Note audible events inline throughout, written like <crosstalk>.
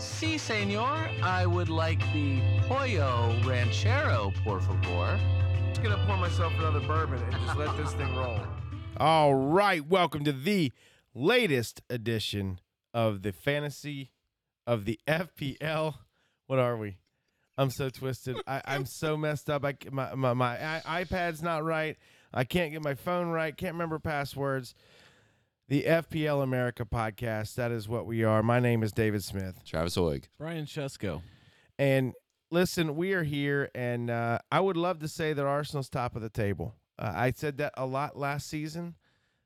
Si, senor, I would like the Pollo Ranchero, por favor. I'm just gonna pour myself another bourbon and just let this thing roll. All right, welcome to the latest edition of the fantasy of the FPL. What are we? I'm so twisted. I, I'm so messed up. I c- my my, my I, iPad's not right. I can't get my phone right. Can't remember passwords. The FPL America podcast. That is what we are. My name is David Smith. Travis Hoig. Brian Chesko. And listen, we are here, and uh, I would love to say that Arsenal's top of the table. Uh, I said that a lot last season.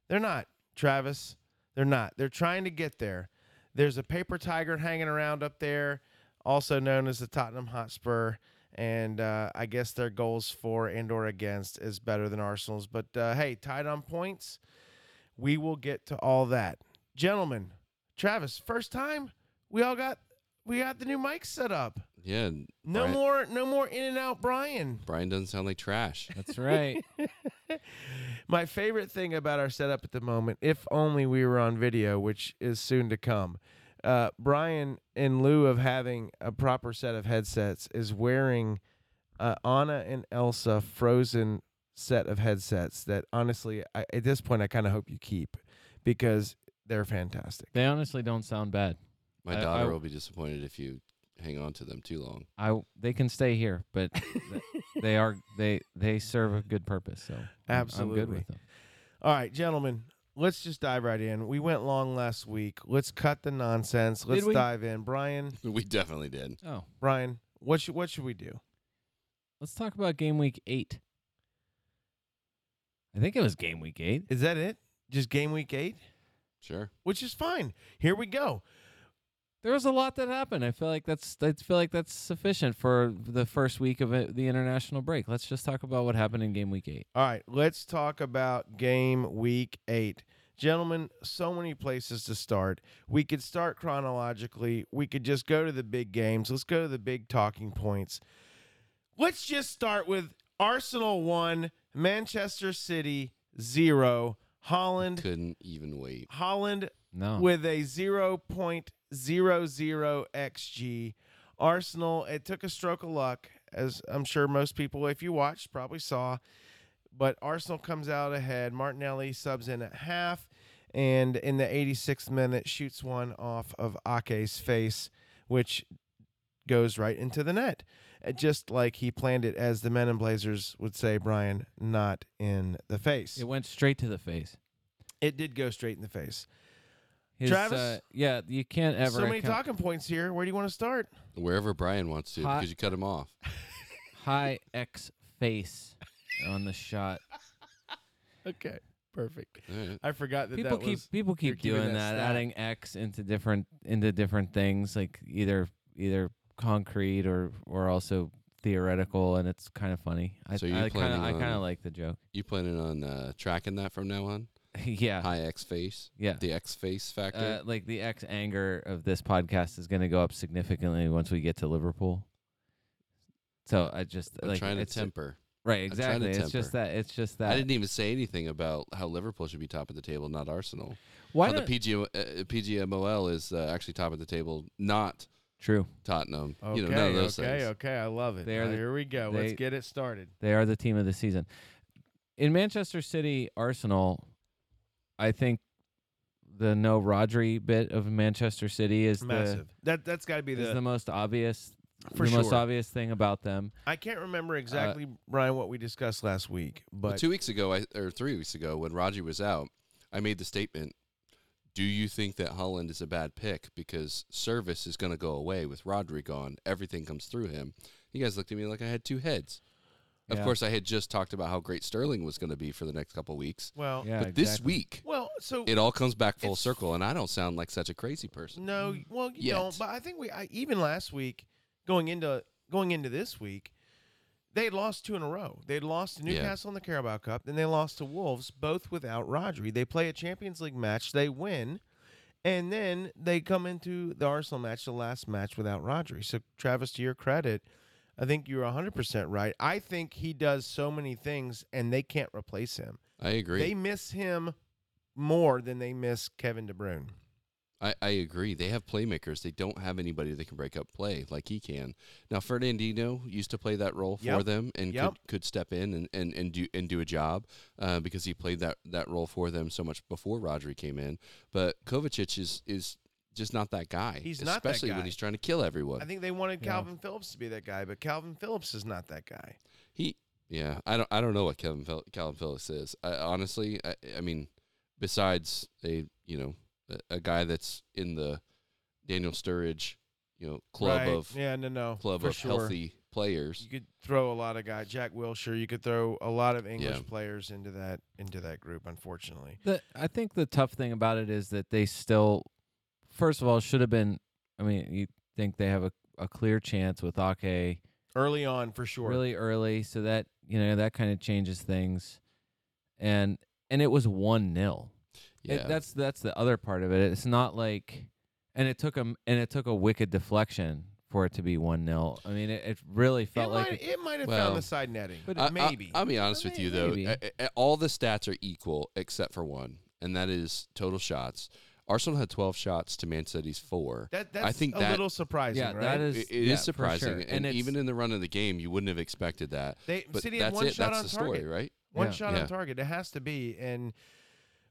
They're not, Travis. They're not. They're trying to get there. There's a paper tiger hanging around up there, also known as the Tottenham Hotspur. And uh, I guess their goals for and or against is better than Arsenal's. But uh, hey, tied on points. We will get to all that, gentlemen. Travis, first time we all got we got the new mic set up. Yeah. and No Brian, more, no more in and out, Brian. Brian doesn't sound like trash. <laughs> That's right. <laughs> My favorite thing about our setup at the moment, if only we were on video, which is soon to come. Uh, Brian, in lieu of having a proper set of headsets, is wearing uh, Anna and Elsa frozen set of headsets that honestly, I, at this point, I kind of hope you keep because they're fantastic. they honestly don't sound bad. My I- I- daughter will be disappointed if you hang on to them too long. <laughs> I they can stay here, but <laughs> th- they are they they serve a good purpose. So I'm- I'm good Absolutely. with them. All right, gentlemen, let's just dive right in. We went long last week. Let's cut the nonsense. Let's we? dive in. Brian, We definitely did. Oh, Brian, what should what should we do? let's talk about game week eight. I think it was game week eight. Is that it? Just game week eight, Sure. which is fine. Here we go. There was a lot that happened. I feel like that's I feel like that's sufficient for the first week of it, the international break. Let's just talk about what happened in game week eight. All right, let's talk about game week eight. Gentlemen, so many places to start. We could start chronologically. We could just go to the big games. Let's go to the big talking points. Let's just start with Arsenal 1, Manchester City 0, Holland Couldn't even wait. Holland No, with a 0.00 xg arsenal it took a stroke of luck as i'm sure most people if you watched probably saw but arsenal comes out ahead martinelli subs in at half and in the 86th minute shoots one off of ake's face which goes right into the net Uh, just like he planned it as the men in blazers would say brian not in the face it went straight to the face. it did go straight in the face His, Travis? uh, yeah, you can't ever. so many account- talking points here. Where do you want to start? Wherever Brian wants to, Hot. because you cut him off. <laughs> high X face on the shot. Okay, perfect. All right. I forgot that people that keep was people you're keep keeping doing that that, stat. adding X into different into different things, like either either concrete or or also theoretical, and it's kind of funny. I So I you're kind of planning I kind of on- like the joke. <laughs> You planning on uh, tracking that from now on? yeah, High X face, Uh, yeah. the X face factor. Uh, like the X anger of this podcast is going to go up significantly once we get to Liverpool. So I just I'm Uh, like trying to it's- temper. right I'm trying to exactly. It's just temper. that it's just I that. didn't even say anything about how Liverpool should be top of the table, not Arsenal. Why how the not- PGO, uh, PGMOL is uh, actually top of the table, not True. Tottenham. Okay, you know, none of those okay, things. okay. I love it. They are Now, the- here we go. Let's they- get it started. They are the team of the season. In Manchester City, Arsenal, I think the no Rodri bit of Manchester City is Massive. that that's got to be the is the, the most obvious For the most sure. obvious thing about them. I can't uh, remember exactly, Brian, what we discussed last week, Well, but two weeks ago, I, or three weeks ago, when Raji was out, I made the statement: Do you think that Holland is a bad pick because service is going to go away with Rodri gone? Everything comes through him. You guys looked at me like I had two heads. Of Yeah. course, I had just talked about how great Sterling was going to be for the next couple weeks, well, Yeah, but this exactly. week well, so it all comes back full It's- circle, and I don't sound like such a crazy person. No, well, you Mm, Yet. don't. But I think we I, even last week, going into going into this week, they had lost two in a row. They had lost to Yeah. Newcastle in the Carabao Cup, then they lost to Wolves, both without Rodri. They play a Champions League match, they win, and then they come into the Arsenal match, the last match without Rodri. So, Travis, to your credit. I think you're 100% right. I think he does so many things and they can't replace him. I agree. They miss him more than they miss Kevin De Bruyne. I, I agree. They have playmakers. They don't have anybody that can break up play like he can. Now Fernandino used to play that role for Yep. them and Yep. could, could step in and, and, and do and do a job uh, because he played that, that role for them so much before Rodri came in. But Kovacic is is just not that guy. He's especially not that guy. when he's trying to kill everyone. I think they wanted Yeah. Calvin Phillips to be that guy, but Calvin Phillips is not that guy. He, yeah, I don't, I don't know what Kevin Phil, Calvin Phillips is. I, honestly, I, I mean, besides a, you know, a, a guy that's in the Daniel Sturridge, you know, club Right. of yeah, no, no, club for of sure. healthy players. You could throw a lot of guys, Jack Wilshire. You could throw a lot of English Yeah. players into that into that group. Unfortunately, The, I think the tough thing about it is that they still, first of all, should have been. I mean, you think they have a, a clear chance with Ake early on for sure. really early, so that you know that kind of changes things, and and it was one 0 Yeah, It, that's that's the other part of it. It's not like, and it took 'em- and it took a wicked deflection for it to be one 0 I mean, it, it really it, felt like might, a- it might have Well, found the side netting, but I, maybe. I, will be honest with you though. Maybe. uh, uh, all the stats are equal except for one, and that is total shots. Arsenal had 12 shots to Man City's four. that that's I think a that little surprising, yeah, right? that is It- it is yeah, for surprising, sure. and, it's- even in the run of the game, you wouldn't have expected that. they But City had that's one it. shot That's on the target. story, right? One Yeah. shot Yeah. on target. It has to be. And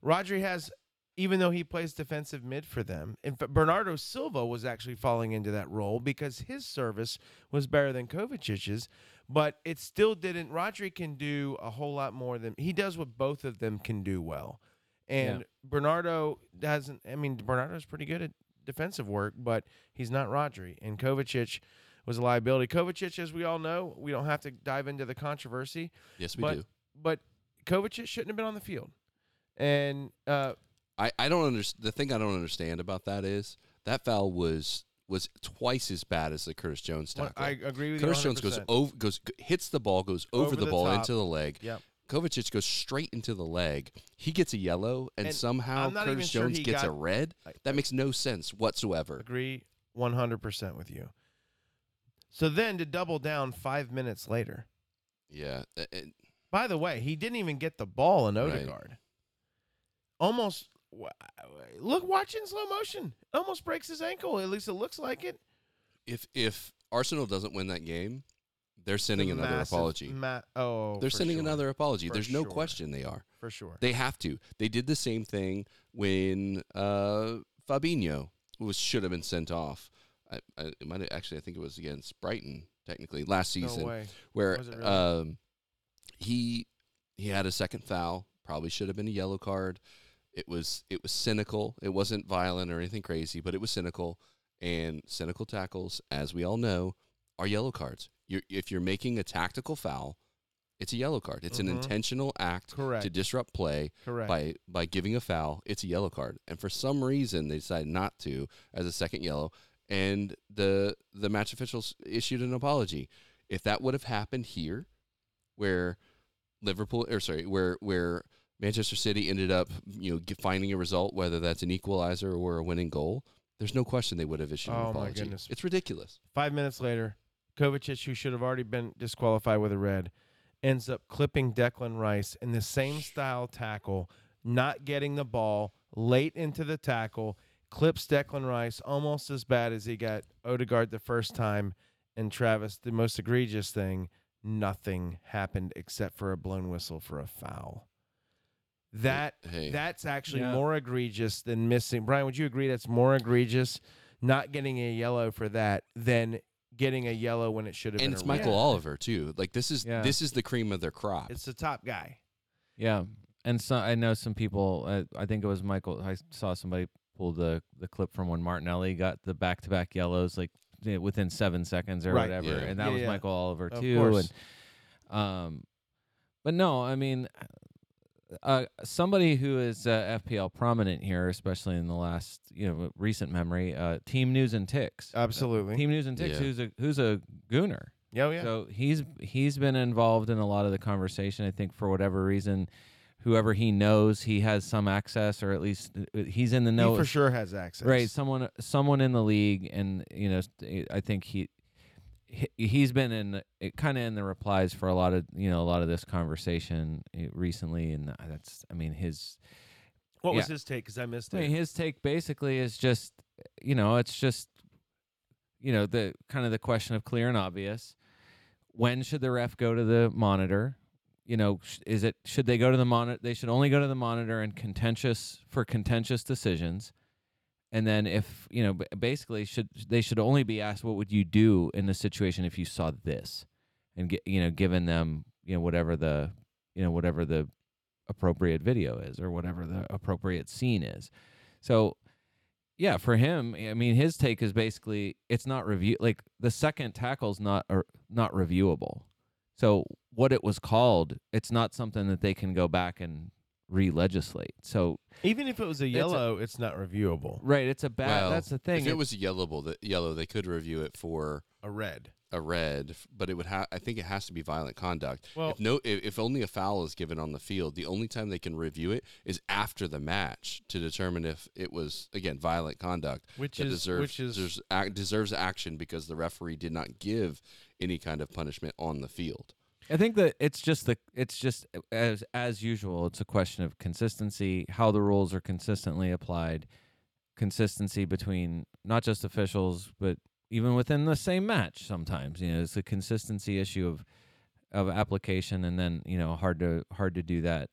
Rodri has, even though he plays defensive mid for them, in fact, Bernardo Silva was actually falling into that role because his service was better than Kovacic's, but it still didn't. Rodri can do a whole lot more than he does what both of them can do well. And Bernardo doesn't, I mean, Bernardo's pretty good at defensive work, but he's not Rodri. And Kovacic was a liability. Kovacic, as we all know, we don't have to dive into the controversy Yes, we but, do. But Kovacic shouldn't have been on the field. And uh, I, I don't understand. The thing I don't understand about that is that foul was was twice as bad as the Curtis Jones one- tackle. I agree with Curtis you. Jones 100%. goes over, goes hits the ball, goes over, Over the, the ball top. into the leg. Yep. Kovacic goes straight into the leg. He gets a yellow, and, And somehow I'm not even Curtis sure Jones he gets got- a red. I- That makes no sense whatsoever. Agree 100% with you. So then to double down five minutes later. Yeah, uh, uh, By the way, he didn't even get the ball in Right. Odegaard. Almost. wa- Look, watch in slow motion. Almost breaks his ankle. At least it looks like it. if if Arsenal doesn't win that game, they're sending another Massive apology. ma- oh, they're for sending sure. another apology. For There's no sure. question they are. for sure. They have to. They did the same thing when uh, Fabinho was should have been sent off. I, I it might have, actually I think it was against Brighton technically last no season. way. where Was it really? um, he he had a second foul. Probably should have been a yellow card. It was it was cynical. It wasn't violent or anything crazy, but it was cynical. And cynical tackles, as we all know, are yellow cards. You're, if you're making a tactical foul, it's a yellow card. It's an Mhm. intentional act to Correct. disrupt play Correct. by by giving a foul. It's a yellow card, and for some reason they decided not to as a second yellow. And the the match officials issued an apology. If that would have happened here, where Liverpool or sorry, where where Manchester City ended up, you know, g- finding a result, whether that's an equalizer or a winning goal, there's no question they would have issued an Oh, my apology. goodness. It's ridiculous. Five minutes later, Kovacic, who should have already been disqualified with a red, ends up clipping Declan Rice in the same style tackle, not getting the ball late into the tackle, clips Declan Rice almost as bad as he got Odegaard the first time. And Travis, the most egregious thing, nothing happened except for a blown whistle for a foul. That Hey, that's actually Yeah. more egregious than missing. Brian, would you agree that's more egregious not getting a yellow for that than getting a yellow when it should have been and it's a Michael red. Oliver too. Like this is Yeah. this is the cream of their crop. It's the top guy. Yeah, and so I know some people. Uh, I think it was Michael. I saw somebody pull the the clip from when Martinelli got the back to back yellows like eh, within seven seconds or Right. whatever, Yeah. and that Yeah, was yeah. Michael Oliver Of too. course. And um, but no, I mean, uh, somebody who is uh, FPL prominent here, especially in the last you know recent memory, uh, Team News and Ticks. Oh, Absolutely. Team News and Ticks, Yeah. who's a who's a gooner. yeah, yeah. So he's he's been involved in a lot of the conversation. I think for whatever reason, whoever he knows, he has some access, or at least uh, he's in the know. he for sure has access. Right, someone someone in the league, and you know, st- I think he. he- He's been in kind of in the replies for a lot of you know a lot of this conversation eh, recently, and that's I mean his What was yeah. his take? Because I missed I it. mean, his take basically is just, you know, it's just, you know, the kind of the question of clear and obvious. When should the ref go to the monitor? You know, sh- is it should they go to the monitor? They should only go to the monitor and contentious for contentious decisions. And then if you know, b- basically, should they should only be asked what would you do in the situation if you saw this, and get you know, given them you know whatever the you know whatever the appropriate video is or whatever the appropriate scene is. So, yeah, for him, I mean, his take is basically it's not review like the second tackle's not or not reviewable. So what it was called, it's not something that they can go back and re-legislate. So Even if it was a yellow, it's not reviewable. right, it's a bad. Well, that's the thing. If it was yellowable, the, yellow, they could review it for A red. a red, f- but it would have. I think it has to be violent conduct. Well- if no, if, if only a foul is given on the field, the only time they can review it is after the match to determine if it was again violent conduct, Which that is- deserves, which is- deserves, ac- deserves action because the referee did not give any kind of punishment on the field. I think that it's just the it's just uh, as as usual. It's a question of consistency, how the rules are consistently applied, consistency between not just officials but even within the same match. Sometimes you know it's a consistency issue of of application, and then you know hard to hard to do that.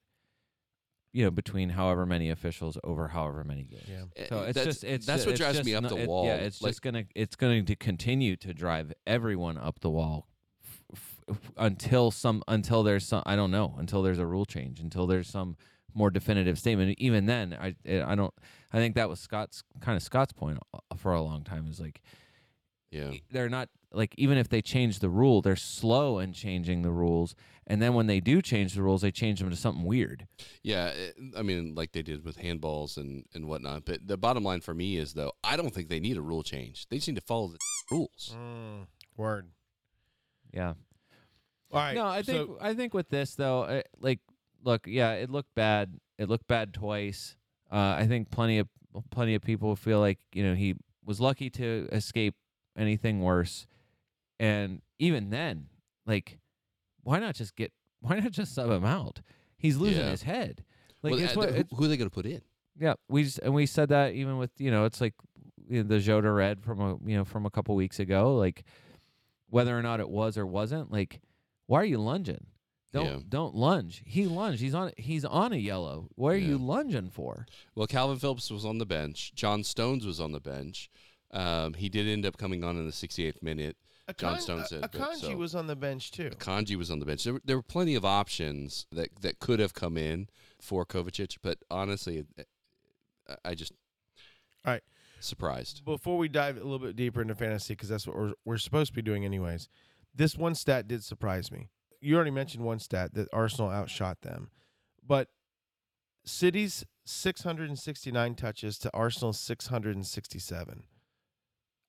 You know, between however many officials over however many games. Yeah. So it's Eh, that's, just it's that's ju- what it's drives just me up no- the it- wall. yeah, it's Like, just gonna it's going to continue to drive everyone up the wall f- f- f- until some until there's some I don't know until there's a rule change until there's some more definitive statement. Even then, I I don't I think that was Scott's kind of Scott's point a- for a long time is like yeah. they're not like even if they change the rule, they're slow in changing the rules, and then when they do change the rules, they change them to something weird. Yeah, it- I mean, like they did with handballs and and whatnot. But the bottom line for me is though, I don't think they need a rule change. They just need to follow the rules. mm, Word. Yeah. All right. No, I think so- I think with this though, I, like, look, yeah, it looked bad. It looked bad twice. Uh, I think plenty of plenty of people feel like you know he was lucky to escape anything worse, and even then, like, why not just get why not just sub him out? He's losing Yeah. his head. Like, well, it's uh, what, who, it's, who are they going to put in? yeah, we just, and we said that even with you know it's like you know, the Jota red from a you know from a couple weeks ago, like whether or not it was or wasn't, like why are you lunging? Don't Yeah. don't lunge. He lunged. He's on he's on a yellow. What are you Yeah. lunging for? Well, Calvin Phillips was on the bench. John Stones was on the bench. Um, he did end up coming on in the 68th minute. John Akan- Stone said, A- but Akanji so- was on the bench too. Kanji was on the bench. There were, there were plenty of options that, that could have come in for Kovacic, but honestly, it- I- I just All right. surprised. Before we dive a little bit deeper into fantasy, because that's what we're, we're supposed to be doing anyways, this one stat did surprise me. You already mentioned one stat that Arsenal outshot them, but City's 669 touches to Arsenal's 667.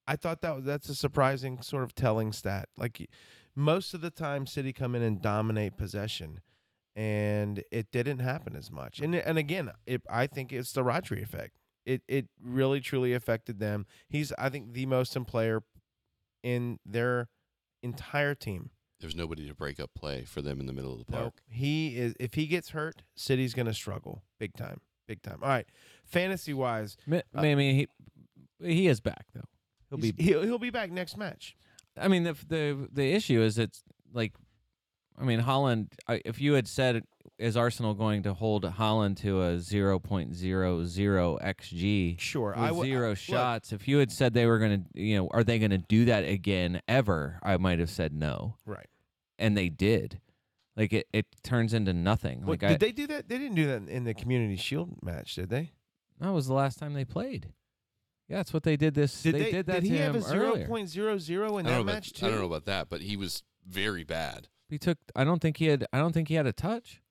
I thought that was that's a surprising sort of telling stat. Like y- most of the time, City come in and dominate possession, and it didn't happen as much. And and again, it, I think it's the Rodri effect. It it really truly affected them. He's I think the most in player in their entire team. There's nobody to break up play for them in the middle of the park. He is if he gets hurt, City's gonna struggle big time, big time. All right, fantasy wise, Ma- Uh, I mean, he he is back though. He'll be he'll, he'll be back next match. I mean, the the the issue is it's like, I mean, Holland. I, if you had said is Arsenal going to hold Holland to a 0.00 xG? Sure, With I would- zero look, shots. If you had said they were going to, you know, are they going to do that again ever? I might have said no, Right. and they did. Like it, it turns into nothing. What, Like did they do that? They didn't do that in the Community Shield match, did they? I, that was the last time they played. Yeah, that's what they did. This Did they, did that Did to he him have a earlier. 0.00 in I that don't, know match about, too? I don't know about that, but he was very bad. He took. I don't think he had. I don't think he had a touch.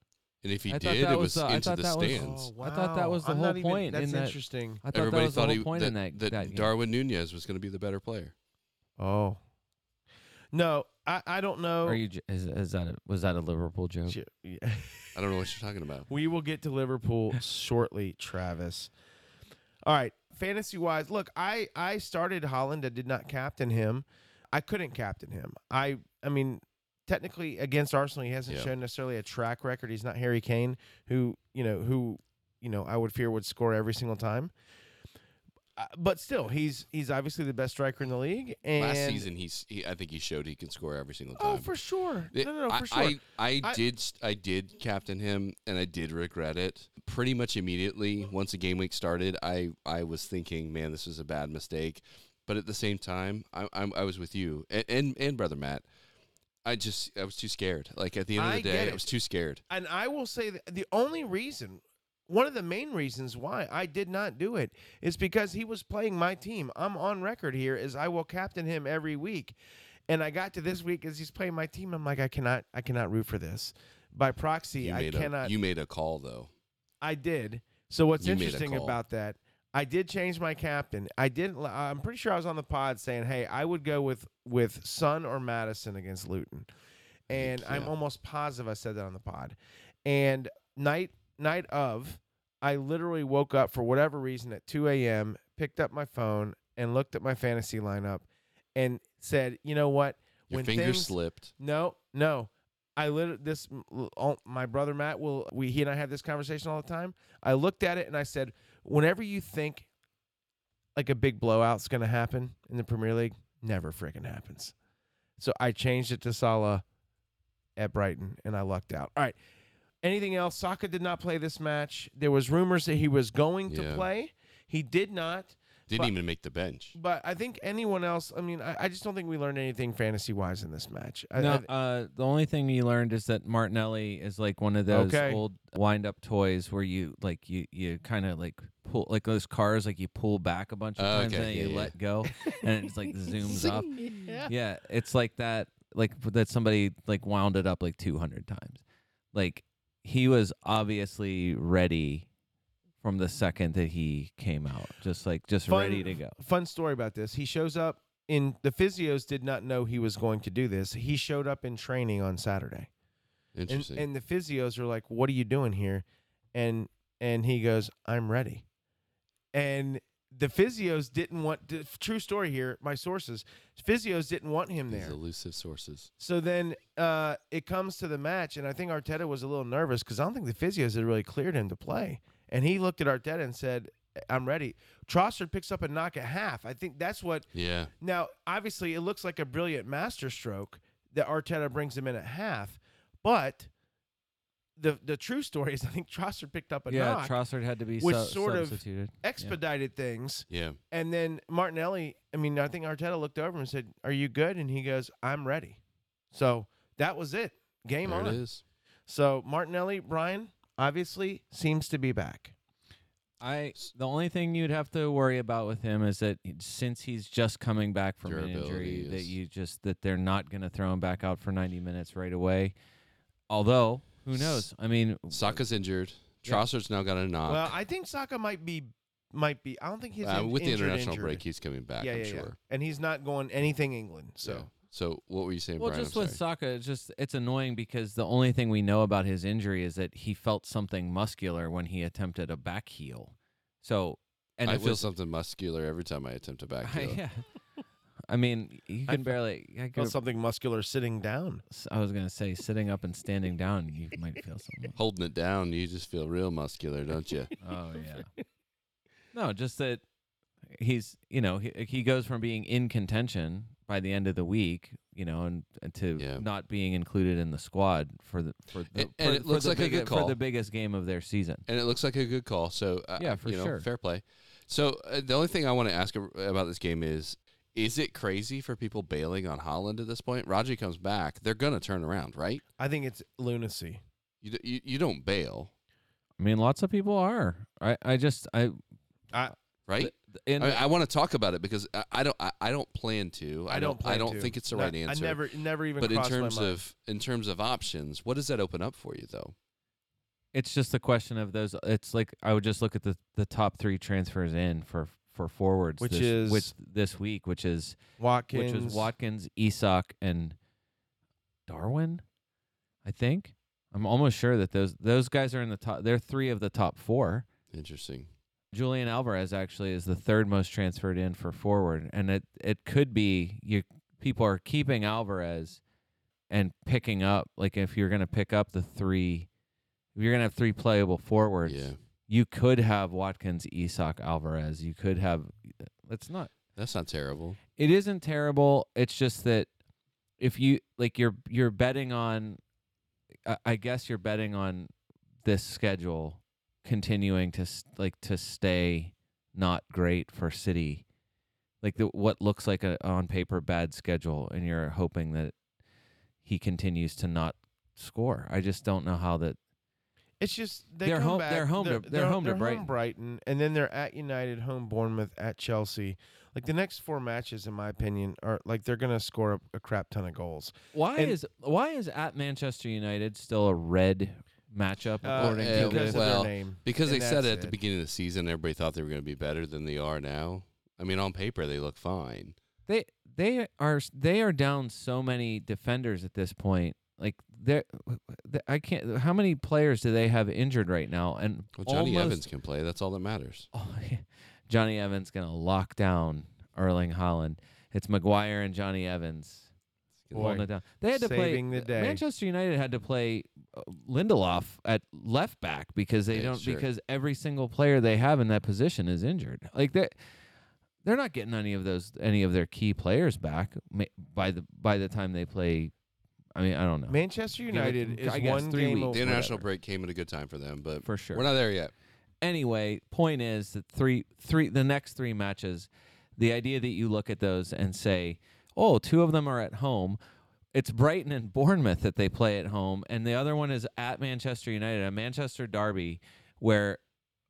And if he I thought did, that it was, was the- I into thought the that was- stands. Oh, I thought that was the wow. I'm whole not even- point That's in that- interesting. I thought Everybody that was thought the whole he, point that, in that. that that game. Darwin Nunez was going to be the better player. Oh. No, I, I don't know. Are you? j- Is, is that a, was that a Liverpool joke? Sh- yeah. I don't know what you're talking about. We will get to <laughs> Liverpool shortly, Travis. All right, fantasy wise, look, I I started Holland. I did not captain him. I couldn't captain him. I I mean, technically against Arsenal, he hasn't Yeah. shown necessarily a track record. He's not Harry Kane, who you know who you know I would fear would score every single time. Uh, but still, he's he's obviously the best striker in the league. And Last season, he's he, I think he showed he can score every single time. oh for sure, no It- no, no I, for sure. I, I, I- did st- I did captain him and I did regret it. Pretty much immediately once the game week started, I, I was thinking, man, this was a bad mistake. But at the same time, I I'm, I was with you and, and and brother Matt. I just I was too scared. Like at the end of I the get day, I it. was too scared. And I will say that the only reason, one of the main reasons why I did not do it is because he was playing my team. I'm on record here as I will captain him every week. And I got to this week as he's playing my team. I'm like, I cannot, I cannot root for this. By proxy, You I made cannot. a you made a call though. I did. So what's You made a interesting call. about that? I did change my captain. I didn't. I'm pretty sure I was on the pod saying, "Hey, I would go with with Sun or Madison against Luton," and I'm yeah. almost positive I said that on the pod. And night night of, I literally woke up for whatever reason at 2 a.m., picked up my phone and looked at my fantasy lineup, and said, "You know what? Your fingers things- slipped. no, no. I lit this. all- My brother Matt will. We he and I have this conversation all the time. I looked at it and I said, whenever you think like a big blowout's going to happen in the Premier League, never freaking happens. So I changed it to Salah at Brighton, and I lucked out. All right. Anything else? Saka did not play this match. There was rumors that he was going to Yeah. play. He did not. Didn't But- even make the bench. But I think anyone else. I mean, I, I just don't think we learned anything fantasy wise in this match. I- No, I- uh, the only thing you learned is that Martinelli is like one of those Okay. old wind-up toys where you like you you kind of like pull like those cars like you pull back a bunch of Oh, times okay, and then yeah, you yeah. let go and it's <laughs> like zooms up. Yeah. it's like that like f- that somebody like wound it up like 200 times. Like he was obviously ready from the second that he came out, just like just Fun- ready to go. Fun story about this. He shows up in the physios did not know he was going to do this. He showed up in training on Saturday. And, Interesting. and the physios are like, "What are you doing here?" And and he goes, "I'm ready." And the physios didn't want the true story here, my sources. Physios didn't want him These there. elusive sources. So then uh, it comes to the match, and I think Arteta was a little nervous because I don't think the physios had really cleared him to play. And he looked at Arteta and said, "I'm ready." Trossard picks up a knock at half. I think that's what. Yeah. Now, obviously, it looks like a brilliant masterstroke that Arteta brings him in at half, but the the true story is I think Trossard picked up a yeah, knock, Trossard had to be which sub- sort of substituted. expedited things, Yeah. and then Martinelli, I mean, I think Arteta looked over and said, Are you good? And he goes, I'm ready. So that was it. Game there it on. is. So Martinelli, Brian, obviously seems to be back. I the only thing you'd have to worry about with him is that he- since he's just coming back from an injury, Durability that is- you just that they're not going to throw him back out for 90 minutes right away. Although, who knows? I mean, Saka's injured. Yeah. Trossard's now got a knock. Well, I think Saka might be might be I don't think he's Ah. Uh, in- with the injured, international injured. break, he's coming back. yeah, I'm yeah, yeah. sure. And he's not going anything England. So So, so what were you saying, well, Brian? just I'm with sorry. Saka, it's just it's annoying because the only thing we know about his injury is that he felt something muscular when he attempted a back heel. So, and I it feel was, something muscular every time I attempt a back <laughs> I, heel. yeah. I mean, you I can fe- barely. I, Felt could, something muscular sitting down. I was gonna say sitting up and standing down, you might feel something. Holding it down, you just feel real muscular, don't <laughs> you? <laughs> Oh yeah. no, just that he's you know he, he goes from being in contention by the end of the week, you know, and, and to Yeah. not being included in the squad for the for the, And- and for, it for looks the like a bigge- good call. for the biggest game of their season. and it looks like a good call. So uh, Yeah, for you know, sure. fair play. So uh, the only thing I want to ask ab- about this game is: Is it crazy for people bailing on Holland at this point? Raji comes back, they're gonna turn around, right? I think it's lunacy. You d- you, you don't bail, I mean, lots of people are. I I just I right? in, I, I want to talk about it because I, I don't I, I don't plan to. I don't. Plan I don't to. think it's the No, right answer. I never, it never even. but in crossed my terms mind. of in terms of options, what does that open up for you though? it's just the question of those. It's like I would just look at the, the top three transfers in for for forwards, Which this, is- which this week, which is Watkins, which was Watkins, Esoc, and Darwin. I think I'm almost sure that those those guys are in the top. They're three of the top four. Interesting. Julian Alvarez actually is the third most transferred in for forward, and it it could be you people are keeping Alvarez and picking up like if you're going to pick up the three, if you're going to have three playable forwards. Yeah, You could have Watkins, Esoc, Alvarez. You could have. It's not that's not terrible. it isn't terrible. It's just that if you like you're you're betting on I, I guess you're betting on this schedule continuing to s- like to stay not great for City. Like the, what looks like a on paper bad schedule and you're hoping that he continues to not score. I just don't know how that it's just they They're come home- back, they're home to- they're home to Brighton. Brighton, and then they're at United, home Bournemouth, at Chelsea. Like the next four matches, in my opinion, are like they're gonna score a, a crap ton of goals. why And- is why is at Manchester United still a red matchup Uh, according yeah, to because the, of well, their name, Because And they said that's at the it. beginning of the season, everybody thought they were going to be better than they are now. I mean, on paper, they look fine. they they are s- they are down so many defenders at this point. Like they I can't. How many players do they have injured right now? And Well, Johnny almost, Evans can play. That's all that matters. <laughs> Oh, Johnny Evans gonna lock down Erling Holland. It's Maguire and Johnny Evans holding Boy, it down. They had to saving play. the day. Manchester United had to play uh, Lindelof at left back because they Yeah, don't sure. because every single player they have in that position is injured. Like they they're not getting any of those any of their key players back ma- by the by the time they play. I mean, I don't know Manchester Give it- United I is guess one three game weeks. away. The international whatever. break came at a good time for them, but for sure. we're not there yet. anyway, point is that three three the next three matches, the idea that you look at those and say, "Oh, two of them are at home. It's Brighton and Bournemouth that they play at home, and the other one is at Manchester United, a Manchester derby where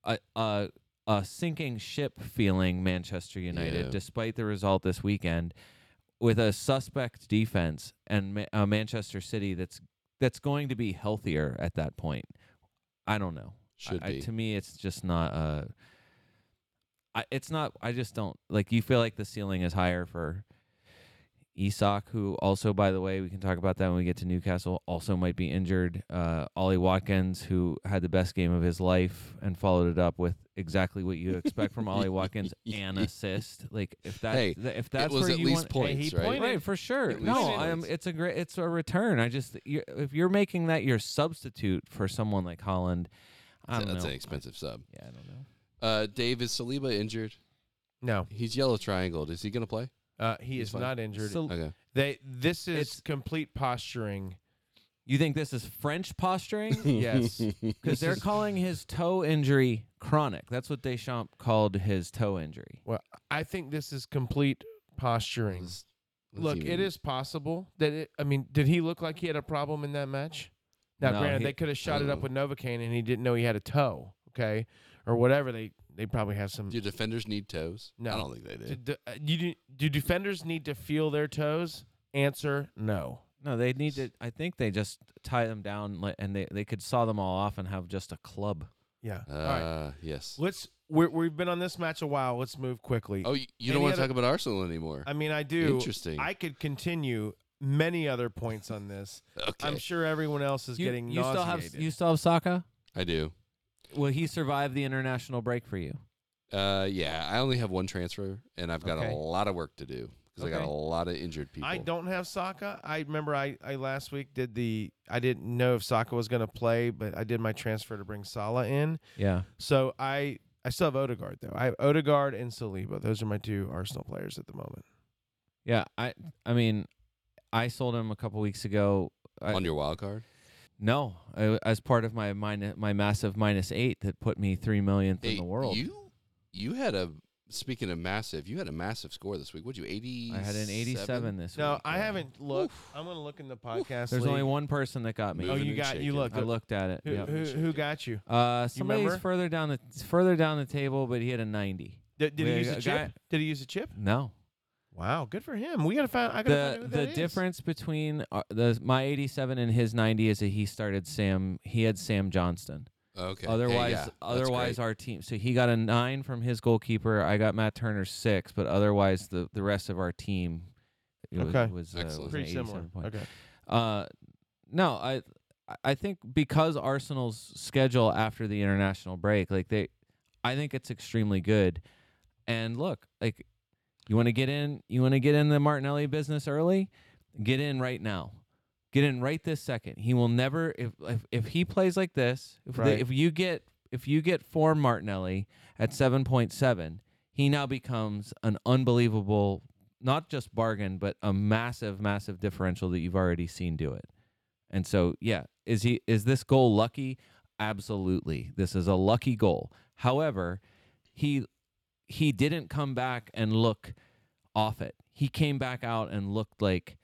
a a, a sinking ship feeling Manchester United, Yeah. despite the result this weekend, with a suspect defense and Ma- a Manchester City that's that's going to be healthier at that point. I don't know. I- Should I, be. to me, it's just not. Uh, I, it's not. I just don't like. You feel like the ceiling is higher for Esoc, who also, by the way, we can talk about that when we get to Newcastle. Also, might be injured. Uh, Ollie Watkins, who had the best game of his life and followed it up with exactly what you expect <laughs> from Ollie Watkins, an assist. Like if that, Hey, th- if it that's was where at you least want, points, he right? pointed- Right, for sure. At No, least I'm. points. It's a great. It's a return. I just you if you're making that your substitute for someone like Holland, I That's, don't that's know. an expensive sub. Yeah, I don't know. Uh, Dave is Saliba injured. No, He's yellow triangled. Is he going to play? uh, he is fine. not injured. So Okay. they this is It's- complete posturing. <laughs> you think this is <laughs> French posturing? <laughs> Yes, Because they're calling his toe injury chronic. That's what Deschamps called his toe injury. well, I think this is complete posturing. Let's- let's Look, even- it is possible that it. I mean, did he look like he had a problem in that match? Now, No, granted, he- they could have shot it up Oh. with Novocaine, and he didn't know he had a toe. Okay, or whatever. They they probably have some. Do defenders need toes? No. I don't think they Do, do. do, uh, you do, do defenders need to feel their toes? Answer: No. No, they need to. I think they just tie them down li- and they, they could saw them all off and have just a club. Yeah. Uh, All right. Yes. Let's. We're, we've been on this match a while. Let's move quickly. Oh, you, you Any don't want to other- talk about Arsenal anymore. I mean, I do. Interesting. I could continue many other points on this. okay. I'm sure everyone else is You, getting you still have nauseated. you still have Saka. I do. Will he survive the international break for you? Uh, yeah. I only have one transfer, and I've got Okay. a lot of work to do because I got Okay. a lot of injured people. I don't have Saka. I remember I, I last week did the I didn't know if Saka was going to play, but I did my transfer to bring Salah in. Yeah. So I I still have Odegaard though. I have Odegaard and Saliba. Those are my two Arsenal players at the moment. Yeah, I I mean, I sold him a couple weeks ago. I, on your wild card? no, I, as part of my minus, my massive minus eight that put me three millionth Hey, in the world. You you had a speaking of massive, you had a massive score this week. What'd you eighty? I had an 87 this No, week. I haven't looked. I'm gonna look in the podcast. There's only league. one person that got me. Oh, Moving you and got you shaking. looked. I looked at it. Who, yeah. who, who got you? Uh, somebody's remember? further down the further down the table, but he had a 90. Did, did he We use a got- chip? got- did he use a chip? No, Wow, good for him. We gotta find. I gotta find out the who the that is. difference between uh, the my 87 and his 90 is that he started Sam. He had Sam Johnston. Okay. Hey, Otherwise, yeah, that's otherwise great. our team. So he got a nine from his goalkeeper. I got Matt Turner's six, but otherwise the the rest of our team it was- Okay. was, uh, was, Excellent. an pretty 87 similar. point. Okay. Uh, no, I I think because Arsenal's schedule after the international break, like they, I think it's extremely good. And look, like you want to get in, you want to get in the Martinelli business early, get in right now. Get in right this second. He will never if if, if he plays like this, if, they- Right. if you get if you get form Martinelli at 7.7, he now becomes an unbelievable not just bargain, but a massive, massive differential that you've already seen do it. And so, yeah, is he is this goal lucky? Absolutely. This is a lucky goal. However, he he didn't come back and look off it. He came back out and looked like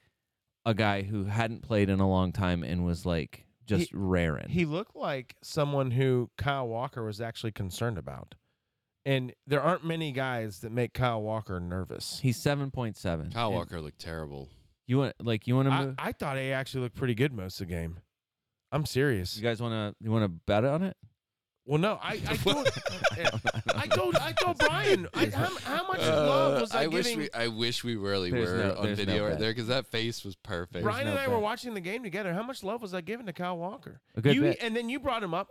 a guy who hadn't played in a long time and was like just raring. He looked like someone who Kyle Walker was actually concerned about, and there aren't many guys that make Kyle Walker nervous. He's seven point seven. Kyle Walker looked terrible. You want like you want to I, move? I thought he actually looked pretty good most of the game. I'm serious. you guys want to you want to bet on it? Well, no, I I told, I told I told Brian I, how, how much Uh, love was I, Uh, I wish giving? we I wish we really There's were no- on there's no video right bet. there because that face was perfect. Brian and no I were bet. watching the game together. How much love was I giving to Kyle Walker? A good you bet. and then you brought him up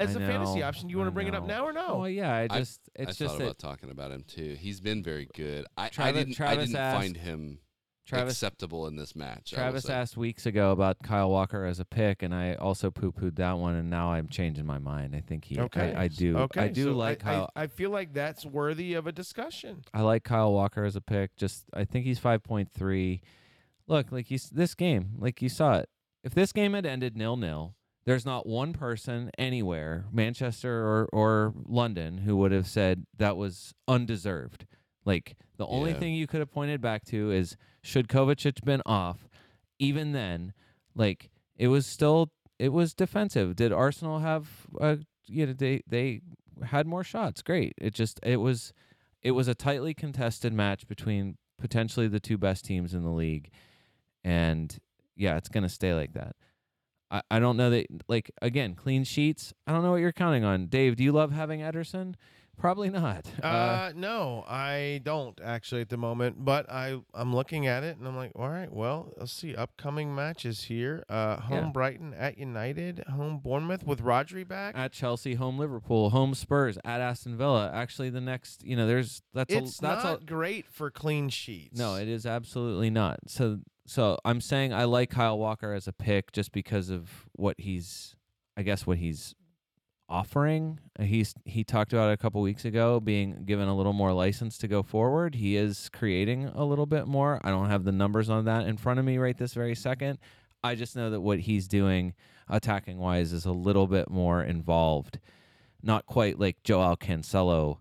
as I a fantasy know, option. Do you I want to bring it up know. now or no? Well, Oh, yeah, I I- just I it's just thought that about talking about him too. He's been very good. I, Travis- I didn't I Travis didn't asked- find him Travis acceptable in this match. I will Travis say. asked weeks ago about Kyle Walker as a pick, and I also poo pooed that one, and now I'm changing my mind. I think he, Okay. I, I do, Okay, I do so like I, Kyle. I, I, I feel like that's worthy of a discussion. like Kyle Walker as a pick. Just I think he's five point three. Look, like you, s- this game, like you saw it. If this game had ended nil nil, there's not one person anywhere, Manchester or or London, who would have said that was undeserved. Like the only Yeah. thing you could have pointed back to is should Kovacic been off. Even then, like it was still it was defensive. Did Arsenal have uh, you know they they had more shots? Great. It just it was it was a tightly contested match between potentially the two best teams in the league, and yeah, it's gonna stay like that. I, I don't know that like again clean sheets. I don't know what you're counting on, Dave. Do you love having Ederson? Probably not. <laughs> Uh, no, I don't actually at the moment, but I I'm looking at it and I'm like, all right, well, let's see upcoming matches here. Uh, home Yeah. Brighton at United, home Bournemouth with Rodri back. at Chelsea, home Liverpool, home Spurs, at Aston Villa. Actually, the next, you know, there's that's it's a, that's not a, great for clean sheets. no, it is absolutely not. So, so I'm saying I like Kyle Walker as a pick just because of what he's, I guess, what he's offering. Uh, He's he talked about it a couple weeks ago being given a little more license to go forward. He is creating a little bit more. I don't have the numbers on that in front of me right this very second. I just know that what he's doing attacking wise is a little bit more involved. Not quite like Joao Cancelo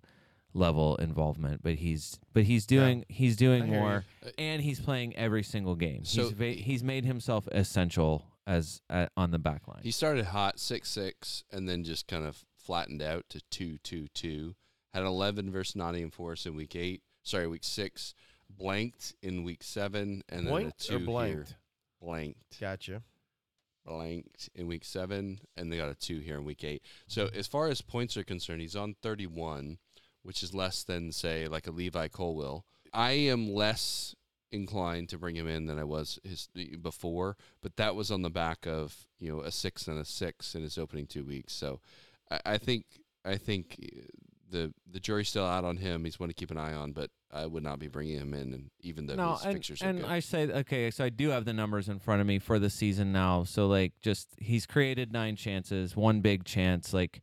level involvement, but he's but he's doing he's I doing hear more and he's playing every single game. So- he's va- he's made himself essential as uh, on the back line. He started hot six six and then just kind of flattened out to two two two. Had an eleven versus Nottingham Forest in week eight. Sorry, week six. Blanked in week seven and Boinked then or a two blanked? here. Blanked. Gotcha. Blanked in week seven and they got a two here in week eight. So as far as points are concerned, he's on thirty one, which is less than say like a Levi Colwell. I am less inclined to bring him in than I was his before, but that was on the back of you know a six and a six in his opening two weeks. So I, I think I think uh, the the jury's still out on him. He's one to keep an eye on, but I would not be bringing him in, and even though his and, pictures and are good. I say okay, so I do have the numbers in front of me for the season now. So like, just he's created nine chances, one big chance. Like,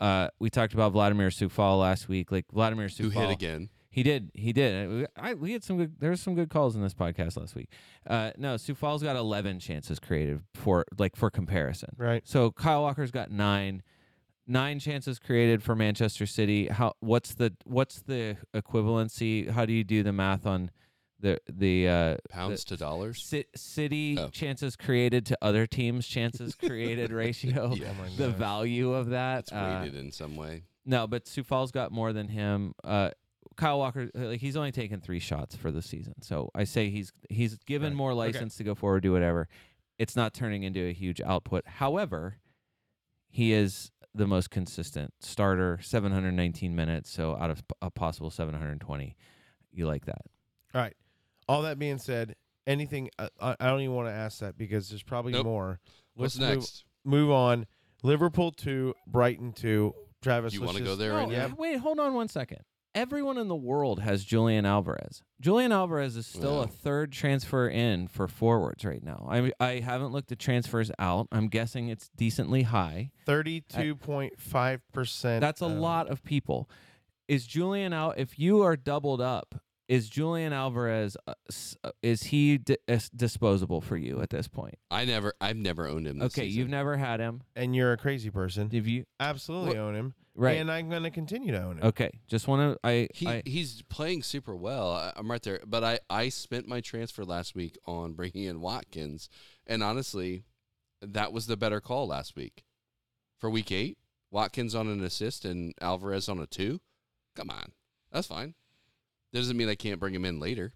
uh, we talked about Vladimir Sufal last week. Like Vladimir Sufal, who hit again? He He did. He did. I, I- we had some good. There was some good calls in this podcast last week. Uh, no, Sioux Falls got eleven chances created for like for comparison. Right. So Kyle Walker's got nine, nine chances created for Manchester City. How? What's the what's the equivalency? How do you do the math on the the uh, Pounds to dollars. Ci- city Oh. chances created to other teams' chances created ratio? <laughs> Oh Yeah. The value of that. It's uh, weighted in some way. no, but Sioux Falls got more than him. Uh, Kyle Walker, uh, like he's only taken three shots for the season, so I say he's he's given more license to go forward, do whatever. It's not turning into a huge output. However, he is the most consistent starter, 719 minutes, so out of p- a possible 720, you like that? All right. All that being said, anything uh, I, I don't even want to ask that because there's probably Nope. more. What's move- next? Move, on. Liverpool two, Brighton two. Travis, You let's want to just- go there right No, now? ev- Wait, hold on one second. Everyone in the world has Julian Alvarez. Julian Alvarez is still Yeah. a third transfer in for forwards right now. I I haven't looked at transfers out. I'm guessing it's decently high. Thirty-two point five percent. uh, That's uh, a lot of people. Is Julian out? If you are doubled up, is Julian Alvarez uh, s- uh, is he di- is disposable for you at this point? I never. I've never owned him. This okay, season. you've never had him. And you're a crazy person. Have you? Absolutely own him. Right. And I'm going to continue to own him. okay. Just want to. I. uh, He, I he's playing super well. I, I'm right there. But I, I spent my transfer last week on bringing in Watkins. And honestly, that was the better call last week. For week eight, Watkins on an assist and Alvarez on a two. Come on. That's fine. That doesn't mean I can't bring him in later.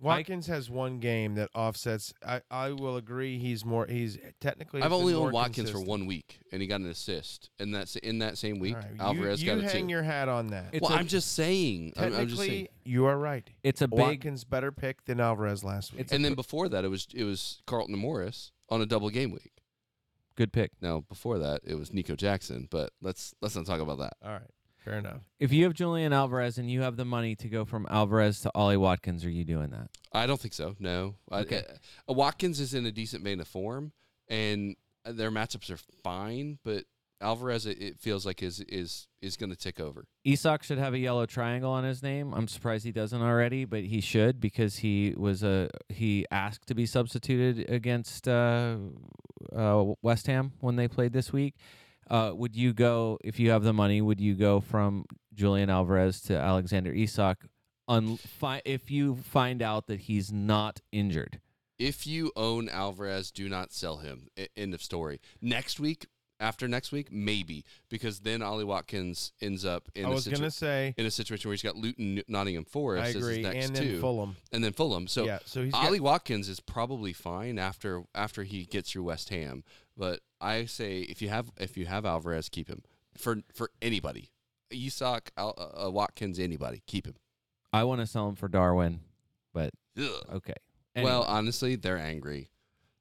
Watkins has one game that offsets. I, I will agree. He's more. He's technically. I've been only more owned Watkins consistent. for one week, and he got an assist. And that's in that same week, All right, Alvarez you, you got a hang two. your hat on that. It's well, a- i I'm just saying. I'm, Technically, I'm just saying. you are right. it's a big. Watkins better pick than Alvarez last week. It's a And then pr- before that, it was it was Carlton Morris on a double game week. good pick. Now, before that, it was Nico Jackson, but let's let's not talk about that. All right, fair enough. If you have Julian Alvarez and you have the money to go from Alvarez to Ollie Watkins, are you doing that? I don't think so. No, Okay. I, uh, Watkins is in a decent vein of form, and uh, their matchups are fine. But Alvarez, it, it feels like is is is going to tick over. Isak should have a yellow triangle on his name. I'm surprised he doesn't already, but he should because he was a he asked to be substituted against uh, uh, West Ham when they played this week. Uh, would you go if you have the money? Would you go from Julian Alvarez to Alexander Isak? Un- fi- if you find out that he's not injured, If you own Alvarez, do not sell him. E- end of story. Next week, after next week, maybe because then Ollie Watkins ends up in I a was situ- gonna say, in a situation where he's got Luton, Nottingham Forest. I as his agree, next and then two, Fulham. and then Fulham. So yeah, so he's got- Ollie Watkins is probably fine after after he gets through West Ham, but I say if you have if you have Alvarez, keep him for for anybody. Isak, Al, uh, uh, Watkins, anybody, keep him. I want to sell him for Darwin, but Ugh. okay. Well, Anyway. honestly, they're angry.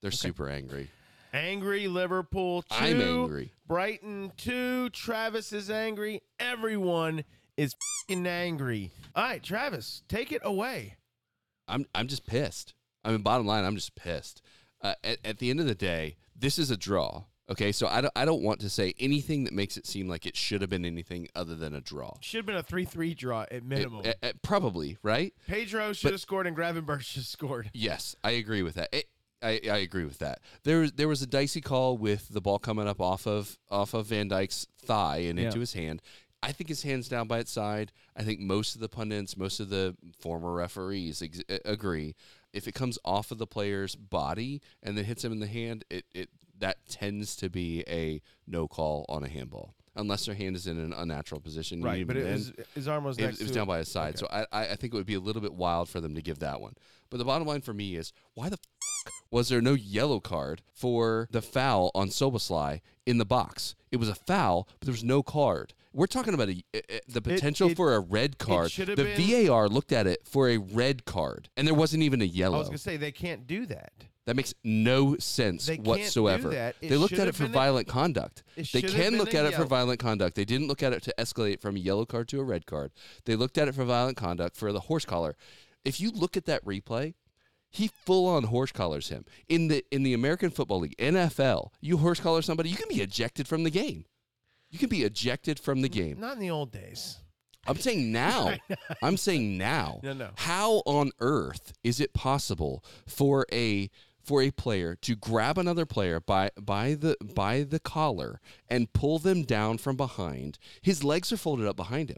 They're super angry. angry Liverpool. 2 I'm angry. Brighton two. Travis is angry. Everyone is fing angry. All right, Travis, take it away. I'm I'm just pissed. I mean, bottom line, I'm just pissed. Uh, at, at the end of the day, this is a draw. Okay, so I don't, I don't want to say anything that makes it seem like it should have been anything other than a draw. Should have been a three-three draw at It- eh, minimum. it- it- probably, right? Pedro should have scored and Gravenberch should have scored. <laughs> Yes, I agree with that. It, I, I agree with that. There was there was a dicey call with the ball coming up off of off of Van Dyke's thigh and into his hand. I think his hand's down by its side. I think most of the pundits, most of the former referees ex- a- agree. If it comes off of the player's body and then hits him in the hand, it, it that tends to be a no call on a handball, unless their hand is in an unnatural position. Right, Even but it then- was his arm was it, next. was- it was to down by his side. So I, I, I think it would be a little bit wild for them to give that one. But the bottom line for me is why the f- was there no yellow card for the foul on Sobosly in the box? It was a foul, but there was no card. We're talking about a, a- a- the potential it- for a red card. should The have been- VAR looked at it for a red card, and there wasn't even a I yellow. was gonna say they can't do that. that makes no sense They can't do whatsoever. that. It They looked should at it have for been a- violent conduct. It They should have can been look a at it for yellow. violent conduct. They didn't look at it to escalate from a yellow card to a red card. They looked at it for violent conduct for the horse collar. If you look at that replay, he full on horse collars him. In the in the American Football League, NFL, you horse collar somebody, you can be ejected from the game. You can be ejected from the game. Not in the old days. I'm saying <laughs> now. I'm saying now. No, no. How on earth is it possible for a for a player to grab another player by by the by the collar and pull them down from behind? His legs are folded up behind him.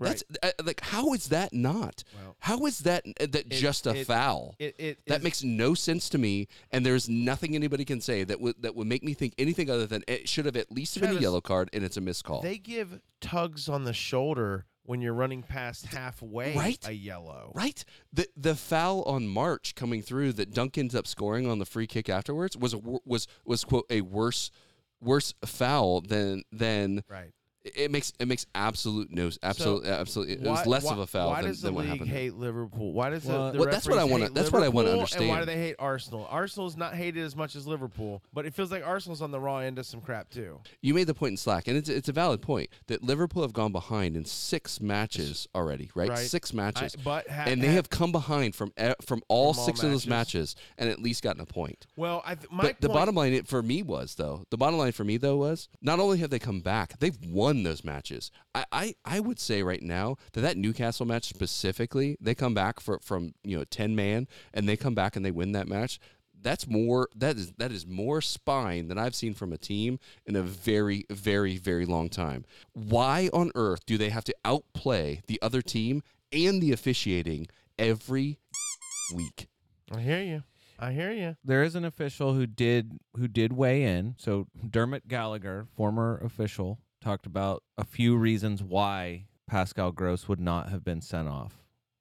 Right. That's uh, like how is that not? how is that uh, that just a it- foul? it- it that is- makes no sense to me, and there's nothing anybody can say that would that would make me think anything other than it should have at least been a Travis, yellow card and it's a missed call. They give tugs on the shoulder when you're running past halfway Right? a yellow. Right. The the foul on March coming through that Dunk ends up scoring on the free kick afterwards was a, wor- was was quote a worse worse foul than than Right. it it makes it makes absolute no absolute absolutely it was Why- less why- of a foul Why than, does the than what league happened. hate Liverpool? Why does Well, the, the well, that's what I referees wanna- hate that's what I wanna Liverpool, And why do understand. they hate Arsenal? Arsenal's not hated as much as Liverpool, but it feels like Arsenal's on the raw end of some crap too. You made the point in Slack, and it's it's a valid point that Liverpool have gone behind in six matches already, right? Right. Six matches, I- but ha- and they ha- have come behind from e- from all From all six of those matches. matches and at least gotten a point. Well, I th- my but the point- bottom line it- for me was though the bottom line for me though was not only have they come back they've won those matches I, I, I would say right now that that newcastle match specifically they come back for, from you know 10 man and they come back and they win that match that's more that is that is more spine than i've seen from a team in a very very very long time why on earth do they have to outplay the other team and the officiating every week I hear you. I hear you. there is an official who did who did weigh in. So Dermot Gallagher, former official, talked about a few reasons why Pascal Gross would not have been sent off.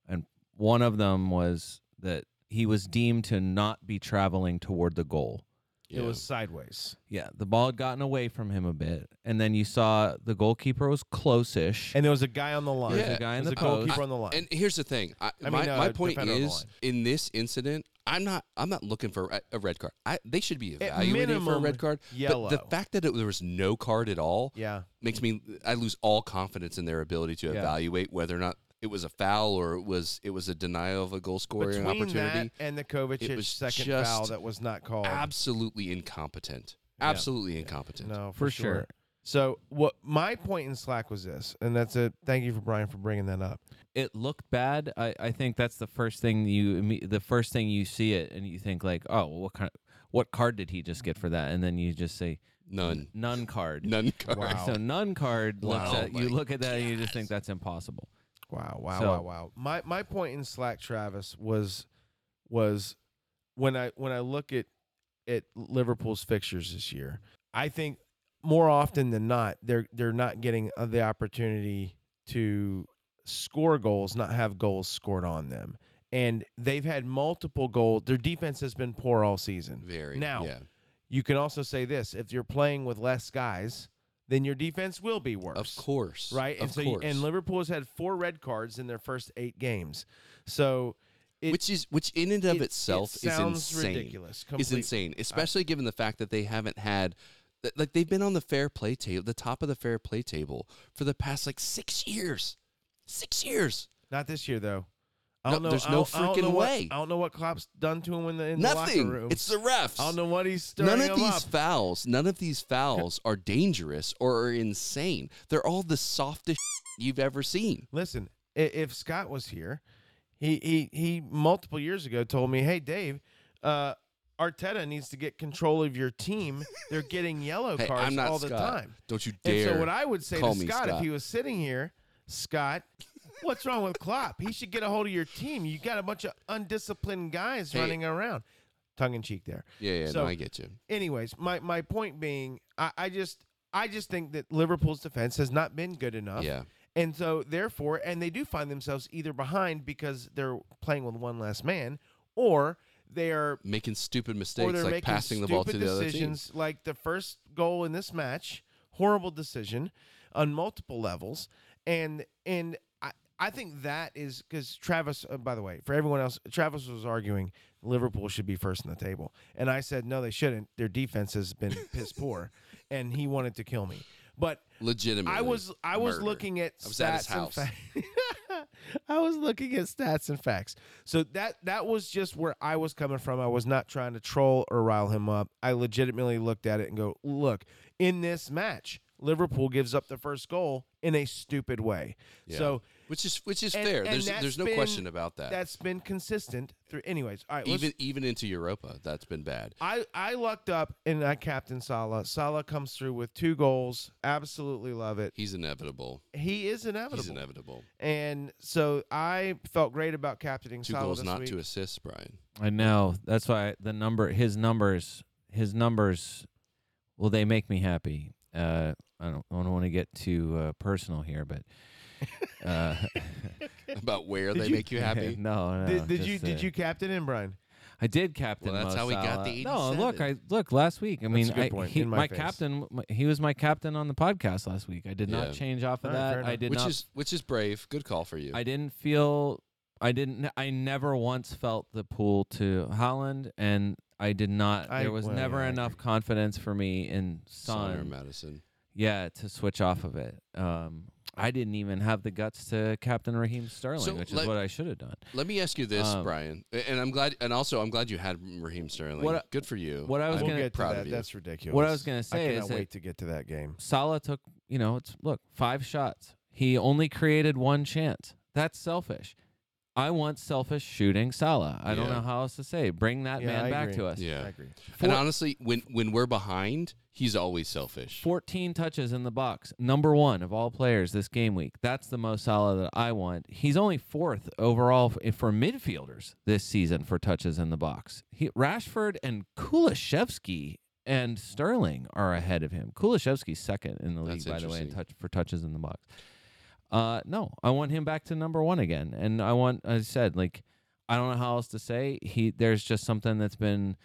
And one of them was that he was deemed to not be traveling toward the goal. Yeah. It was sideways, Yeah, the ball had gotten away from him a bit, and then you saw the goalkeeper was close-ish. and there was a guy on the line. There's a guy in There's the a goalkeeper post. on the line. And here's the thing. I, I my, mean, uh, my point defender on the is line. in this incident, I'm not I'm not looking for a- a red card. I, they should be evaluating for a minimum, red card. But yellow. the fact that it, there was no card at all yeah. makes me I lose all confidence in their ability to Yeah. evaluate whether or not it was a foul or it was it was a denial of a goal scoring Between opportunity. that and the Kovacic was second just foul that was not called. Absolutely incompetent. Yeah. Absolutely incompetent. No, For sure. So what my point in Slack was this, and that's a thank you for Brian for bringing that up. it looked bad. I, I think that's the first thing you imme- the first thing you see it and you think like, oh, well, what kind of what card did he just get for that? And then you just say None. none card. None <laughs> card. <laughs> Wow. So none card looks Wow. at you Like, look at that and you just think that's impossible. Wow, wow, So- wow, wow. My my point in Slack, Travis, was was when I when I look at at Liverpool's fixtures this year, I think more often than not they're they're not getting uh, the opportunity to score goals, not have goals scored on them. And they've had multiple goals. Their defense has been poor all season. Very. Now, yeah. You can also say this: if you're playing with less guys, then your defense will be worse. Of course. right? Of and so, you- course. and Liverpool has had four red cards in their first eight games. So, it, which is which in and of it- it itself is sounds insane. ridiculous, Is complete- insane, especially given the fact that they haven't had th- like they've been on the fair play table, the top of the fair play table for the past like six years, six years. not this year though. I No, don't know. there's I no don't- I don't know freaking what- way. I don't know what Klopp's done to him in the in the Nothing. locker room. It's the refs. I don't know what he's stirring None of them these up. fouls, none of these <laughs> fouls are dangerous or are insane. They're all the softest <laughs> you've ever seen. Listen, i- if Scott was here, he he he multiple years ago told me, "Hey Dave, uh, Arteta needs to get control of your team. They're getting yellow Hey, cards I'm not all the Scott. time." Don't you And dare. so what I would say to call me Scott, if Scott. he was sitting here, Scott, what's wrong with Klopp? He should get a hold of your team. You got a bunch of undisciplined guys Hey. running around. Tongue in cheek there. yeah, yeah, So- no, I get you. Anyways, my, my point being, I, I just I just think that Liverpool's defense has not been good enough. Yeah. And so therefore, and they do find themselves either behind because they're playing with one less man, or they are Making stupid or mistakes they're like making passing the stupid ball to the other team. decisions like the first goal in this match horrible decision on multiple levels and and i i think that is because travis uh, by the way for everyone else travis was arguing liverpool should be first in the table and i said no they shouldn't their defense has been piss poor <laughs> and he wanted to kill me but Legitimately. I was I was murdered. looking at I was at his stats and house. facts. <laughs> I was looking at stats and facts. So that that was just where I was coming from. I was not trying to troll or rile him up. I legitimately looked at it and go, look, in this match, Liverpool gives up the first goal in a stupid way. Yeah. So which is which is And- fair. and there's that's there's no been- question about that. that's been consistent through. Anyways, all right. let's- even even into Europa, that's been bad. I I lucked up and I captain Salah. Salah comes through with two goals. Absolutely love it. He's inevitable. He is inevitable. He's inevitable. And so I felt great about captaining Two Salah goals, this not week. two assists, <laughs> Brian. I know. That's why the number, his numbers, his numbers, well, they make me happy. Uh, I don't, I don't want to get too uh, personal here, but uh, About where Did they you- make <laughs> you happy. <laughs> no, no. Did, did you just, uh, did you captain him, Brian? I did captain. Well, that's Mo how we got Salah. the No, look, I 87. look last week. I mean, a good I- point, he- in my my face. captain, my, he was my captain on the podcast last week. I did Yeah. not change off of All right, fair that. I enough. did which not. is which is brave. Good call for you. I didn't feel. I didn't. I never once felt the pull to Holland, and I did not. I- there was well, never yeah, I enough agree. confidence for me in Son or Son. Madison. Yeah, to switch off of it. Um, I didn't even have the guts to captain Raheem Sterling, So which let- is what I should have done. Let me ask you this, Um, Brian, A- and I'm glad, and also I'm glad you had Raheem Sterling. What I- Good for you. what I was I'm gonna- proud that. of you. That's ridiculous. What I was gonna I say cannot is that- wait to get to that game. Salah took, you know, it's look, five shots. He only created one chance. That's selfish. I want selfish shooting Salah. I don't Yeah. know how else to say. it. Bring that Yeah, man I back agree. to us. yeah. I agree. and Four- honestly, when when we're behind, he's always selfish. 14 touches in the box. Number one of all players this game week. That's the most Salah that I want. He's only fourth overall f- for midfielders this season for touches in the box. He, Rashford and Kulishevsky and Sterling are ahead of him. Kulishevsky's second in the That's league, by the way, in interesting. touch for touches in the box. Uh, no, I want him back to number one again. And I want, I said, like, I don't know how else to say. He there's just something that's been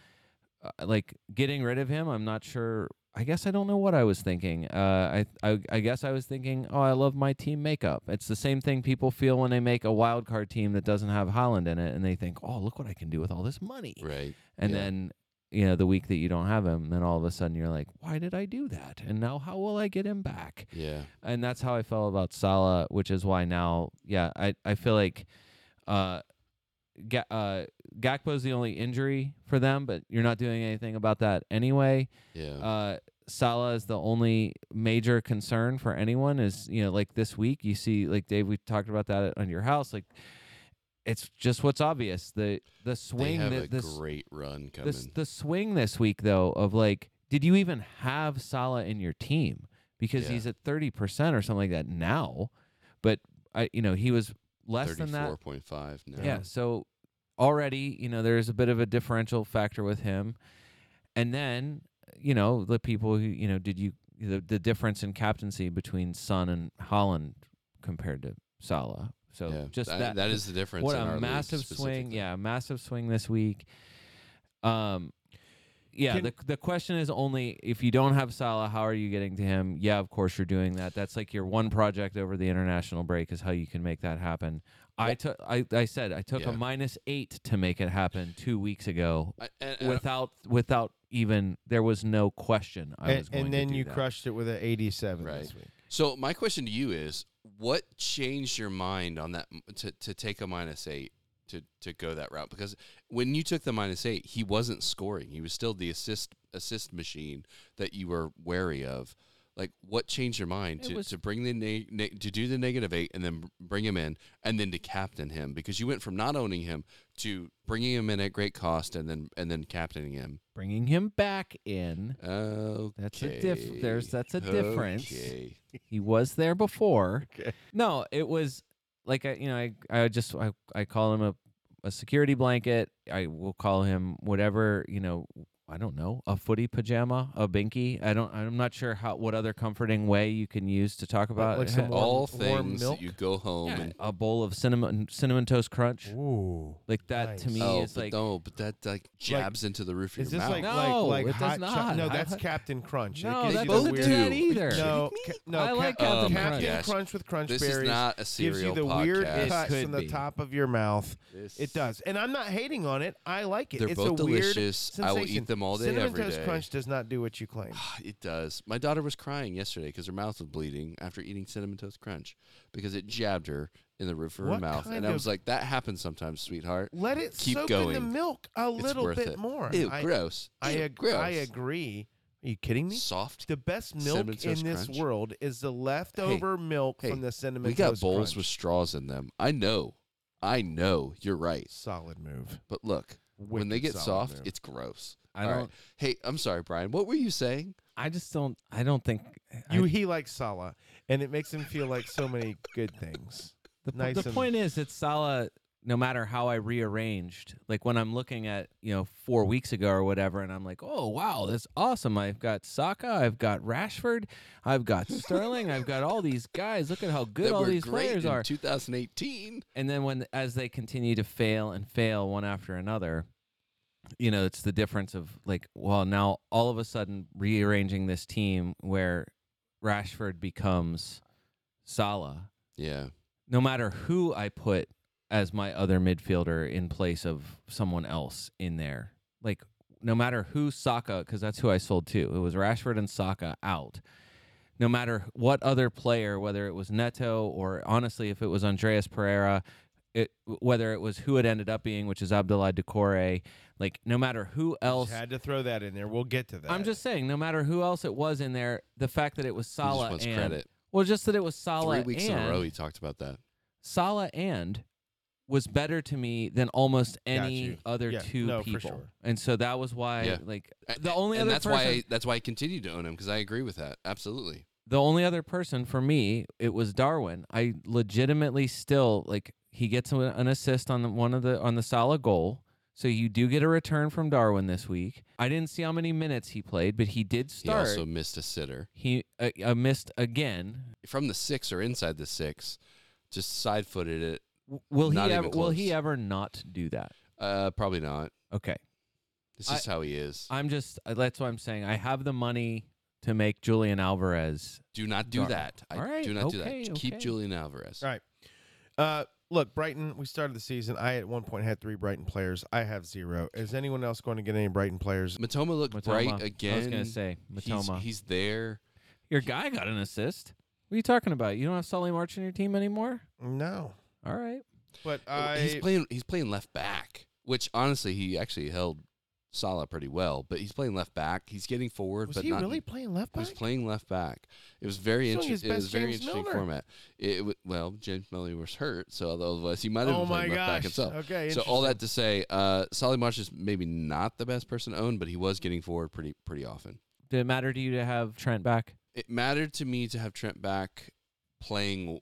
uh, like getting rid of him. I'm not sure. I guess I don't know what I was thinking. Uh, I, I I guess I was thinking, oh, I love my team makeup. It's the same thing people feel when they make a wild card team that doesn't have Holland in it, and they think, oh, look what I can do with all this money. Right. And yeah. then you know the week that you don't have him, then all of a sudden you're like, why did I do that? And now how will I get him back? Yeah. and that's how I felt about Salah, which is why now, yeah, I, I feel like uh, Ga- uh, Gakpo's the only injury for them, but you're not doing anything about that anyway. Yeah. Uh, Salah is the only major concern for anyone. Is you know like this week you see like Dave, we talked about that on your house. Like it's just what's obvious the the they swing have a that this great run coming. this, the swing this week though of like did you even have Salah in your team because Yeah. he's at 30% or something like that now but I you know he was less than that 34.5 now. yeah so already you know there's a bit of a differential factor with him and then you know the people who you know did you the, the difference in captaincy between Son and Holland compared to Salah so Yeah. just That- that that is the difference. what in our a league massive swing! specifically. Yeah, massive swing this week. Um, yeah. Can- the the question is only if you don't have Salah, how are you getting to him? Yeah, of course you're doing that. That's like your one project over the international break is how you can make that happen. I took I, I said I took Yeah. a minus eight to make it happen two weeks ago I, and, and without without even there was no question I was And, going and to then do you that. crushed it with an 87 Right. this week. So my question to you is, what changed your mind on that to, to take a minus eight to to go that route? Because when you took the minus eight, he wasn't scoring. He was still the assist assist machine that you were wary of. Like, what changed your mind It to, was- to bring the neg ne- to do the negative eight and then br- bring him in and then to captain him because you went from not owning him to bringing him in at great cost and then and then captaining him. bringing him back in. Okay. a diff- there's- that's a difference. Okay. he was there before. <laughs> No, it was like I, you know, I, I just I, I call him a, a security blanket. I will call him whatever you know. I don't know a footy pajama, a binky. I don't. I'm not sure how what other comforting way you can use to talk about like it. <laughs> some warm- All warm things milk? that you go home Yeah, and a bowl of cinnamon cinnamon toast crunch Ooh. like that to nice. me oh, is but like no, but that like jabs into the roof of Is your this mouth. like No, like it like does hot not. chocolate? <laughs> No, I- that's Captain Crunch. It no gives that you the doesn't weird- do that Dude, either. No, ca- no, I like Cap- Captain Oh my Crunch. gosh. Crunch with crunch this berries is not a gives cereal you the podcast. weird It cuts could in the be. top of your mouth. This- <laughs> It does, and I'm not hating on it. I like it. They're it's both a weird delicious. I will eat sensation. them all day, Cinnamon every Toast day. Crunch does not do what you <sighs> claim. <sighs> It does. My daughter was crying yesterday because her mouth was bleeding after eating cinnamon toast crunch because it jabbed her in the roof of her What mouth, and kind I was of- like, "That happens sometimes, sweetheart." Let it Keep soak in the going. milk a It's little worth bit it. more. Ew, I, gross. I, Ew, ag- gross. I agree, Are you kidding me? Soft. The best Cinnamon milk Toast in this Crunch? world is the leftover milk hey, from the cinnamon. We got Toast bowls Crunch. with straws in them. I know. I know. You're right. solid move. But look, when they Wicked get solid soft, move. it's gross. I All right. don't- Hey, I'm sorry, Brian. What were you saying? I just don't. I don't think I- you he likes Sala, and it makes him feel like so many good things. The, po- nice the and- point is that Sala, no matter how I rearranged, like when I'm looking at, you know, four weeks ago or whatever, and I'm like, oh, wow, that's awesome. I've got Saka, I've got Rashford, <laughs> I've got Sterling, I've got all these guys. Look at how good They all were these great players in are. 2018. and then when, as they continue to fail and fail one after another, you know, it's the difference of like, well, now all of a sudden rearranging this team where Rashford becomes Salah Yeah. no matter who I put as my other midfielder in place of someone else in there, like no matter who Saka, because that's who I sold too. It was Rashford and Saka out. No matter what other player, whether it was Neto or honestly, if it was Andreas Pereira, it whether it was who it ended up being, which is Abdullah Decore, like no matter who else. Had to throw that in there. We'll get to that. I'm just saying, no matter who else it was in there, the fact that it was He just Salah wants and credit. well, just that it was Salah Three weeks in and- a row, he talked about that. Salah and was better to me than almost you. any other Yeah, two no, for people. sure. And so that was why Yeah. like A- the only and other that's person why I, that's why I continue to own him because I agree with that. Absolutely. the only other person for me it was Darwin. I legitimately still like he gets an- an assist on the, one of the on the Salah goal. So you do get a return from Darwin this week. I didn't see how many minutes he played, but he did start. He also missed a sitter He, uh, uh, missed again. from the six or inside the six. Just side footed it. W- Will Not he even ever will he close. ever not do that? Uh, probably not. Okay. This is how he is. I'm just uh, that's what I'm saying. I have the money to make Julian Alvarez. do not do Dar- that. I All right, do not do that. okay, Just Keep okay. Julian Alvarez. All right. Uh, look, Brighton. We started the season. I at one point had three Brighton players. I have zero. Is anyone else going to get any Brighton players? Matoma looked bright Matoma. again. I was gonna say He's- Matoma. He's, there. Your guy got an assist. What are you talking about? You don't have Sully March on your team anymore? No. All right. But I. he's playing. He's playing left back, which honestly he actually held Salah pretty well. But he's playing left back. He's getting forward, was but he not really playing left He back? was playing left back. It was very He's doing his interesting. It was best very James interesting Milner. format. It, wa- well, James Miller was hurt, so otherwise he might have oh been my playing left back gosh. himself. Okay. So interesting. all that to say, uh, Solly Marsh is maybe not the best person to own, but he was getting forward pretty pretty often. Did it matter to you to have Trent back? It mattered to me to have Trent back playing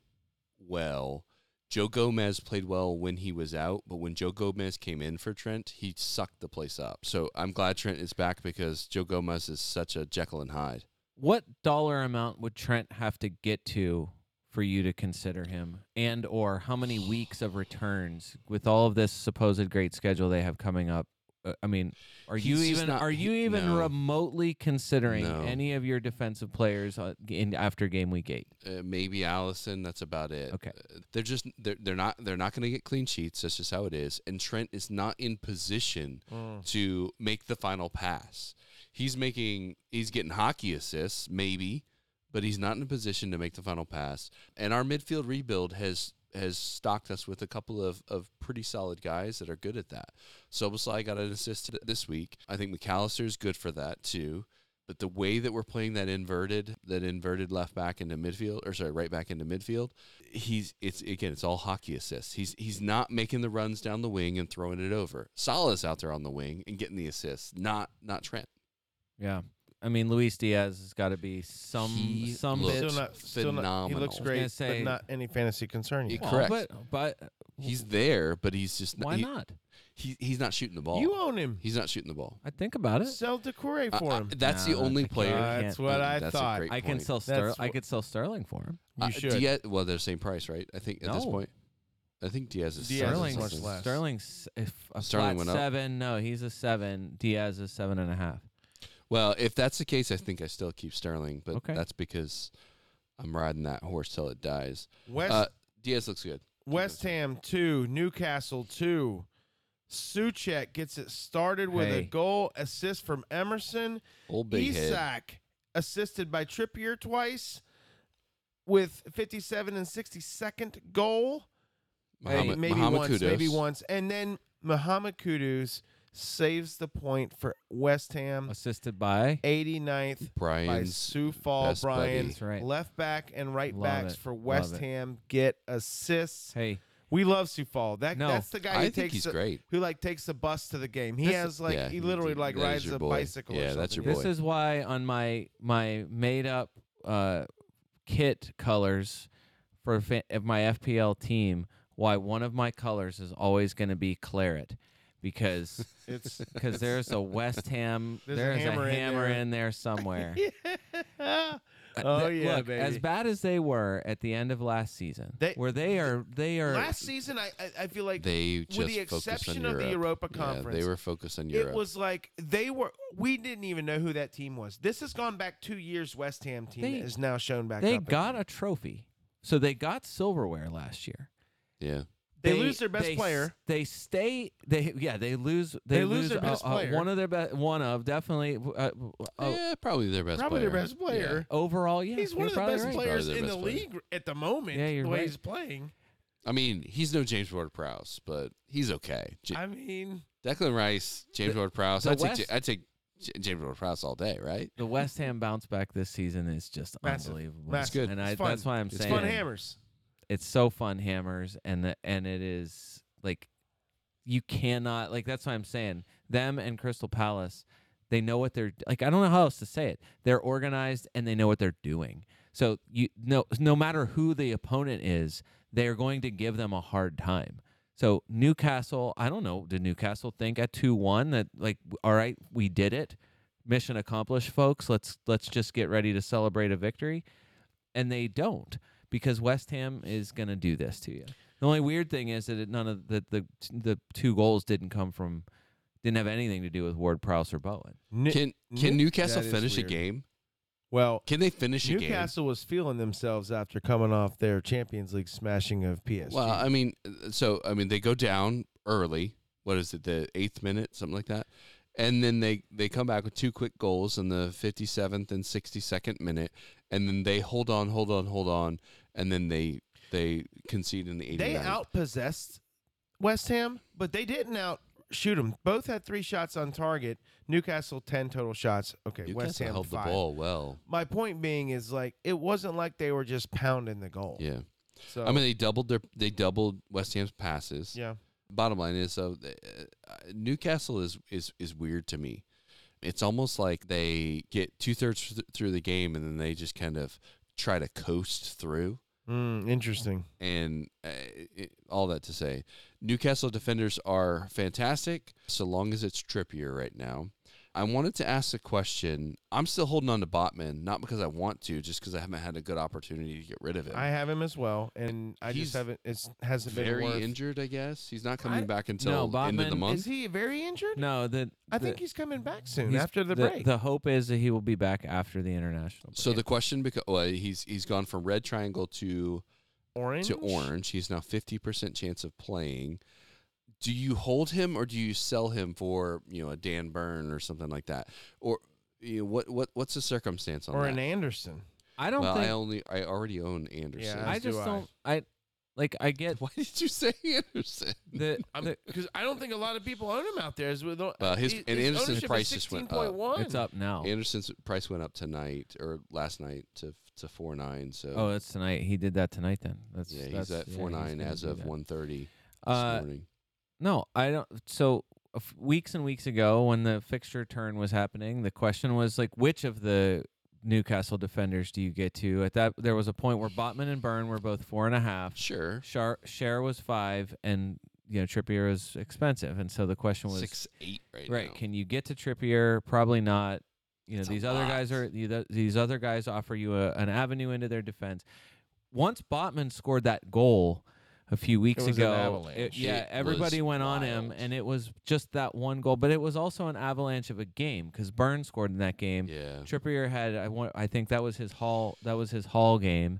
well. Joe Gomez played well when he was out, but when Joe Gomez came in for Trent, he sucked the place up. So I'm glad Trent is back because Joe Gomez is such a Jekyll and Hyde. What dollar amount would Trent have to get to for you to consider him? And or how many weeks of returns with all of this supposed great schedule they have coming up? Uh, I mean, are you He's just even not- are he- you even no. remotely considering No. any of your defensive players uh, g- in after game week 8? uh, maybe Allison. That's about it. Okay. Uh, they're just they're they're not they're not going to get clean sheets. That's just how it is. And Trent is not in position Hmm. to make the final pass. He's making he's getting hockey assists maybe, but he's not in a position to make the final pass. And our midfield rebuild has has stocked us with a couple of, of pretty solid guys that are good at that. Soboslai got an assist this week. I think McAllister's good for that too. But the way that we're playing that inverted, that inverted left back into midfield, or sorry, right back into midfield, he's it's again, it's all hockey assists. He's he's not making the runs down the wing and throwing it over. Salah's out there on the wing and getting the assists, not not Trent. Yeah. I mean, Luis Diaz has got to be some He some looks- bit. Still not. Still not. He phenomenal. looks I was gonna great, say- but not any fantasy concern. You Yet. Well, correct. But but He's there, but he's just why he- not? He, he's not shooting the ball. You own him. he's not shooting the ball. I think about it. Sell Decore I- for I- him. that's No, the I only think you player. can't. that's what I That's a thought. great I can point. sell Ster- That's I wh- could sell Sterling for him. you Uh, should. Diaz, well, they're the same price, right? I think at this No. point, I think Diaz is Diaz is Sterling's much less. Sterling's if a Sterling flat went up. seven. No, he's a seven. Diaz is seven and a half. Well, if that's the case, I think I still keep Sterling, but Okay. that's because I'm riding that horse till it dies. West uh, Diaz looks good. West Ham two, Newcastle two. Suchek gets it started with a Hey. goal assist from Emerson. Old big head. Isak assisted by Trippier twice with 57 and 62nd goal. Hey, Mohamed, maybe Mohamed once, Kudus. maybe once. And then Muhammad Kudus saves the point for West Ham. Assisted by 89th by Brian's Sioux Fall best buddy. Brian. That's right. Left back and right Love backs it. for Love West it. Ham get assists. Hey, We love Sioux Fall. That No. that's the guy I who think takes he's the, great. who like takes the bus to the game. He This- has like Yeah, he he- literally like that is rides your a boy. bicycle. or Yeah, that's something. your this boy. is why on my my made up uh, kit colors for fa- of my FPL team, why one of my colors is always going to be claret, <laughs> because It's because there's a West Ham, <laughs> There's there's a a hammer hammer, in there. in there somewhere. <laughs> Uh, <laughs> Oh, <laughs> th- yeah, look, As baby. bad as they were at the end of last season, They- where they are, they are. last season. I I, I feel like They With just the focused exception on of the Europa Yeah, Conference, they were focused on Europe. it was like they were. We didn't even know who that team was. This has gone back two years. West Ham team They- is now shown back. they up got again. a trophy, so they got silverware last year. yeah, They lose their best they s- player. They stay. They yeah. They lose. They, They lose their uh, best uh, player. one of their best. One of definitely. Uh, uh, yeah, Oh, probably their best. probably player. their best player. Overall, yeah. He's you're one of the probably best right. players Probably their in best the player. league at the moment. Yeah, the you're way right. he's playing. I mean, he's no James Ward-Prowse, but he's okay. J- I mean, Declan Rice, James Ward-Prowse. the I take West- I take J- James Ward-Prowse all day, right? The West Ham bounce back this season is just Massive. unbelievable. Massive. It's good. And I, It's fun. that's why I'm It's saying fun hammers. it's so fun hammers and the, and it is like you cannot like that's why I'm saying them and Crystal Palace they know what they're like I don't know how else to say it they're organized and they know what they're doing so you no no matter who the opponent is they're going to give them a hard time so Newcastle I don't know did Newcastle think at 2-1 that like w- all right we did it mission accomplished folks let's let's just get ready to celebrate a victory and they don't because West Ham is going to do this to you. The only weird thing is that it, none of the, the the two goals didn't come from didn't have anything to do with Ward Prowse or Bowen. Ni- Can Nick- can Newcastle that is finish a weird. game? well, Can they finish a game? Newcastle was feeling themselves after coming off their Champions League smashing of PSG. Well, I mean, uh, so I mean, they go down early. What is it, the eighth minute, something like that, and then they they come back with two quick goals in the fifty seventh and sixty second minute, and then they hold on, hold on, hold on, and then they they concede in the eighty they ninth. outpossessed West Ham, but they didn't out shoot them. Both had three shots on target. Newcastle ten total shots. Okay, West Newcastle Ham held five. the ball well. My point being is like it wasn't like they were just pounding the goal. Yeah, So I mean, they doubled their they doubled West Ham's passes. yeah, bottom line is so th- uh, Newcastle is is is weird to me. It's almost like they get two thirds th- through the game and then they just kind of try to coast through. Mm, interesting. And uh, it, all that to say, Newcastle defenders are fantastic so long as it's Trippier right now. I wanted to ask a question. I'm still holding on to Botman, not because I want to, just because I haven't had a good opportunity to get rid of him. I have him as well, and I He's just haven't. It's hasn't Very been worth. injured, I guess. He's not coming I- back until No, end of the Botman month. Is he very injured? No, the I the- think he's coming back soon he's- after the, break. The hope is that he will be back after the international. Break. So the question because well, he's he's gone from red triangle to orange to orange. He's now fifty percent chance of playing. Do you hold him or do you sell him for you know a Dan Byrne or something like that? Or you know, what what what's the circumstance on or that? an Anderson. I don't well, think I only I already own Anderson. Yeah, I as do just I. don't I like I <laughs> get Why <laughs> did you say Anderson? <laughs> the, the Because I don't think a lot of people own him out there. Is with Well, his- and Anderson's price just went up. it's up now. Anderson's price went up tonight or last night to to four nine. So Oh, that's tonight. He did that tonight. Then that's yeah, that's, he's at yeah, four nine gonna as do of that. one thirty this Uh, morning. No, I don't. So a f- weeks and weeks ago, when the fixture turn was happening, the question was like, which of the Newcastle defenders do you get to? At that, there was a point where Botman and Byrne were both four and a half. Sure, Shar Cher was five, and you know Trippier was expensive, and so the question was six eight right right. now. Can you get to Trippier? Probably not. You know, It's a these other lot. guys are the- the- these other guys offer you a, an avenue into their defense. Once Botman scored that goal a few weeks was an ago, avalanche. it- yeah, It everybody was went on him, wild. and it was just that one goal, but it was also an avalanche of a game because Burns scored in that game. yeah. Trippier had I want I think that was his hall that was his hall game.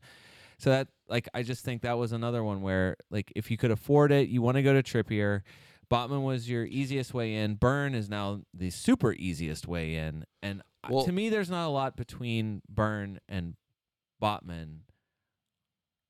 So that like I just think that was another one where like if you could afford it, you want to go to Trippier. Botman was your easiest way in. Burn is now the super easiest way in. And uh, I- Well- to me there's not a lot between Burn and Botman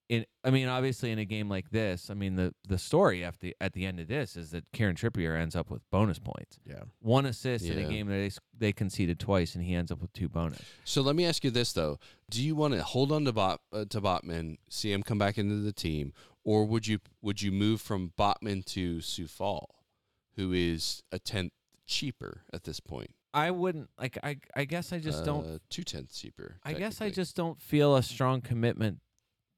in I mean, obviously in a game like this, I mean the the story at the at the end of this is that Kieran Trippier ends up with bonus points. Yeah. One assist in Yeah. a game that they s- they conceded twice and he ends up with two bonus. So let me ask you this though: Do you want to hold on to Bot uh, to Botman, see him come back into the team, or would you would you move from Botman to Sufal, who is a tenth cheaper at this point? I wouldn't like I I guess I just don't Uh, two tenths cheaper. I guess I technically. just don't feel a strong commitment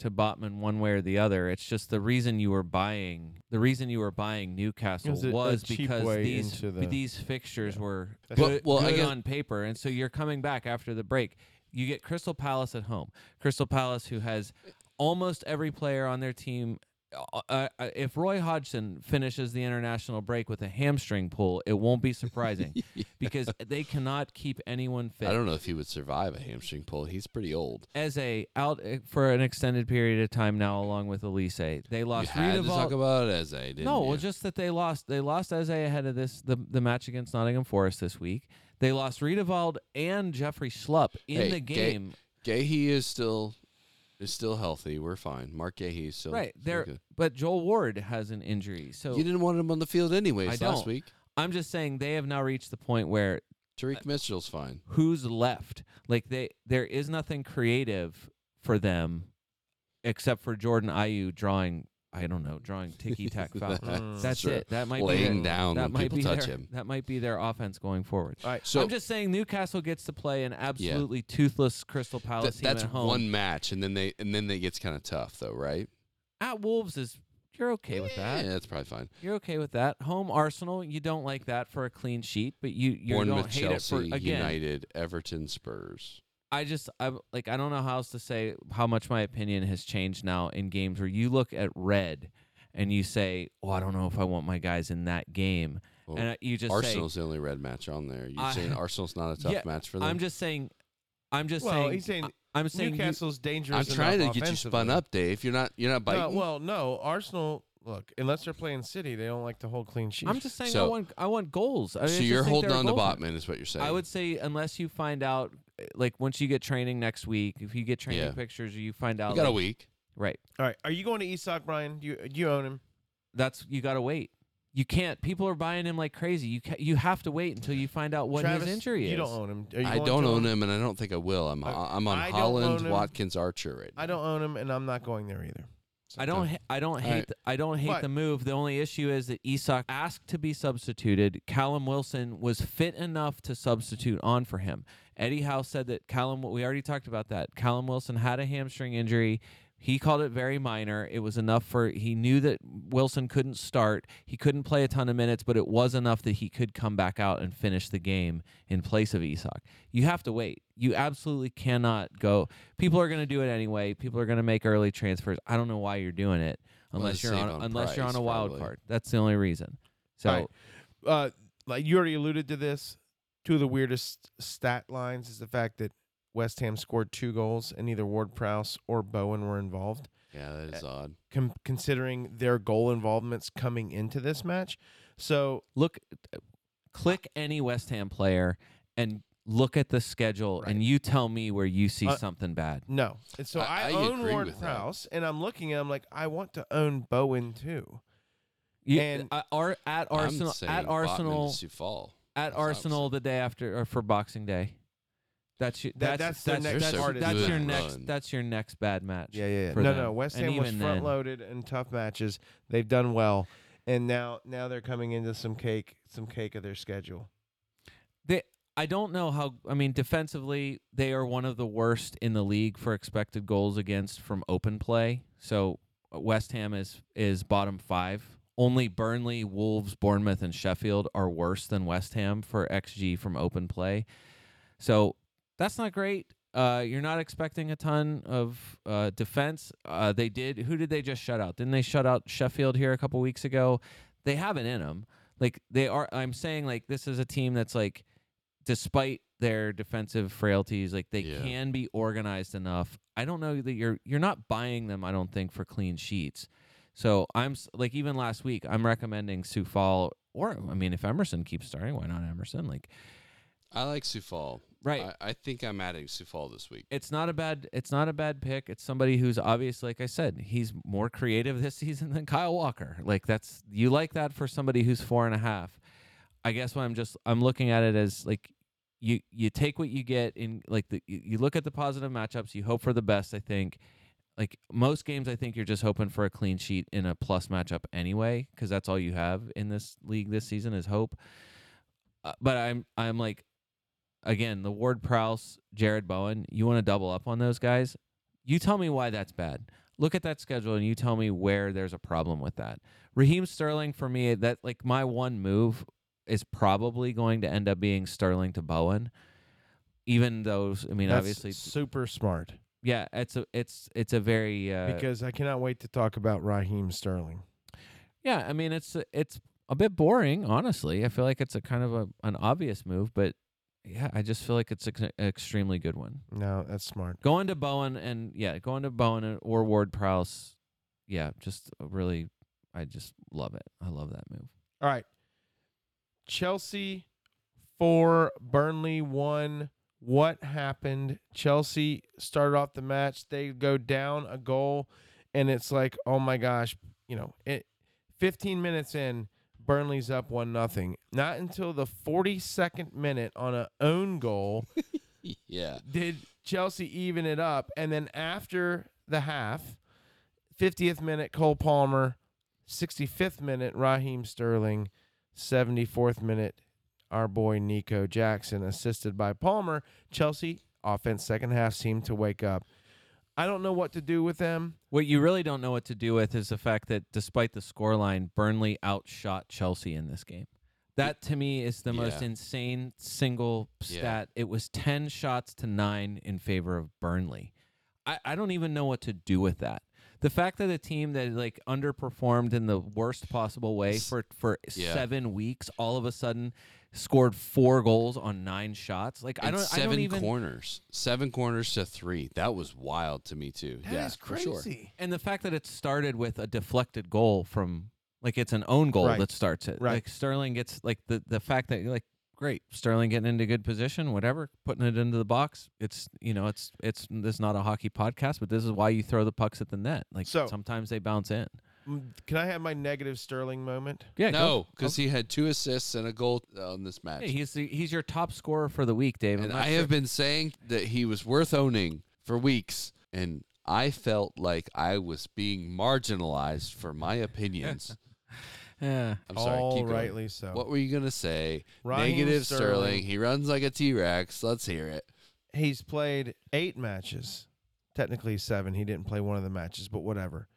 to Botman one way or the other. It's just the reason you were buying the reason you were buying Newcastle was was, a- a cheap because way these into the- these fixtures were That's Well- good, well, I good guess- on paper, and so you're coming back after the break. You get Crystal Palace at home. Crystal Palace, who has almost every player on their team. Uh, uh, uh, if Roy Hodgson finishes the international break with a hamstring pull, it won't <laughs> be surprising because they cannot keep anyone fit I don't know if he would survive a hamstring pull. He's pretty old. as a out uh, for an extended period of time now, along with Elise. They You lost had to talk Riedewald. about it as I did. No, well, just that they lost. They lost Eze ahead of this the, the match against Nottingham Forest this week. They lost Riedewald and Jeffrey Schlupp in Hey, the Ga- game. Gahey is still is still healthy. We're fine. Mark Gahey is still right still there, good. but Joel Ward has an injury, so You didn't want him on the field anyways I last don't. week. I'm just saying they have now reached the point where Tariq Mitchell's fine. who's left? Like they, there is nothing creative for them, except for Jordan Ayu drawing. I don't know, <laughs> drawing ticky tack fouls. That's Sure. it. That might be Laying their, down that when might people be touch their, him. That might be their offense going forward. So I'm just saying Newcastle gets to play an absolutely toothless Crystal Palace Th- team that's at home. one match, and then they and then they gets kind of tough though, right? At Wolves is you're okay with that. Yeah, that's probably fine. You're okay with that. Home Arsenal, you don't like that for a clean sheet, but you you Bournemouth, don't hate Chelsea, it for again. United, Everton, Spurs. I just I like I don't know how else to say how much my opinion has changed now in games where you look at red and you say, "Oh, I don't know if I want my guys in that game," Well, and I- you just say, Arsenal's the only red match on there. You're I- <laughs> saying Arsenal's not a tough Yeah, match for them. "I'm just saying, I'm just Well, saying, he's saying I, am saying, you- Newcastle's dangerous. I'm enough trying to get you spun offensively. up, Dave. You're not. You're not biting. No, well, no, Arsenal. Look, unless they're playing City, they don't like to hold clean sheets. I'm just saying, I So- want I want goals." I mean, I so just you're think holding they're a on to goal threat. Botman, is what you're saying. I would say unless you find out, uh, like once you get training next week, if you get training Yeah. pictures, or you find out, We got a like- week. right? All right, are you going to Esoc, Brian? Do you do you own him? that's you got to wait. You can't. People are buying him like crazy. You ca- you have to wait until you find out what Travis, his injury is. You don't own him. Are you I going don't to own him, and I don't think I will. I'm uh, I- I'm on I don't own Holland, him. Watkins, Archer right now. I don't own him, and I'm not going there either. I don't. Ha- I don't hate. right. The, I don't hate But- the move. The only issue is that Isak asked to be substituted. Callum Wilson was fit enough to substitute on for him. Eddie Howe said that Callum. We already talked about that. Callum Wilson had a hamstring injury. He called it very minor. It was enough for he knew that Wilson couldn't start. He couldn't play a ton of minutes, but it was enough that he could come back out and finish the game in place of Isak. You have to wait. You absolutely cannot go. People are going to do it anyway. People are going to make early transfers. I don't know why you're doing it unless to you're on, save on unless you're on price, a wild probably. card. That's the only reason. So Right. Uh, like you already alluded to this. Two of the weirdest stat lines is the fact that West Ham scored two goals, and neither Ward Prowse or Bowen were involved. Yeah, that is odd. Com- considering their goal involvements coming into this match, so look, click any West Ham player and look at the schedule, and you tell me where you see Uh, something bad. No. And so I- I, I own agree Ward with that. Prowse, and I'm looking at him like, I want to own Bowen too. You, and- uh, are at Arsenal I'm at Arsenal Sufal. at That's what I'm Arsenal the day after or for Boxing Day. That's your, That- that's that's their that's next that's, hardest that's your run. next that's your next bad match. yeah. for no, them. no. West And Ham was even then- front loaded in tough matches. They've done well. And now now they're coming into some cake, some cake of their schedule. They, I don't know how. I mean, defensively, they are one of the worst in the league for expected goals against from open play. So uh, West Ham is is bottom five. Only Burnley, Wolves, Bournemouth, and Sheffield are worse than West Ham for xG from open play. So that's not great. Uh, you're not expecting a ton of uh, defense. Uh, they did. Who did they just shut out? Didn't they shut out Sheffield here a couple weeks ago? They have it in them. Like they are. I'm saying like this is a team that's like, despite their defensive frailties, like they Yeah. can be organized enough. I don't know that you're you're not buying them. I don't think for clean sheets. So I'm s- like even last week I'm recommending Sufal or I mean if Emerson keeps starting, why not Emerson? Like I like Sufal. Right. I, I think I'm adding Sufal this <laughs> week. it's not a bad it's not a bad pick. It's somebody who's obvious, like I said, he's more creative this <laughs> season than Kyle Walker. Like that's you like that for somebody who's four and a half. I guess what I'm just I'm looking at it as like you you take what you get in like the you you look at the positive matchups, you hope for the best, I think. Like most games I think you're just hoping for a clean sheet in a plus matchup anyway, because that's all you have in this league this season is hope. Uh, but I'm I'm like again, the Ward Prowse, Jared Bowen, you want to double up on those guys? You tell me why that's bad. Look at that schedule and you tell me where there's a problem with that. Raheem Sterling for me, that like my one move is probably going to end up being Sterling to Bowen. Even though I mean That's obviously super smart yeah, it's a it's it's a very uh, because I cannot wait to talk about Raheem Sterling. Yeah, I mean it's it's a bit boring, honestly. I feel like it's a kind of a, an obvious move, but yeah, I just feel like it's an extremely good one. No, that's smart. Going to Bowen and yeah, going to Bowen and- or Ward Prowse. Yeah, just a really, I just love it. I love that move. All right. Chelsea four, Burnley one. What happened? Chelsea started off the match. They go down a goal, and it's like, oh my gosh, you know, it. 15 minutes in, Burnley's up one nothing. Not until the 42nd minute on a own goal Yeah. did Chelsea even it up? And then after the half, 50th minute, Cole Palmer, 65th minute, Raheem Sterling, 74th minute, our boy Nico Jackson, assisted by Palmer. Chelsea offense second half seemed to wake up. I don't know what to do with them. What you really don't know what to do with is the fact that despite the scoreline, Burnley outshot Chelsea in this game. That to me is the most Yeah. insane single Yeah. stat. It was 10 shots to nine in favor of Burnley. I, I don't even know what to do with that. The fact that a team that like underperformed in the worst possible way for, for yeah. seven weeks all of a sudden scored four goals on nine shots. Like I And don't seven I don't even corners. Seven corners to three. That was wild to me too. That is yeah. for crazy. sure. And the fact that it started with a deflected goal from like it's an own goal Right. that starts it. Right. Like Sterling gets like the the fact that like great Sterling getting into good position, whatever, putting it into the box. It's you know it's it's this is not a hockey podcast, but this is why you throw the pucks at the net. Like So- sometimes they bounce in. Mm, Can I have my negative Sterling moment? Yeah. No, because he had two assists and a goal on this match. he's the, he's your top scorer for the week, Dave. I'm and not I sure- have been saying that he was worth owning for weeks, and I felt like I was being marginalized for my <laughs> opinions. Yeah. I'm sorry. All keep going. rightly so. What were you gonna say? Raheem Negative Sterling. Sterling. He runs like a T Rex. Let's hear it. he's played eight matches, technically seven. He didn't play one of the matches, but whatever.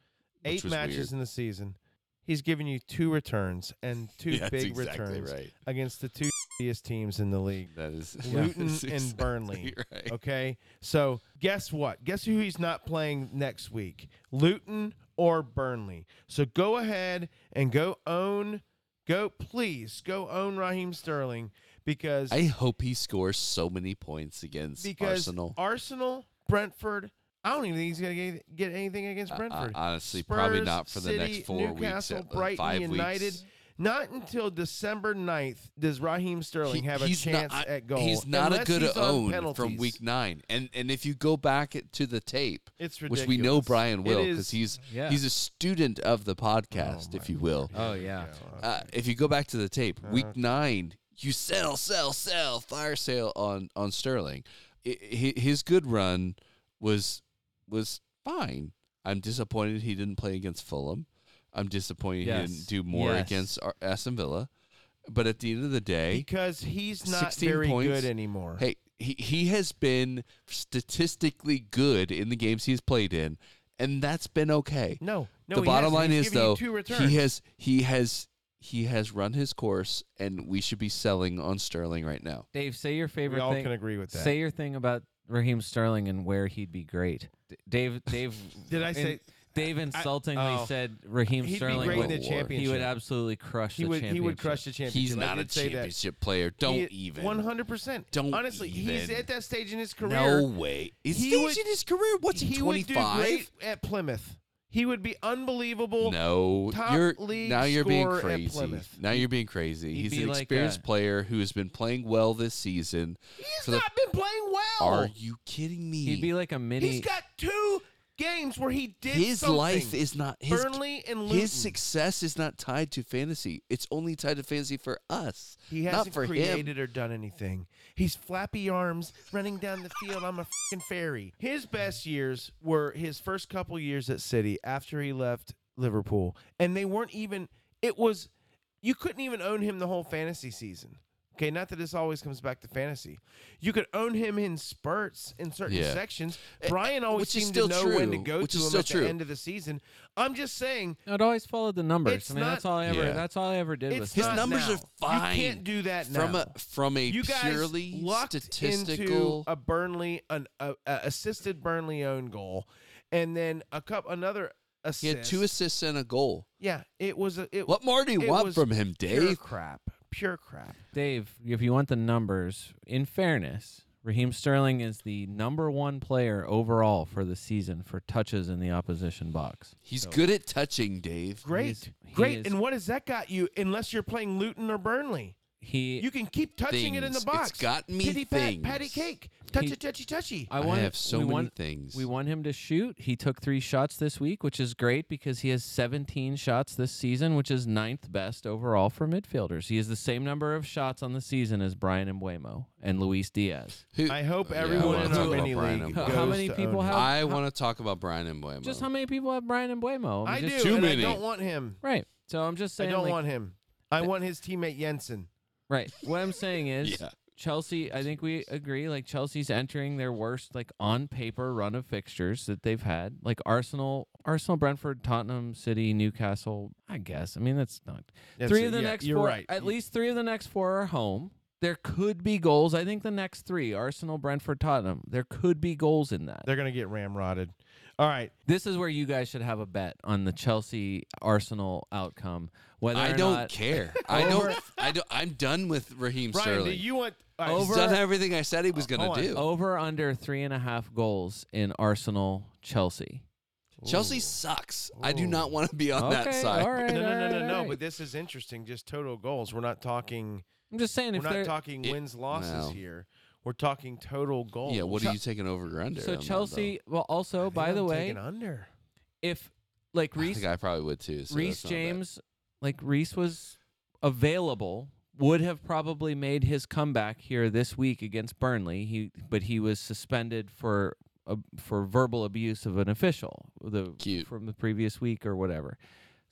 Which eight was matches weird. in the season. He's given you two returns and two <laughs> Yeah, big that's exactly returns right. against the <laughs> two shittiest teams in the league, That is <laughs> Luton that's and exactly Burnley. Right. Okay, so guess what? Guess who he's not playing next week? Luton or Burnley. So go ahead and go own, go please go own Raheem Sterling because I hope he scores so many points against because Arsenal. Uh, Arsenal, Brentford. I don't even think he's going to get, get anything against Uh, uh, Brentford. honestly, probably not for the next four weeks, Newcastle, at- uh, Brighton, five United. weeks. Not until December 9th does Raheem Sterling He- have a he's not- chance I- at goal. He's not a unless good he's on own from penalties. week nine. And and if you go back at- to the tape, It's which we know ridiculous. Brian It will is- because he's Yeah. he's a student of the podcast, Oh, if my you will. Oh yeah. Uh, if you go back to the tape, week nine, you sell, sell, sell, fire sale on on Sterling. I hi his good run was was fine. I'm disappointed he didn't play against Fulham. I'm disappointed Yes. he didn't do more Yes. against Ar- Aston Villa. But at the end of the day, because he's not 16 very points. good anymore. Hey, he, he has been statistically good in the games he's played in, and that's been okay. no, no. the he bottom hasn't. line He's is given you though two returns. he has he has he has run his course, and we should be selling on Sterling right now. Dave, say your favorite We all thing. can agree with that. Say your thing about Raheem Sterling and where he'd be great. D- Dave, Dave, Did I say- Dave insultingly oh. said Raheem He'd be Sterling great in would, the he championship. would absolutely crush he the would championship. he would crush the championship. He's I not a did say that. championship player. Don't even. One hundred percent. Don't honestly, he's even. at that stage in his career. No way. He's He stage would- in his career. What's he? would do Twenty five. great at Plymouth. He would be unbelievable. No, top you're league now you're being scorer at crazy. Plymouth. Now you're being crazy. he'd He's be an like experienced a- player who has been playing well this season. He's for the- not been playing well. Are you kidding me? He'd be like a mini. He's got two games where he did his something. life is not his Burnley and Luton. his success is not tied to fantasy. It's only tied to fantasy for us. He not hasn't for him. created or done anything. He's flappy arms running down the field. I'm a fucking fairy. His best years were his first couple years at City after he left Liverpool, and they weren't even. It was you couldn't even own him the whole fantasy season. Okay, not that this always comes back to fantasy. You could own him in spurts in certain Yeah. sections. Eh, Brian always which is seemed still to know when to true, go which to is him still at true. the end of the season. I'm just saying I'd always followed the numbers. It's I mean, that's not- all I ever. Yeah. That's all I ever did it's was. His not numbers now. are fine. You can't do that now from a from a you guys purely lucked statistical into a Burnley an a, a assisted Burnley own goal, and then a cup another assist. he had two assists and a goal. Yeah, it was a it, What more do you it want was from him, pure Dave? crap, pure crap. Dave, if you want the numbers, in fairness, Raheem Sterling is the number one player overall for the season for touches in the opposition box. He's good at touching, Dave. Great, is- he great. is- and what has that got you? Unless you're playing Luton or Burnley, He, you can keep touching it in the Things. box. It's gotten me Pity pat, things. patty cake, touchy, He- touchy, touchy. I want. I have so we many want, things. We want him to shoot. He took three shots this week, which is great because he has 17 shots this season, which is ninth best overall for midfielders. He has the same number of shots on the season as Brian Embuemo and Luis Diaz. Who- I hope Oh, Yeah, I everyone wanna in our talk about mini Brian league. Mbuemo. How goes many to people own have- him. I want to talk about Brian Embuemo. Just how many people have Brian Embuemo? I mean, do. just- too and many. I don't want him. Right. So I'm just I saying. don't like- want him. I want his teammate Jensen. Right. What I'm saying is Yeah. Chelsea, I think we agree, like Chelsea's entering their worst like on paper run of fixtures that they've had. Like Arsenal, Arsenal, Brentford, Tottenham, City, Newcastle, I guess. I mean, that's not That's three it. of the Yeah, next you're four right. at You- least three of the next four are home. There could be goals. I think the next three, Arsenal, Brentford, Tottenham, there could be goals in that. They're gonna get ramrodded. All right. This is where you guys should have a bet on the Chelsea Arsenal outcome. Whether I or don't <laughs> not, care. I don't. I don't. I'm done with Raheem Brian, Sterling. do you want uh, all right, He's Over- done everything I said he was Hold going on. Oh. to do. over under three and a half goals in Arsenal Chelsea. Chelsea sucks. I do not want to be on that Okay, side. all right, No, all no, no, right, no, all no. right. But this is interesting. Just total goals. We're not talking. I'm just saying if we're they're not talking It- wins losses no. here. We're talking total goals. Yeah, what do are you taking over or under? so on that, Chelsea. Well, also think by the I'm way, taking under. if <laughs> like though? I Reese think I probably would too. so Reese that's not bad. James, like Reese was available, would have probably made his comeback here this week against Burnley. He but he was suspended for uh, for verbal abuse of an official the Cute. from the previous week or whatever.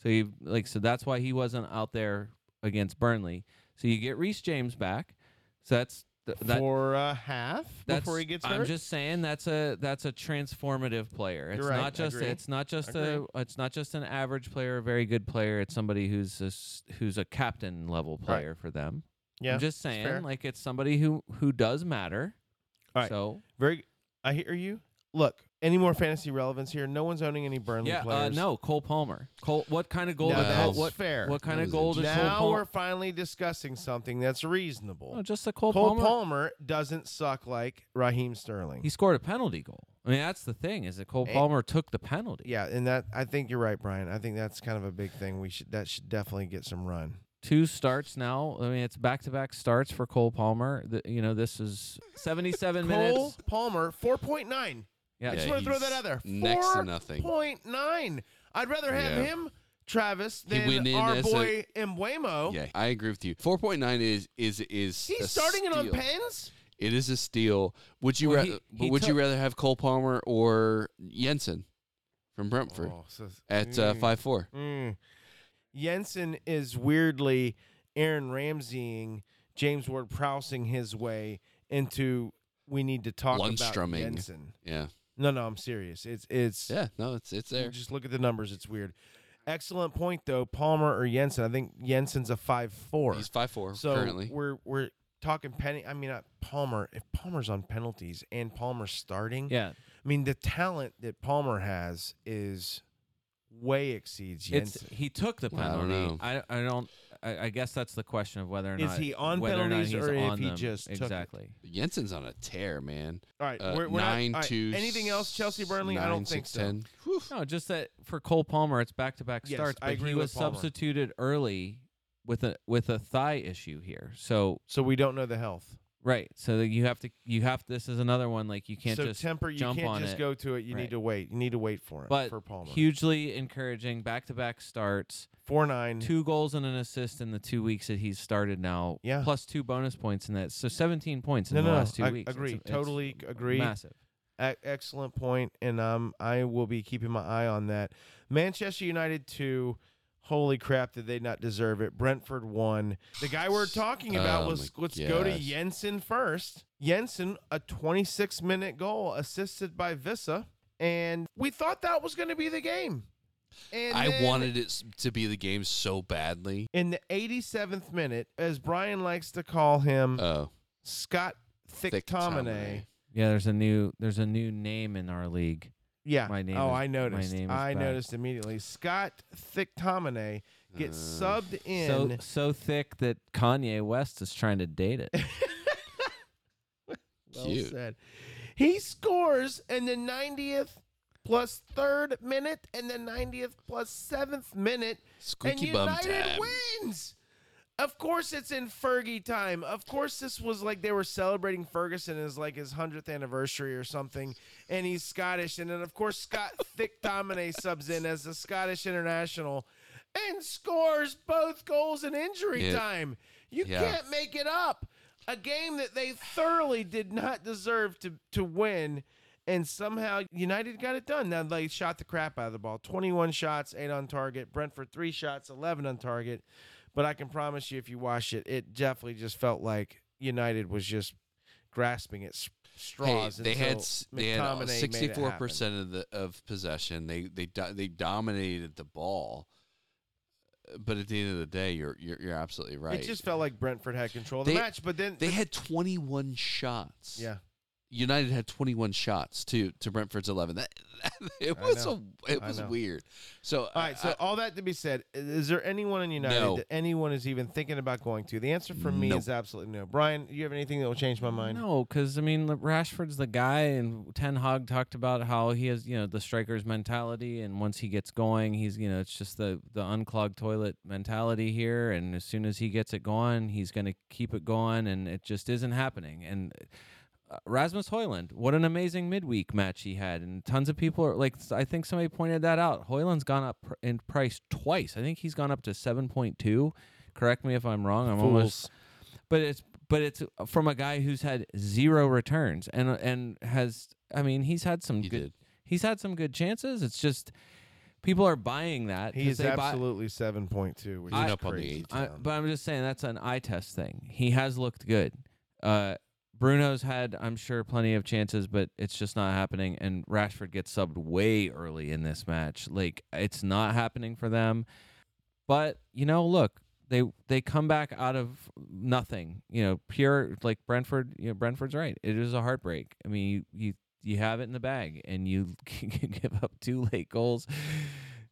So you like so that's why he wasn't out there against Burnley. So you get Reese James back. So that's th- that, For a half that's, before he gets I'm hurt. just saying that's a that's a transformative player. It's You're right. not just Agree. it's not just Agree. a it's not just an average player, a very good player. It's somebody who's a, s- who's a captain level player for them. yeah. I'm just fair. saying, like it's somebody who who does matter. All right. So Very. I hear you. Look. Any more fantasy relevance here? No one's owning any Burnley yeah, uh, players. no, Cole Palmer. Cole, what kind of goal? No, did Cole, that's what fair. what kind That of was goal did Cole now Palmer? we're finally discussing something that's reasonable. No, just the Cole, Cole Palmer. Palmer. doesn't suck like Raheem Sterling. He scored a penalty goal. I mean, that's the thing is that Cole Eh. Palmer took the penalty. yeah, and that I think you're right, Brian. I think that's kind of a big thing. We should that should definitely get some run. two starts now. I mean, it's back to back starts for Cole Palmer. The, you know, this is 77 Cole minutes. Palmer, four point nine. Yeah. I just Yeah, want to throw he's that out there. next to nothing. Point nine. I'd rather have Yeah. him, Travis, He than went in our as a- boy Embuemo. Yeah, I agree with you. Four point nine is is is. oh. a He's starting it on steal. pens. It is a steal. Would you Well, rather? he- he would you took- rather have Cole Palmer or Jensen from Brentford Oh, so- at uh, mm, five four? mm. Jensen is weirdly Aaron Ramseying, James Ward Prowsing his way into. We need to talk about Lundstrumming. Jensen. Yeah, No, no, I'm serious. It's it's yeah. No, it's it's there. Just look at the numbers. It's weird. Excellent point though, Palmer or Jensen. I think Jensen's a five four. He's five four so currently. we're we're talking penny. I mean, uh, Palmer. If Palmer's on penalties and Palmer's starting, Yeah. I mean the talent that Palmer has is way exceeds It's Jensen. he took the Well, I don't penalty. I I don't I, I guess that's the question of whether or Is not he on whether or not penalties he's or if on he them. just took it? exactly. Jensen's on a tear, man. All right, Uh, we're, we're not- nine all right, two. Anything else, Chelsea Burnley? I nine, don't think six, so. 10. No, just that for Cole Palmer, it's back to back Yes, starts, I but agree he with was Palmer. substituted early with a with a thigh issue here. So So we don't know the health. right, so that you have to you have this is another one like you can't so just temper. You jump can't on just it. go to it. You need Right. to wait. You need to wait for it. But for Palmer, hugely encouraging back to back starts, four nine. two goals and an assist in the two weeks that he's started now. Yeah. plus two bonus points in that, so seventeen points in No, the no, last two I weeks. agree. It's- it's Totally agree. Massive. E- excellent point, and um, I will be keeping my eye on that. Manchester United two. Holy crap! Did they not deserve it? Brentford won. The guy we're talking about Oh was. my Let's go to gosh. Jensen first. Jensen, a 26 minute goal assisted by Vissa, and we thought that was going to be the game. And I then wanted it s- to be the game so badly. in the 87th minute, as Brian likes to call him, Oh, Scott Thick, thick Tomine. Yeah, there's a new there's a new name in our league. Yeah. My name oh, is- I noticed. my name is I back. noticed immediately. Scott Thicktomine gets Uh, subbed in. So so thick that Kanye West is trying to date it. Well Cute. said. He scores in the 90th plus third minute and the 90th plus seventh minute. and Squeaky bum United time. wins. Of course, it's in Fergie time. Of course, this was like they were celebrating Ferguson as like his hundredth anniversary or something, and he's Scottish. And then, of course, Scott <laughs> Thick Domine subs in as the Scottish international and scores both goals in injury Yeah. time. You Yeah. can't make it up. A game that they thoroughly did not deserve to to win. And somehow United got it done. Now they shot the crap out of the ball. 21 shots, 8 on target. Brentford 3 shots, 11 on target. But I can promise you if you watch it, it definitely just felt like United was just grasping at s- Hey, straws. they had until s- they had uh, McTominay made it sixty-four happen. percent of the of possession. They they do, they dominated the ball, but at the end of the day, you're you're, you're absolutely right. It just felt like Brentford had control of the They- match, but then they had twenty-one shots. yeah, United had 21 shots to to Brentford's 11. That, it I was a, know. it I was know. weird. So All right, so I- all that to be said, i- is there anyone in United No. that anyone is even thinking about going to? The answer for me No. is absolutely no. Brian, do you have anything that will change my mind? No, because I mean, Le- Rashford's the guy, and Ten Hag talked about how he has, you know, the striker's mentality, and once he gets going, he's, you know, it's just the the unclogged toilet mentality here, and as soon as he gets it going, he's going to keep it going, and it just isn't happening. And uh, Rasmus Hoyland, what an amazing midweek match he had, and tons of people are like, I think somebody pointed that out. Hoyland's gone up pr- in price twice. I think he's gone up to seven point two. Correct me if I'm wrong. I'm almost but it's but it's from a guy who's had zero returns and and has I mean he's had some You good did. he's had some good chances. It's just people are buying that. 'cause He is they buy- absolutely 7.2. Which I- is up on the crazy eighth. I- town. but I'm just saying that's an eye test thing. He has looked good. Uh, Bruno's had I'm sure plenty of chances, but it's just not happening. And Rashford gets subbed way early in this match. Like it's not happening for them. But you know, look, they they come back out of nothing. You know, pure like Brentford. You know, Brentford's right. It is a heartbreak. I mean, you you, you have it in the bag, and you <laughs> give up two late goals.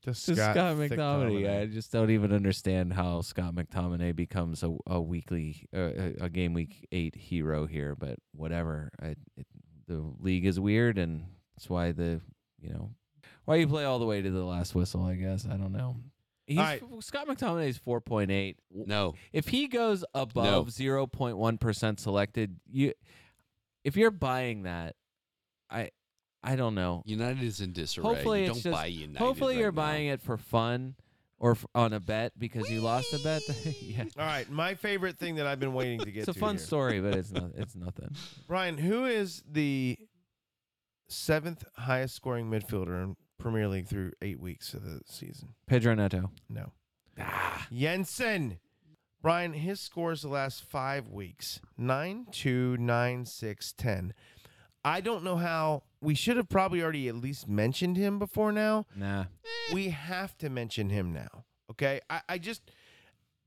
To To Scott, Thick McTominay. Domine. I just don't even understand how Scott McTominay becomes a, a weekly, uh, a, a game week eight hero here. But whatever, I, it, the league is weird, and that's why the you know why you play all the way to the last whistle. I guess I don't know. He's, right. Scott McTominay is four point eight. no, If he goes above zero point one percent selected, you if you're buying that, I I don't know. United is in disarray. Hopefully You it's don't just- buy United. Hopefully right you're now. buying it for fun or f- on a bet because you lost a bet. <laughs> yeah. All right, my favorite thing that I've been waiting to get It's a to fun here. story, but it's not it's nothing. <laughs> Brian, who is the seventh highest scoring midfielder in Premier League through eight weeks of the season? Pedro Neto. No. Jensen. Brian, his scores the last five weeks 9 2, 9 6, 10. I don't know how. We should have probably already at least mentioned him before now. Nah. We have to mention him now. Okay. I, I just,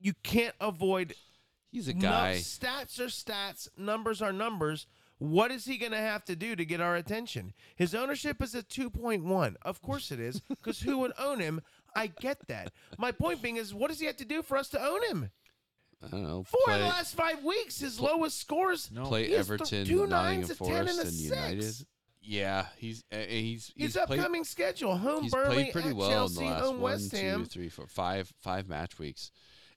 you can't avoid He's a no, guy. stats are stats. Numbers are numbers. What is he going to have to do to get our attention? His ownership is a 2.1. Of course it is, because who would own him? I get that. My point being is, what does he have to do for us to own him? I don't know. Four of play, the last five weeks, his lowest scores. No. play he has th- Everton, two Nottingham nines, a 10, and Forest, a and, United. six. Yeah, he's uh, he's he's His played, upcoming schedule: home he's Burnley, played pretty at well Chelsea, in the last home one, West two, Ham. three, four, five- five match weeks,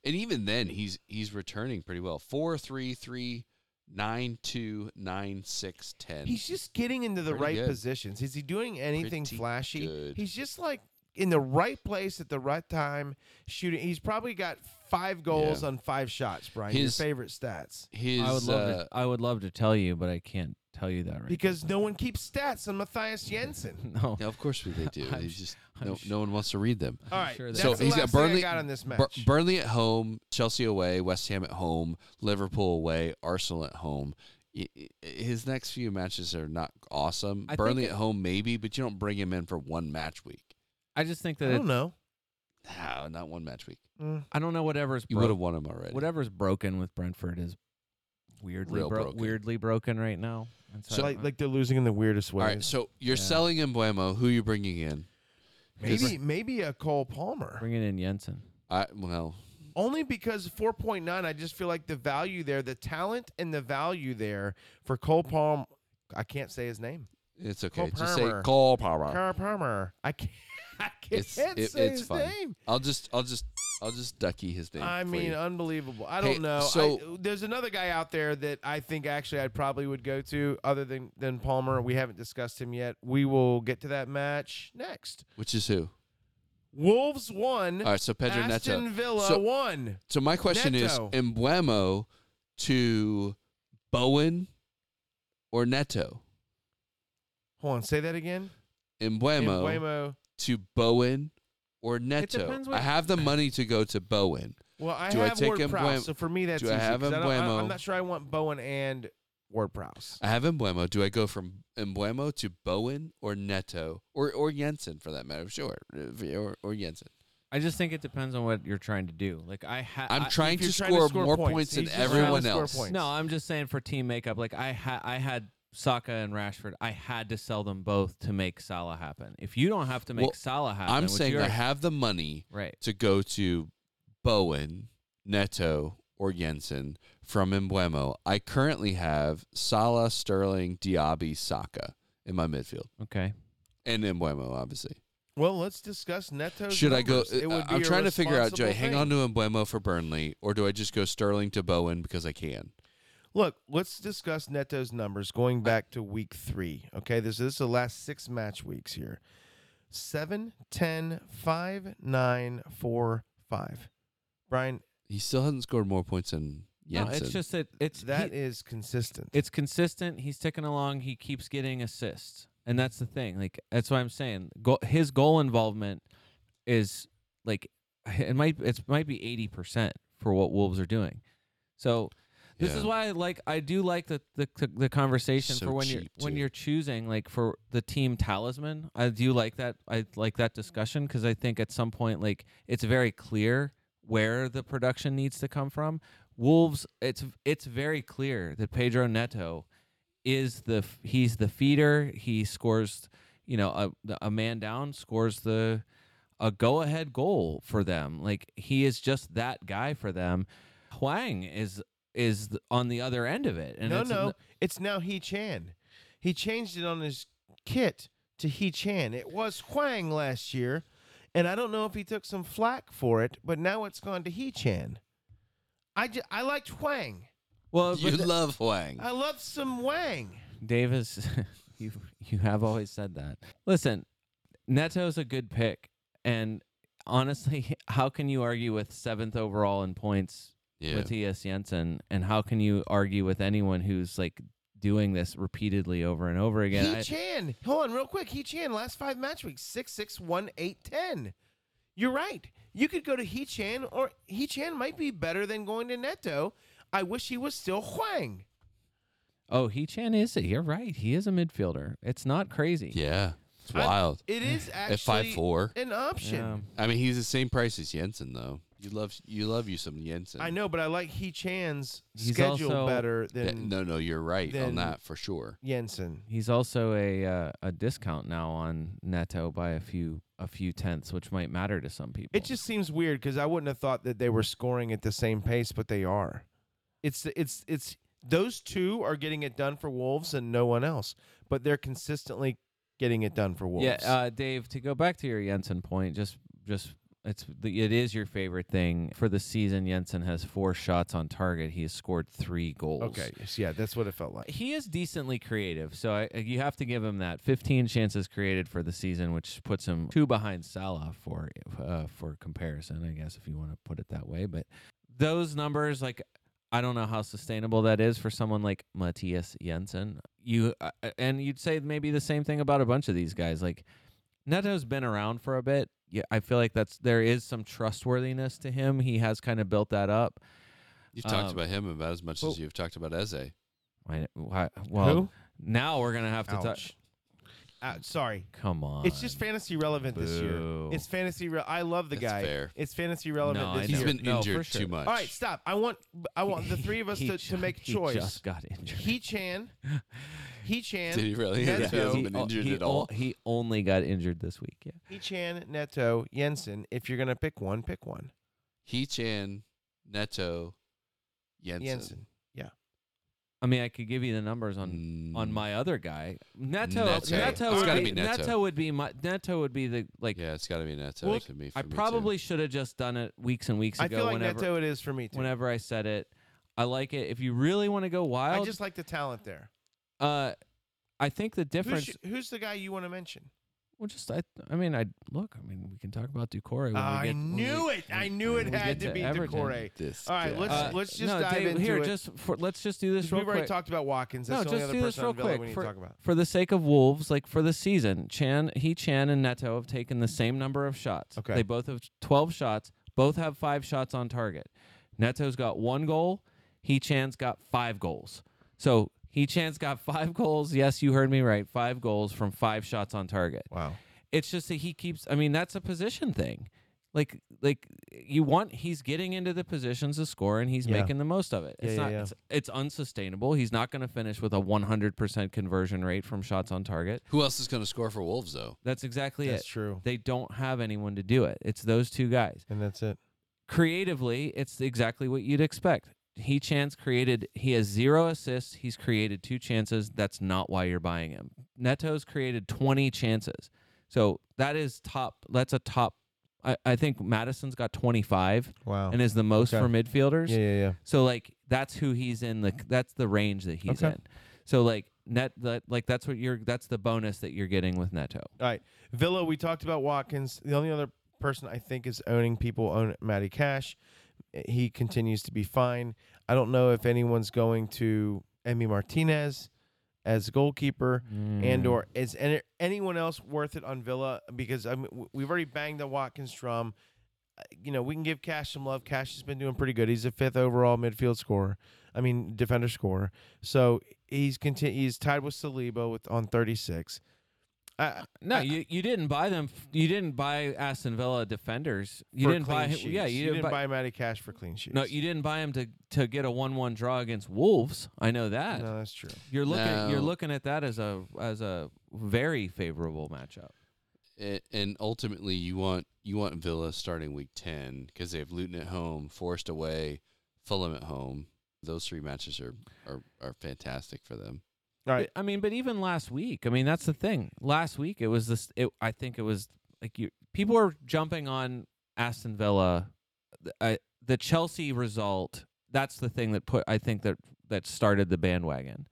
and even then he's he's returning pretty well. Four, three, three, nine, two, nine, six, ten. He's just getting into the Pretty right good. positions. Is he doing anything Pretty flashy? good. He's just like in the right place at the right time shooting. He's probably got five goals Yeah. on five shots, Brian. His- your favorite stats. His I would love uh, to. I would love to tell you, but I can't tell you that right. Because no one keeps stats on Matthias <laughs> Jensen. now. <laughs> no. Yeah, of course we they <laughs> do. I'm They sh- just I'm no, sh- no one wants to read them. All right. sure that's that- So the he's last got thing I Burnley- got on this match. Bur- Burnley at home, Chelsea away, West Ham at home, Liverpool away, Arsenal at home. I- I- His next few matches are not awesome. I think Burnley it- at home, maybe, but you don't bring him in for one match week. I just think I that it, don't know. No, not one match week. Mm. I don't know whatever's You bro- would have won him already. whatever's broken with Brentford is weirdly Real bro- broken. weirdly broken right now. And So like, like they're losing in the weirdest All ways. right, so you're Yeah. selling in Buemo. Who you bringing in? maybe maybe a Cole Palmer. bringing in Jensen. I well, Only because 4.9, I just feel like the value there, the talent and the value there for Cole Palmer. I can't say his name. it's Cole okay. Just say Palmer. call Palmer. Carl Palmer. I can't, <laughs> I can't It's it, say it's his fine. name. I'll just I'll just I'll just ducky his name. I for mean, you. unbelievable. I Hey, don't know. so- I, there's another guy out there that I think actually I probably would go to other than, than Palmer. We haven't discussed him yet. We will get to that match next. which is who? Wolves won. All right, so Pedro Neto. uh, Aston Villa So- won. So my question Neto. is Embuemo to Bowen or Neto? Hold on, say that again. Embuemo, Embuemo. to Bowen or Neto? depends I what- have the money to go to Bowen. Well, I Do I have take Ward Embuem- Prowse, so for me that's do I easy. have 'cause don't- I- I'm Embuemo? not sure I want Bowen and Ward Prowse. I have Embuemo. Do I go from Embuemo to Bowen or Neto or or Jensen for that matter? Sure, or, or Jensen. I just think it depends on what you're trying to do. Like I ha- I'm I- trying, you're to, trying to score score more points, points than he's just trying to everyone score else. points. No, I'm just saying for team makeup. Like I ha- I had Saka and Rashford. I had to sell them both to make Salah happen. If you don't have to make Well, Salah happen, I'm which saying you're- I have the money right. to go to Bowen, Neto, or Jensen from Embuemo. I currently have Salah, Sterling, Diaby, Saka in my midfield, Okay. and Embuemo, obviously. Well, let's discuss Neto. Should I go? uh, It would I'm be a trying to figure out: do I responsible hang thing. on to Embuemo for Burnley, or do I just go Sterling to Bowen because I can? Look, let's discuss Neto's numbers going back to week three. Okay, this, this is the last six match weeks here 7, 10, 5, 9, 4, 5. Brian, He still hasn't scored more points than No, Jensen. it's just that it's that is he- consistent. it's consistent. He's ticking along. He keeps getting assists, and that's the thing. Like that's what I'm saying. Go- his goal involvement is like it might it might be eighty percent for what Wolves are doing. So this is Yeah. why I like I do like the the, the conversation So for when you're cheap, when too. you're choosing like for the team talisman. I do like that. I like that discussion because I think at some point like it's very clear where the production needs to come from. Wolves, it's it's very clear that Pedro Neto is the f- he's the feeder. He scores, you know, a the- a man down scores the a go ahead goal for them. Like he is just that guy for them. Huang is is th- on the other end of it. And no, it's no, an- it's now He Chan. He changed it on his kit to He Chan. It was Huang last year, and I don't know if he took some flack for it, but now it's gone to He Chan. I, ju- I liked Huang. well, you but <laughs> th- love Huang. I love some Wang. Dave is <laughs> you you have always said that. Listen, Neto's a good pick, and honestly, <laughs> how can you argue with seventh overall in points yeah. Matthias Jensen, and how can you argue with anyone who's like doing this repeatedly over and over again? he I- Chan. Hold on, real quick. He Chan. Last five match weeks: six, six, one, eight, ten. You're right. You could go to He Chan, or He Chan might be better than going to Neto. I wish he was still Huang. oh, He Chan is it? You're right. He is a midfielder. It's not crazy. yeah, it's I- wild. <sighs> It is actually at five four. an option. Yeah. I mean, he's the same price as Jensen, though. You love you love you some Jensen. I know, but I like He Chan's He's schedule also- better Yeah, than no, no, you're right then- on that for sure. Jensen. He's also a uh, a discount now on Neto by a few a few tenths, which might matter to some people. It just seems weird because I wouldn't have thought that they were scoring at the same pace, but they are. It's it's it's those two are getting it done for Wolves and no one else, but they're consistently getting it done for Wolves. yeah, uh, Dave. To go back to your Jensen point, just just it's the, it is your favorite thing for the season. Jensen has four shots on target. He has scored three goals. okay. yes, Yeah, that's what it felt like. He is decently creative, so I, you have to give him that. 15 chances created for the season, which puts him two behind Salah for uh, for comparison, I guess, if you want to put it that way. But those numbers, like, I don't know how sustainable that is for someone like Matthias Jensen. You uh, and you'd say maybe the same thing about a bunch of these guys. Like Neto's been around for a bit. Yeah, I feel like that's there is some trustworthiness to him. He has kind of built that up. You've talked Um, about him about as much well- as you've talked about Eze. I, why- well, Who? now we're gonna have to touch. Ouch. Uh, sorry. Come on. It's just fantasy relevant this Boo. year. It's fantasy. Re- I love the That's guy. fair. It's fantasy relevant No, I this know. He's year. been No, for injured sure. too much. All right, stop. I want I want the three of us He to, to ju- make he choice. just got injured. <laughs> He Chan, He Chan, Did he really? Yeah. <laughs> he hasn't been o- injured Oh, he at o- all. he only got injured this week. Yeah. He Chan, Neto, Jensen. If you're gonna pick one, pick one. He Chan, Neto, Jensen. Jensen. I mean, I could give you the numbers on on Mm, my other guy. Neto. Neto. Neto, It's would gotta be, be Neto. would be my. Neto would be the like. Yeah, it's got to be Neto Well, to me. For I me too. probably should have just done it weeks and weeks I ago. feel like whenever Neto it is for me too. whenever I said it, I like it. If you really want to go wild, I just like the talent there. uh, I think the Who's, difference. sh- who's the guy you want to mention? well, just I. I mean, I look. I mean, we can talk about Ducore. When I we get, when we- knew it. I when- knew when it we had get to be Everton. Uh, Decore. This All right, guy. let's let's just no, dive Dave, into here, it. Just for, let's just do this We've real already quick. talked about Watkins. No, That's the only just other do this person on real Villa quick. we need For- to talk about. for the sake of Wolves, like for the season, Chan, he, Chan, and Neto have taken the same number of shots. Okay. They both have 12 shots. Both have five shots on target. Neto's got one goal. He, Chan's got five goals. So he, Chan's got five <laughs> goals. Yes, you heard me right. Five goals from five shots on target. Wow. It's just that he keeps. I mean, that's a position thing. Like, like you want. He's getting into the positions to score, and he's Yeah. making the most of it. Yeah, It's yeah, not. yeah. It's, it's unsustainable. He's not going to finish with a 100% conversion rate from shots on target. Who else is going to score for Wolves though? That's exactly That's it. true. They don't have anyone to do it. It's those two guys. And that's it. Creatively, it's exactly what you'd expect. He chance created. He has zero assists. He's created two chances. That's not why you're buying him. Neto's created 20 chances. So that is top. That's a top. I, I think Madison's got 25 Wow. and is the most Oh, okay. for midfielders. yeah, yeah, yeah. So like that's who he's in the that's the range that he's Okay. in. So like net that like that's what you're that's the bonus that you're getting with Neto. All right. Villa, we talked about Watkins. The only other person I think is owning people own Matty Cash. He continues to be fine. I don't know if anyone's going to Emmy Martinez as goalkeeper Hmm. and or is any, anyone else worth it on Villa because I mean, w- we've already banged the Watkins drum. Uh, You know, we can give Cash some love. Cash has been doing pretty good. He's a fifth overall midfield scorer. I mean, defender scorer. So he's continu- he's tied with Saliba with on 36. I, No, I- you, you didn't buy them. f- You didn't buy Aston Villa defenders. You for didn't clean buy. Sheets. Yeah, you, didn't buy Matty Cash for clean sheets. No, you didn't buy him to to get a one-one draw against Wolves. I know that. No, that's true. You're looking. You're No. looking at that as a as a very favorable matchup. and, and ultimately you want you want Villa starting week 10 because they have Luton at home, Forest away, Fulham at home. Those three matches are are, are fantastic for them. All right. But, I mean, but even last week, I mean, that's the thing. Last week, it was this. It, I think it was like you. People were jumping on Aston Villa. The- I, the Chelsea result. That's the thing that put. I think that that started the bandwagon,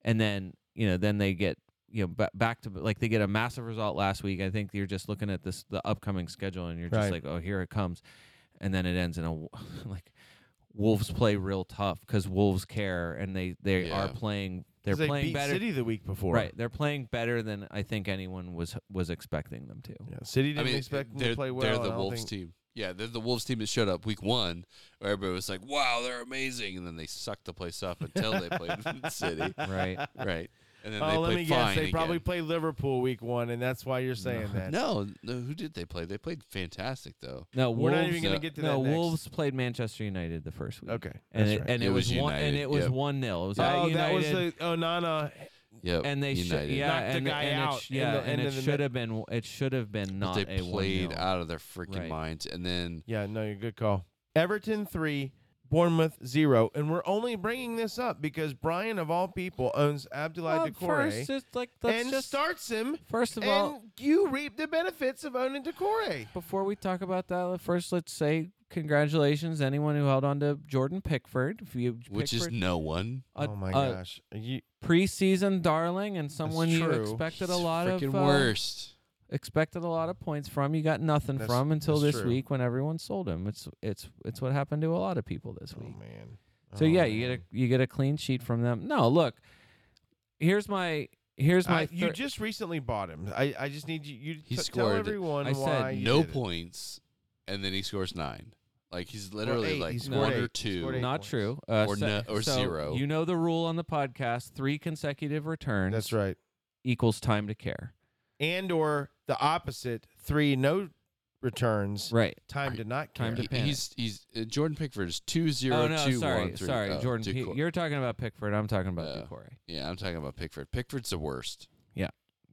and then you know, then they get you know ba- back to like they get a massive result last week. I think you're just looking at this the upcoming schedule, and you're just Right. like, oh, here it comes, and then it ends in a w- <laughs> like. Wolves play real tough because Wolves care and they they Yeah. are playing they're 'Cause they playing beat better. City the week before. Right, they're playing better than I think anyone was was expecting them to. <laughs> Yeah, City didn't I mean, expect them they're, to play well. they're and I the don't Wolves think- team. Yeah, they're the Wolves team that showed up week one, where everybody was like, <laughs> "Wow, they're amazing," and then they sucked the place up until they played City. Right. Right. And then they Oh, let played me fine guess. They again. probably played Liverpool week one, and that's why you're saying <laughs> that. No, no, who did they play? They played fantastic though. No, We're Wolves. not even going uh, to get to no, that. next. Wolves played Manchester United the first week. Okay, and that's it, right. and it, It was, was one and United, it was yep. one 0 It was at Oh, that was United, the Onana. Yep. and they should United. yeah, Knocked the and, guy and out It, sh- in yeah, the and end it of the should have been it should have been But not they a one played 0 out of their freaking Right. minds. And then Yeah, no, you're good call. Everton three, Bournemouth zero, and we're only bringing this up because Brian of all people owns Abdullah Well, Decore first, it's like let's and just starts him, First of and all, you reap the benefits of owning Decore. before we talk about that, let- first let's say congratulations anyone who held on to Jordan Pickford. If you which is Pickford, no one. a, oh my a gosh, you, preseason darling and someone you true. expected a He's lot of freaking uh, worst. expected a lot of points from. You got nothing That's- from until that's this true. week when everyone sold him. It's it's it's what happened to a lot of people this oh week. man. So Oh, yeah, man. you get a you get a clean sheet from them. No, look, here's my here's my I- Uh, you thir- just recently bought him. I, I just need you. you He t- tell scored- everyone I said why you No did it. points. And then he scores nine. Like he's literally eight. like He scored one eight. or He scored two. eight. not points. true. Uh, Or so- no- or so zero. You know the rule on the podcast: three consecutive returns That's right. equals time to care. And or the opposite, three no returns. Right. Time to not care. Time to He- panic. he's he's uh, Jordan Pickford is two Oh zero no, two sorry, one three. sorry, oh, Jordan. two P- qu- you're talking about Pickford. I'm talking about Yeah. Ducore. yeah, I'm talking about Pickford. Pickford's the worst.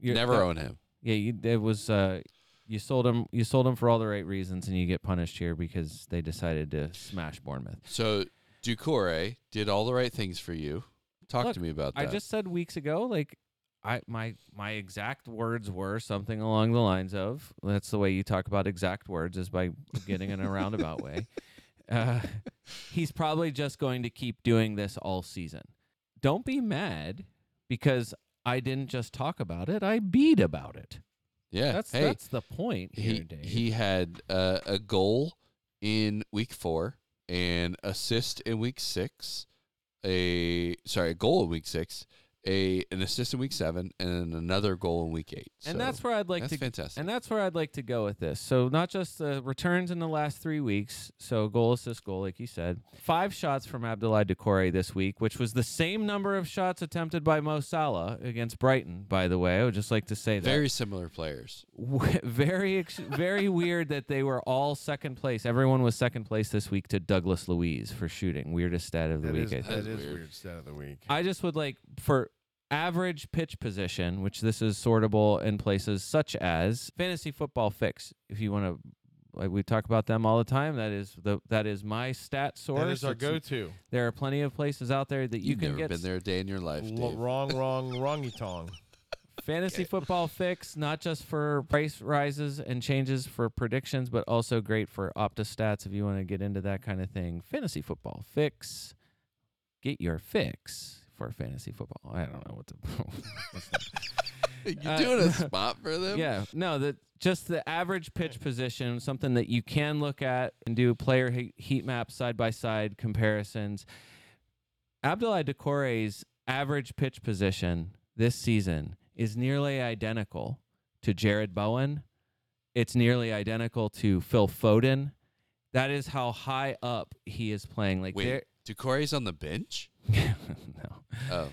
You're- Never that- own him. Yeah, you, it was. Uh, you sold him. You sold him for all the right reasons, and you get punished here because they decided to smash Bournemouth. So Ducore did all the right things for you. Talk Look, to me about I that. just said weeks ago, like I my my exact words were something along the lines of that's the way you talk about exact words is by getting in a roundabout <laughs> way. Uh, he's probably just going to keep doing this all season. Don't be mad because I didn't just talk about it; I beat about it. yeah. That's hey, that's the point here, he, Dave. he had uh, a goal in week four, an assist in week six, a sorry, a goal in week six, a an assist in week seven, and another goal in week eight. So and that's where I'd like that's to fantastic. And that's where I'd like to go with this. So not just the returns in the last three weeks, so goal assist goal, like you said. Five shots from Abdullah Decore this week, which was the same number of shots attempted by Mo Salah against Brighton, by the way. I would just like to say that. <laughs> Very similar players. W- very, ex- very weird that they were all second place. Everyone was second place this week to Douglas Louise for shooting. Weirdest stat of the That week, is, I think. that That's is weird. weird stat of the week. I just would like for average pitch position, which this is sortable in places such as fantasy football fix. If you want to, like we talk about them all the time. That is the that is my stat source. That is our It's- go-to. There are plenty of places out there that you You've can never get been there a day in your life, L- Dave. <laughs> wrong, wrong, wrongy tong. fantasy football fix, not just for price rises and changes for predictions, but also great for Opta stats if you want to get into that kind of thing. Fantasy football fix. Get your fix for fantasy football. I don't know <laughs> what the You're Uh, <laughs> doing a spot for them. Yeah, no, that just the average pitch position, something that you can look at and do player he- heat map side by side comparisons. Abdullah Decore's average pitch position this season is nearly identical to Jared Bowen. It's nearly identical to Phil Foden. That is how high up he is playing. Like Wait, there, Ducore's on the bench. <laughs> no. Oh,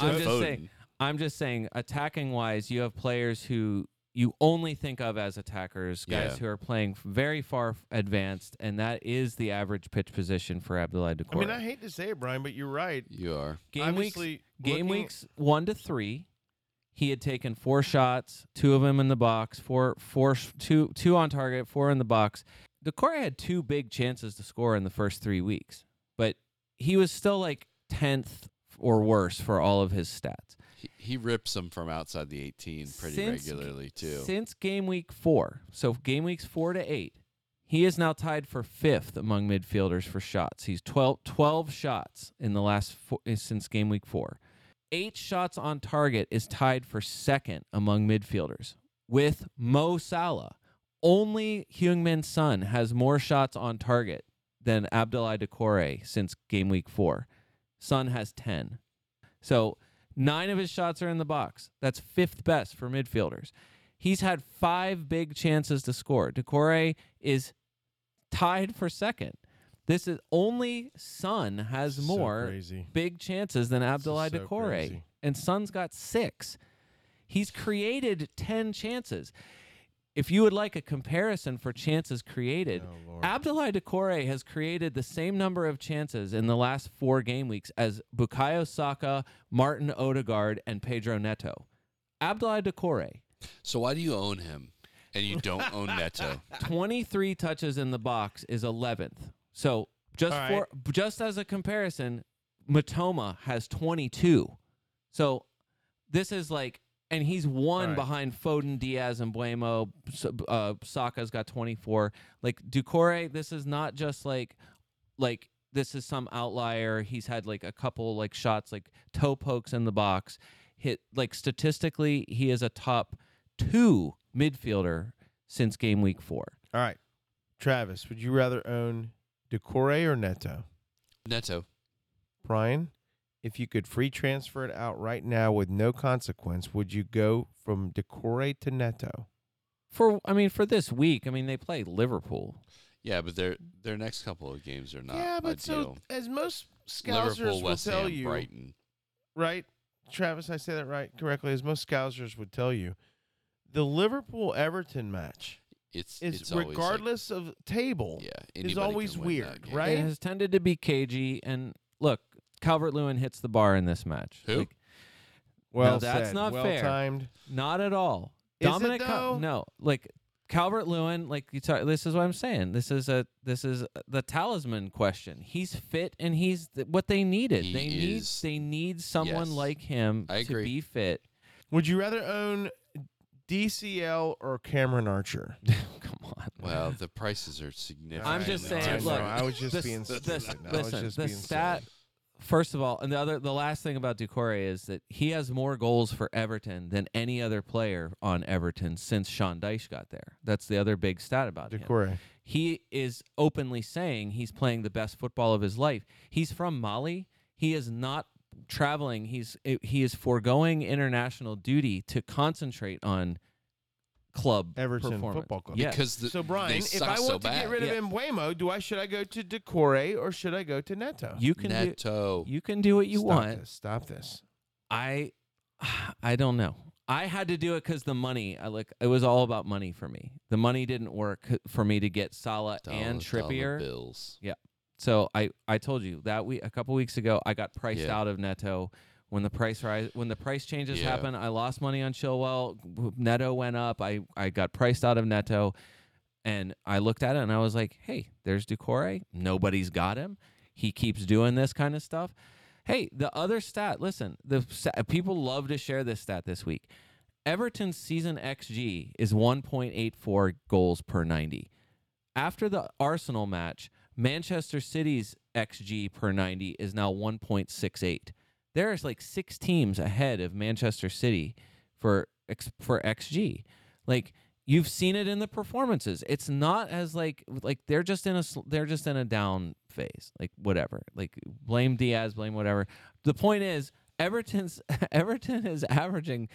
I'm just saying- I'm just saying, attacking wise, you have players who you only think of as attackers, guys Yeah. who are playing f- very far f- advanced, and that is the average pitch position for Abdullah I Decore. mean, I hate to say it, Brian, but you're right. You are. game weeks, Obviously, game looking- weeks one to three, he had taken four shots, two of them in the box, four, four, sh- two, two on target, four in the box. Decore had two big chances to score in the first three weeks, but he was still like tenth or worse for all of his stats. He, he rips them from outside the 18 pretty Since g- regularly too. Since game week four, so game weeks four to eight, he is now tied for fifth among midfielders for shots. He's 12, 12 shots in the last four, eh, since game week four. Eight shots on target is tied for second among midfielders with Mo Salah. Only Heung-Min Son has more shots on target than Abdullah Decore since game week four. Son has 10. So nine of his shots are in the box. That's fifth best for midfielders. He's had five big chances to score. Decore is tied for second. This is only Sun has So more crazy. big chances than Abdullah so Decore. crazy. And Sun's got six. He's created 10 chances. If you would like a comparison for chances created, Oh, Lord. Abdullah Decore has created the same number of chances in the last four game weeks as Bukayo Saka, Martin Odegaard, and Pedro Neto. <laughs> Abdullah Decore, So why do you own him and you don't own Neto? 23 touches in the box is 11th. So just All right. for just as a comparison, Matoma has 22. So this is like and he's one All right. behind Foden, Diaz, and Buemo. S- Uh, Saka's got 24. Like Ducore, this is not just like like this is some outlier. He's had like a couple like shots, like toe pokes in the box. Hit like statistically, he is a top two midfielder since game week four. All right, Travis, would you rather own Decore or Neto? Neto. Brian, if you could free transfer it out right now with no consequence, would you go from Decore to Neto? For I mean, for this week, I mean they play Liverpool. Yeah, but their their next couple of games are not yeah, but ideal. so as most scousers Liverpool, will West tell Ham, you, Brighton. right? Travis, I say that right correctly. As most scousers would tell you, the Liverpool Everton match It's is it's always like- regardless of table. yeah, is anybody can always win that weird, game. right? It has tended to be cagey. And look, Calvert Lewin hits the bar in this match. Who? Like, Well, that's said, not well fair. timed. not at all. Is it, Dominic, Cal- though? no, like Calvert Lewin. Like you talk, this is what I'm saying. This is a this is the talisman question. He's fit and he's th- what they needed. He they need is- they need yes. someone like him I to agree. <laughs> be fit. Would you rather own DCL or Cameron Archer? Come on. Well, the prices are significant. I'm just I saying, know, look, I was just the s- being the silly. s- I was listen, just the being stat. silly. First of all, and the other, the last thing about Ducore is that he has more goals for Everton than any other player on Everton since Sean Dyche got there. That's the other big stat about him. Decore. He is openly saying he's playing the best football of his life. He's from Mali. He is not traveling. He's eh, he is foregoing international duty to concentrate on club Everton performance. Football Club. Yes. because the, So Brian, they if suck I want so to bad. get rid of Yeah. Embuemo, do I should I go to Decore or should I go to Neto? you can do, Neto. you can do what you Stop want. This, stop this. I <sighs> I don't know. I had to do it because the money. I like it was all about money for me. The money didn't work for me to get Salah Dollar, and dollar Trippier. bills. So I I told you that we a couple weeks ago I got priced Yeah. out of Neto. When the price rise, when the price changes Yeah. happen, I lost money on Chilwell. Neto went up. I I got priced out of Neto, and I looked at it and I was like, hey, there's Ducore. Nobody's got him. He keeps doing this kind of stuff. Hey, the other stat. Listen, the stat, people love to share this stat this week. Everton's season XG is 1.84 goals per 90. After the Arsenal match, Manchester City's XG per 90 is now 1.68. There is like six teams ahead of Manchester City for X- for XG. Like you've seen it in the performances. It's not as like like they're just in a sl- they're just in a down phase. Like whatever. Like blame Diaz, blame whatever. The point is Everton's <laughs> Everton is averaging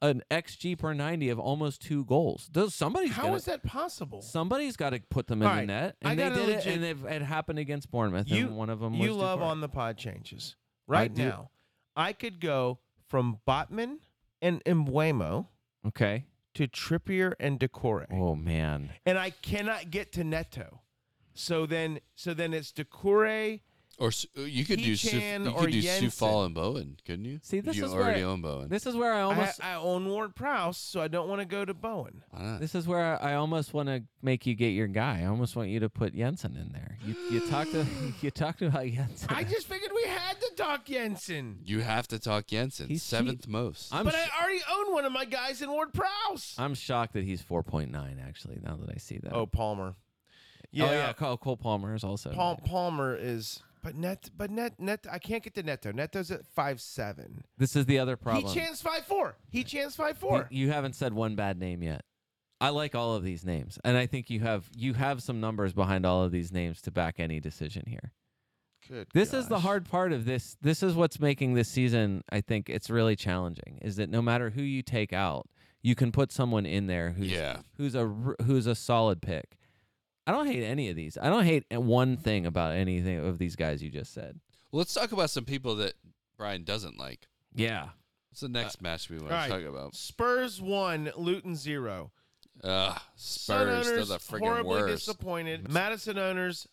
an XG per 90 of almost 2 goals. Does somebody's How gonna- is that possible? Somebody's got to put them in All the right, net, I and they got a did legit- it, and it, it happened against Bournemouth. You- and one of them was you love Dufour. on the pod changes right do. now. I could go from Botman and Embuemo Okay. to Trippier and Decore. Oh man, and I cannot get to Neto. So then, so then it's Decore. Or Su- uh, you could do Su- Hechan you or could do Jensen. Sufal and Bowen, couldn't you? See, this you is where already I- own Bowen. this is where I almost. I, I own Ward Prowse, so I don't want to go to Bowen. Why not? this is where I almost want to make you get your guy. I almost want you to put Jensen in there. You you talked to, <laughs> you talked about Jensen. <laughs> I just figured we had to talk Jensen, you have to talk Jensen. He's seventh most. I'm but sh- I already own one of my guys in Ward Prowse. I'm shocked that he's 4.9 actually. Now that I see that. oh, Palmer. yeah, oh, yeah. Cole, Cole Palmer is also. Pal- Palmer is. But net, but net, net. I can't get to Neto. Neto's at five seven. This is the other problem. He chanced five four. He chanced five four. You, you haven't said one bad name yet. I like all of these names, and I think you have you have some numbers behind all of these names to back any decision here. Good. This is the gosh. hard part of this. This is what's making this season. I think it's really challenging. Is that no matter who you take out, you can put someone in there who's Yeah. who's a r- who's a solid pick. I don't hate any of these. I don't hate one thing about anything of these guys you just said. Let's talk about some people that Brian doesn't like. Yeah. What's the Uh, next match we want all right. to talk about? Spurs one, Luton zero. Ugh, Sun Spurs. They're owners the freaking horribly worst. disappointed. Madison owners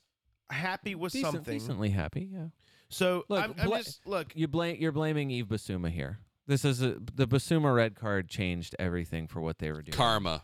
happy with Decent- something. Decently happy. Yeah. So Look, I'm, I'm bla- just look. You blame you're blaming Eve Basuma here. This is a, the Basuma red card changed everything for what they were doing. Karma.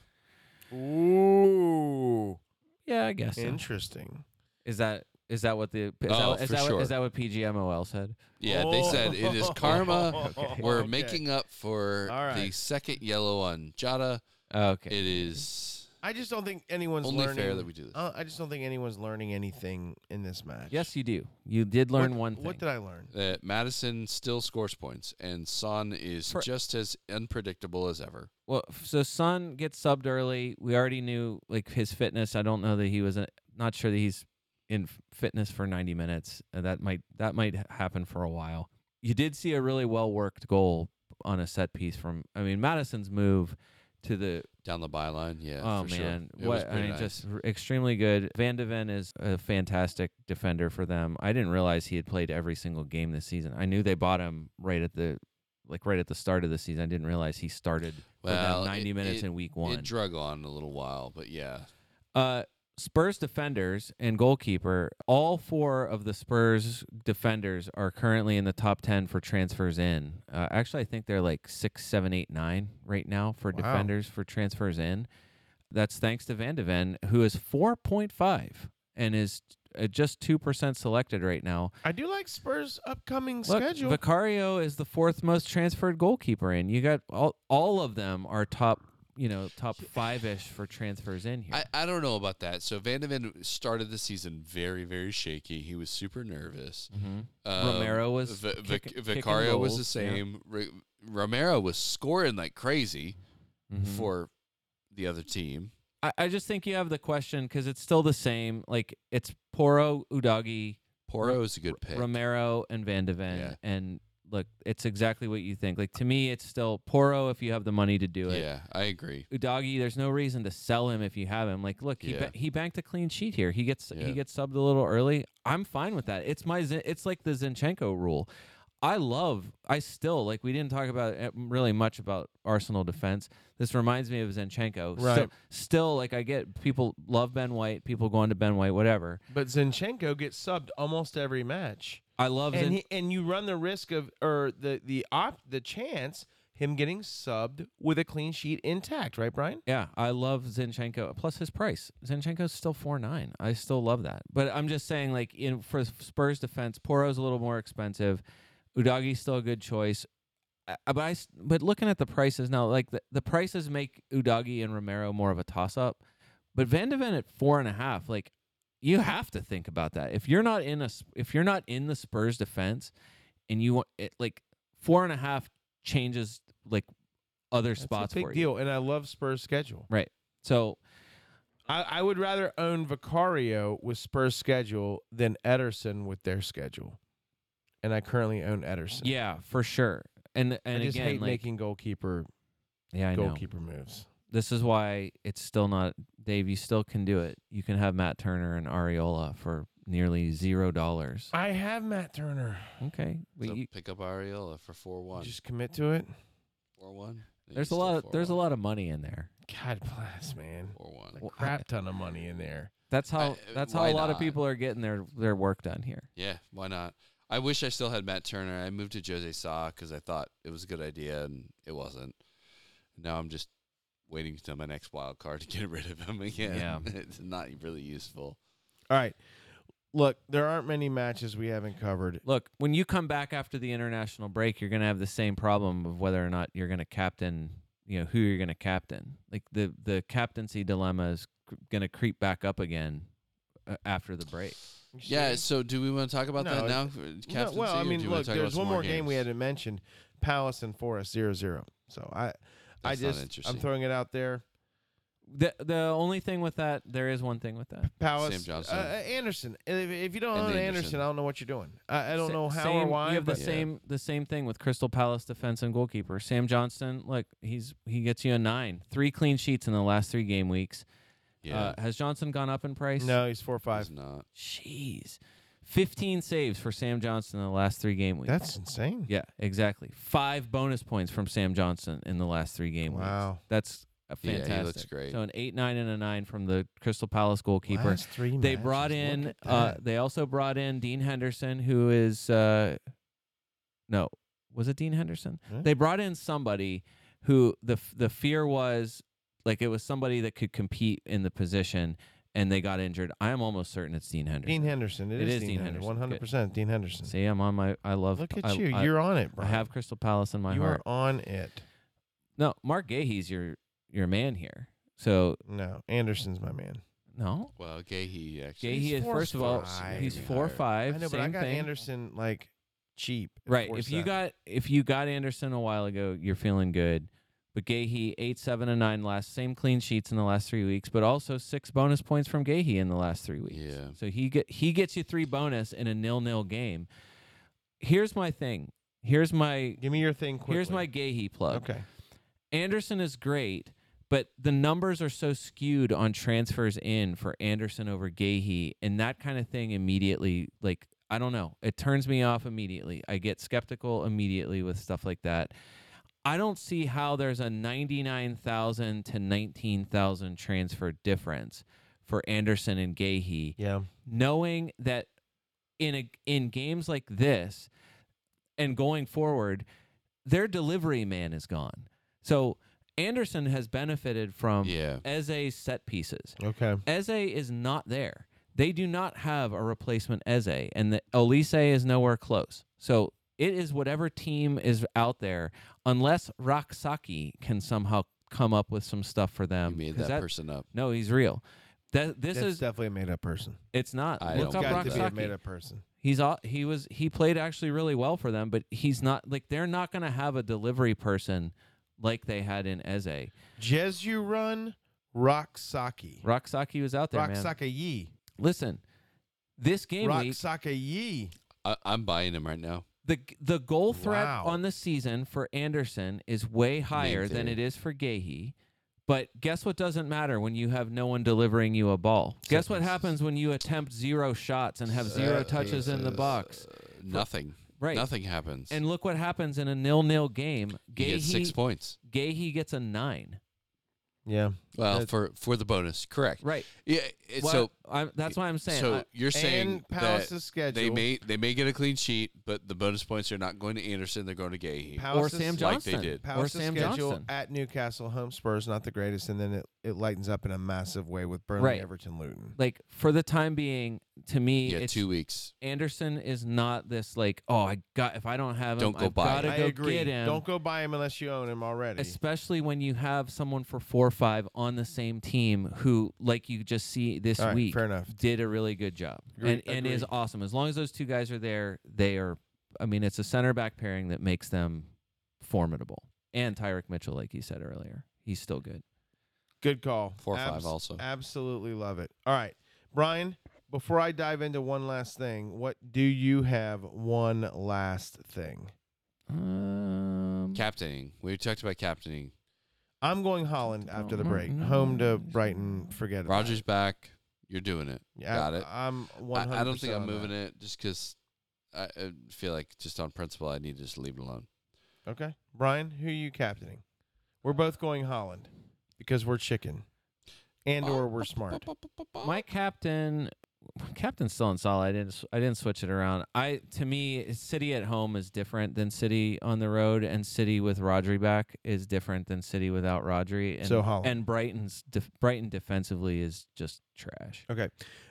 Ooh, Yeah, I guess. So. interesting. Is that is that what the is, Oh, that, is, for that sure. what, is that what PGMOL said? Yeah, they said it is <laughs> Oh, karma. Oh. Okay. We're Okay. making up for All right. the second yellow on Jada. Okay. It is I just don't think anyone's only learning. fair that we do this. uh, I just don't think anyone's learning anything in this match. yes, you do. You did learn What- one thing. What did I learn? that Madison still scores points, and Son is For- just as unpredictable as ever. Well, f- so Son gets subbed early. We already knew like his fitness. I don't know that he was a, not sure that he's in f- fitness for 90 minutes. Uh, that might that might ha- happen for a while. You did see a really well worked goal on a set piece from. I mean, Madison's move to the Down the byline, yeah. oh for sure. man, It was what I pretty mean, nice. just r- extremely good. Van de Ven is a fantastic defender for them. I didn't realize he had played every single game this season. I knew they bought him right at the like right at the start of the season. I didn't realize he started Well, for them 90 it- minutes it- in week 1. It drug on a little while, but yeah. Uh, Spurs defenders and goalkeeper, all four of the Spurs defenders are currently in the top 10 for transfers in. Uh, actually, I think they're like six, seven, eight, nine right now for Wow. defenders for transfers in. That's thanks to Van de Ven, who is 4.5 and is uh, just 2% selected right now. I do like Spurs' upcoming Look, schedule. Vicario is the fourth most transferred goalkeeper in. You got all, all of them are top, you know, top <sighs> five ish for transfers in here. I, I don't know about that. So Van de Ven started the season very, very shaky. He was super nervous. Mhm. Um, Romero was Vi- Vic- kick- kicking Vicario was the goals, yeah. same. Ri- Romero was scoring like crazy Mhm. for the other team. I, I just think you have the question because it's still the same. Like it's Poro, Udagi, Poro is a good pick. Romero, and Van de Ven. Yeah. And look, it's exactly what you think. Like to me, it's still Poro if you have the money to do it. yeah, I agree. Udagi, there's no reason to sell him if you have him. Like, look, he Yeah. ba- he banked a clean sheet here. He gets Yeah. he gets subbed a little early. I'm fine with that. It's my Zin- it's like the Zinchenko rule. I love. I still like. We didn't talk about it really much about Arsenal defense. This reminds me of Zinchenko. Still- Right. still, like I get people love Ben White. People go on to Ben White. Whatever. but Zinchenko gets subbed almost every match, I love. and Zin- he, and you run the risk of or the the op the chance him getting subbed with a clean sheet intact, right, Brian? Yeah, I love Zinchenko. Plus his price. Zinchenko's still four nine. I still love that. But I'm just saying, like in for Spurs defense, Poro's a little more expensive. Udagi's still a good choice. Uh, But I, s- but looking at the prices now, like the, the prices make Udagi and Romero more of a toss up. But Van de Ven at four and a half, like you have to think about that. If you're not in a, s- if you're not in the Spurs defense, and you want it, like four and a half changes like other That's spots a big for you. deal, and I love Spurs' schedule. So I, I would rather own Vicario with Spurs' schedule than Ederson with their schedule, and I currently own Ederson. Yeah, for sure. And and I just again, hate like, making goalkeeper yeah, I know. goalkeeper moves. This is why it's still not Dave. You still can do it. You can have Matt Turner and Ariola for nearly zero dollars. I have Matt Turner. Okay, but So you, pick up Ariola for four one. Just commit to it. Four one. there's a lot. Of, there's a lot of money in there. God bless, man. Four one. A Well, I- crap ton of money in there. That's how. uh, that's how why a lot not? of people are getting their their work done here. Yeah, why not? I wish I still had Matt Turner. I moved to Jose Sa because I thought it was a good idea, and it wasn't. Now I'm just waiting until my next wild card to get <laughs> rid of him again. Yeah. <laughs> it's not really useful. All right. Look, there aren't many matches we haven't covered. Look, when you come back after the international break, you're gonna have the same problem of whether or not you're gonna captain. You know who you're gonna captain. Like the the captaincy dilemma is cr- gonna creep back up again uh, after the break. Yeah. So do we want to talk about No, that now? it's- No, Captaincy, well, I or do mean, you wanna look, talk about there's some one more game games? we uh, hadn't mentioned: Palace and Forest 0-0. So I, I That's not just I'm interesting. throwing it out there. The the only thing with that, there is one thing with that. Palace, Sam Johnson. uh, uh, Anderson. If, if you don't And own Anderson, Anderson. I don't know what you're doing. I, I don't Sa- know how or same- why. You have the but- Yeah. same the same thing with Crystal Palace defense and goalkeeper Sam Johnston. Look, he's he gets you a nine, three clean sheets in the last three game weeks. Yeah. Uh, has Johnson gone up in price? No, he's four five. It's not. Jeez. 15 saves for Sam Johnson in the last three game weeks. That's insane. yeah, exactly. Five bonus points from Sam Johnson in the last three game weeks. Wow. That's a Yeah, he looks fantastic. great. So an eight, nine, and a nine from the Crystal Palace goalkeeper. Last three they matches, brought look in. at Uh, that. they also brought in Dean Henderson, who is uh, no, was it Dean Henderson? Huh? They brought in somebody who the f- the fear was like it was somebody that could compete in the position, and they got injured. I am almost certain it's Dean Henderson. Dean Henderson. It it is, is Dean Henderson. One hundred percent. Dean Henderson. See, I'm on my. I love. Look at I- you. I- You're on it, bro. I have Crystal Palace in my you heart. are on it. No, Mark Gahey's your your man here. So No, Anderson's my man. no, Well, Gahey actually. Gahey is four first of all five. he's Maybe four higher. five. I know, same but I got thing. Anderson like cheap. at Right. If you 4.7. got if you got Anderson a while ago, you're feeling good. But Gahey eight seven and nine last, same clean sheets in the last three weeks, but also six bonus points from Gahey in the last three weeks. Yeah. So he get he gets you three bonus in a nil nil game. Here's my thing. Here's my give me your thing quickly. here's my Gahey plug. okay. Anderson is great, but the numbers are so skewed on transfers in for Anderson over Gahey, and that kind of thing immediately, like, I don't know, it turns me off immediately. I get skeptical immediately with stuff like that. I don't see how there's a 99,000 to 19,000 transfer difference for Anderson and Gahey Yeah. knowing that in a in games like this and going forward, their delivery man is gone. So Anderson has benefited from Yeah. Eze's set pieces. Okay. Eze is not there. They do not have a replacement Eze, and the Elise is nowhere close. So it is whatever team is out there, unless Roksaki can somehow come up with some stuff for them. You made 'cause that, person up. No, he's real. That this That's is definitely a made up person. it's not. I Look don't up got Got to be a Roksaki. made up person. He's all, he was he played actually really well for them, but he's not like they're not going to have a delivery person like they had in Eze. Jesu run Rocksaki. Roksaki was out there, man. Rocksaka Yee. Listen, this game week, Rocksaka Yee. I, I'm buying him right now. the the goal threat Wow. on the season for Anderson is way higher than theory. it is for Gahey. But guess what doesn't matter when you have no one delivering you a ball? Guess what happens when you attempt zero shots and have zero Set touches in the pieces. box? Nothing. Right. Nothing happens. And look what happens in a nil-nil game. he gets six Gahey- points. Gahey gets a nine. Yeah. Well, That's- for for the bonus, correct? Right. Yeah. it- Well, so I'm, that's why I'm saying. so I- you're saying and Palace's that schedule. they may they may get a clean sheet, but the bonus points are not going to Anderson. They're going to Gahey. or Palace's- Sam like they Johnson. did. Or Palace's Sam schedule Johnson. at Newcastle, home Spurs, not the greatest, and then it, it lightens up in a massive way with Burnley, Right. Everton, Luton. Like for the time being, to me, yeah, it's, two weeks. Anderson is not this like. Oh, I got if I don't have him, Don't go I've buy gotta him. I go agree. get him. Don't go buy him unless you own him already. Especially when you have someone for four or five on the same team who, like you just see this All right, week, fair enough. did a really good job Agree- and, and is awesome. As long as those two guys are there, they are. I mean, it's a center back pairing that makes them formidable. And Tyreek Mitchell, like you said earlier, he's still good. Good call. Four or five also. Absolutely love it. All right. Brian, before I dive into one last thing, what do you have one last thing? Um, Captaining. We talked about captaining. I'm going Holland after the break. Mm, Home to mm, Brighton. Forget it. Rogers back. You're doing it. Yeah, Got it. I'm 100 I, I don't think I'm moving it just because I, I feel like just on principle I need to just leave it alone. Okay. Brian, who are you captaining? We're both going Holland because we're chicken and or we're smart. my captain, captain's still on solid. I didn't, s- I didn't switch it around. I to me, city at home is different than city on the road, and city with Rodri back is different than city without Rodri. And, So Holland. and Brighton's def, Brighton defensively is just trash. Okay.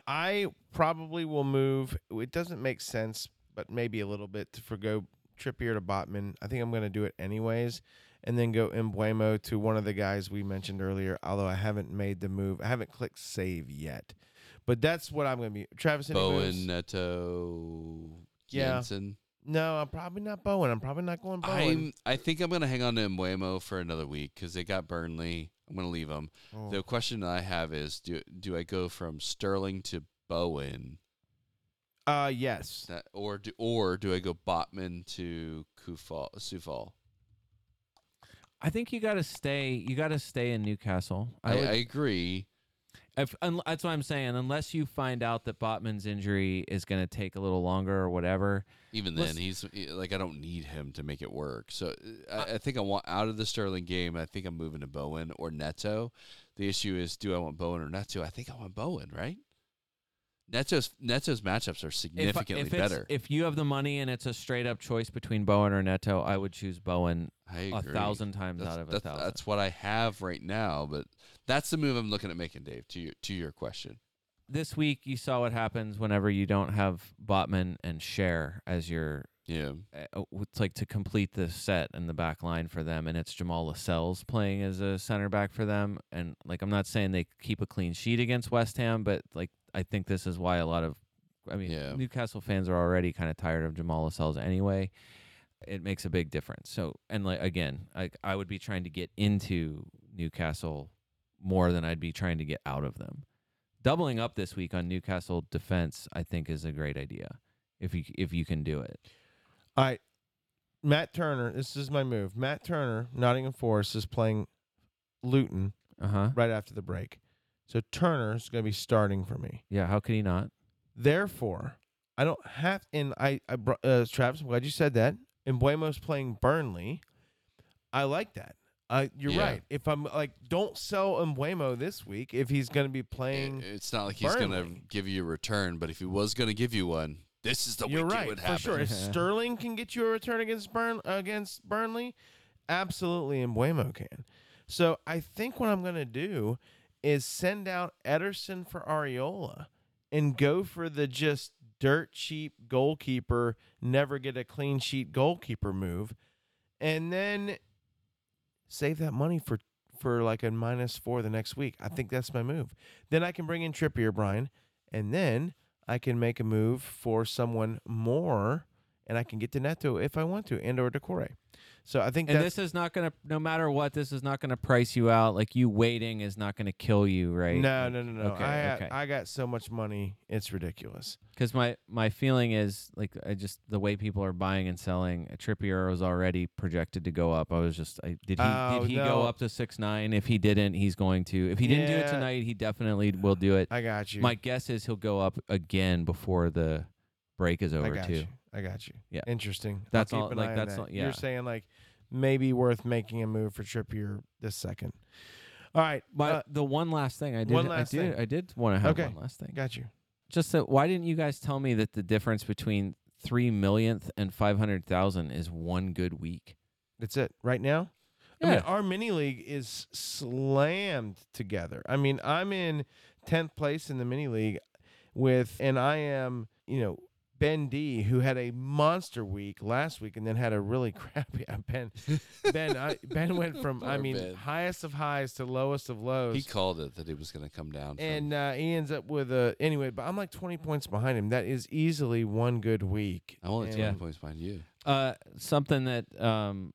I probably will move. It doesn't make sense, but maybe a little bit to forgo Trippier to Botman. I think I'm going to do it anyways. And then go Embuemo to one of the guys we mentioned earlier, although I haven't made the move. I haven't clicked save yet. But that's what I'm going to be. Travis, any moves? Bowen, Neto, Yeah. Jensen. No, I'm probably not Bowen. I'm probably not going Bowen. I'm, I think I'm going to hang on to Mbuemo for another week because they got Burnley. I'm going to leave them. Oh. The question that I have is do do I go from Sterling to Bowen Uh, yes. that, or do, or do I go Botman to Kufal, Sufal? I think you got to stay. You got to stay in Newcastle. I, would- I agree. If, un, that's what I'm saying. Unless you find out that Botman's injury is going to take a little longer or whatever, Even then, he's like, I don't need him to make it work. So uh, I, I think I want out of the Sterling game. I think I'm moving to Bowen or Neto. The issue is, do I want Bowen or Neto? I think I want Bowen, right? Neto's Neto's matchups are if, significantly if it's- better. If you have the money and it's a straight up choice between Bowen or Neto, I would choose Bowen I a agree. thousand times that's, out of a that's, thousand. that's what I have right now, but that's the move I'm looking at making, Dave. To your, to your question, this week you saw what happens whenever you don't have Botman and Share as your yeah, uh, uh, it's like to complete the set in the back line for them, and it's Jamal Lascelles playing as a center back for them. And like, I'm not saying they keep a clean sheet against West Ham, but like, I think this is why a lot of, I mean, Yeah. Newcastle fans are already kind of tired of Jamal Lascelles anyway. It makes a big difference. So, and like again, like I would be trying to get into Newcastle more than I'd be trying to get out of them. Doubling up this week on Newcastle defense, I think, is a great idea if you if you can do it. All right. Matt Turner, this is my move. Matt Turner, Nottingham Forest, is playing Luton Uh huh. right after the break. So Turner's going to be starting for me. Yeah, how could he not? Therefore, I don't have, and I, I br- uh, Travis, I'm glad you said that. And Buemo's playing Burnley. I like that. Uh, you're Yeah. right. If I'm like, don't sell Embuemo this week if he's going to be I- playing. it's not like he's going to Burnley. give you a return, but if he was going to give you one, this is the You're week it right would for happen. sure. If <laughs> Sterling can get you a return against Burn against Burnley, absolutely Embuemo can. So I think what I'm gonna do is send out Ederson for Ariola and go for the just dirt cheap goalkeeper, never get a clean sheet goalkeeper move, and then save that money for for like a minus four the next week. I think that's my move. Then I can bring in Trippier, Brian, and then I can make a move for someone more, and I can get to Neto if I want to, and or Decore. So I think And that's this is not gonna, no matter what, this is not gonna price you out. Like you waiting is not gonna kill you, right? no, no, no, no. Okay, I uh, okay. I got so much money, it's ridiculous. Because my my feeling is like I just the way people are buying and selling. uh, Trippier was already projected to go up. I was just, I, did he Oh, did he go no. up to six nine? If he didn't, he's going to. If he didn't do it Yeah. tonight, he definitely will do it. I got you. my guess is he'll go up again before the break is over I got too. you. I got you. Yeah. interesting. I'll That's keep all- an like, eye on that's that. all- yeah. You're saying like maybe worth making a move for Trippier this second. All right, But uh, the one last thing I did, one last I did, thing. I did want to have Okay. one last thing. got you. just that why didn't you guys tell me that the difference between three millionth and five hundred thousand is one good week? That's it right now. I mean, Yeah. our mini league is slammed together. I mean, I'm in tenth place in the mini league with, and I am, you know, Ben D, who had a monster week last week, and then had a really <laughs> crappy. uh, <laughs> Ben, Ben, I, Ben went from, I Poor mean, Ben. highest of highs to lowest of lows. he called it that he was going to come down. from- and uh, he ends up with a anyway. But I'm like 20 points behind him. That is easily one good week. I'm only and- 20 points behind you. Uh, something that um,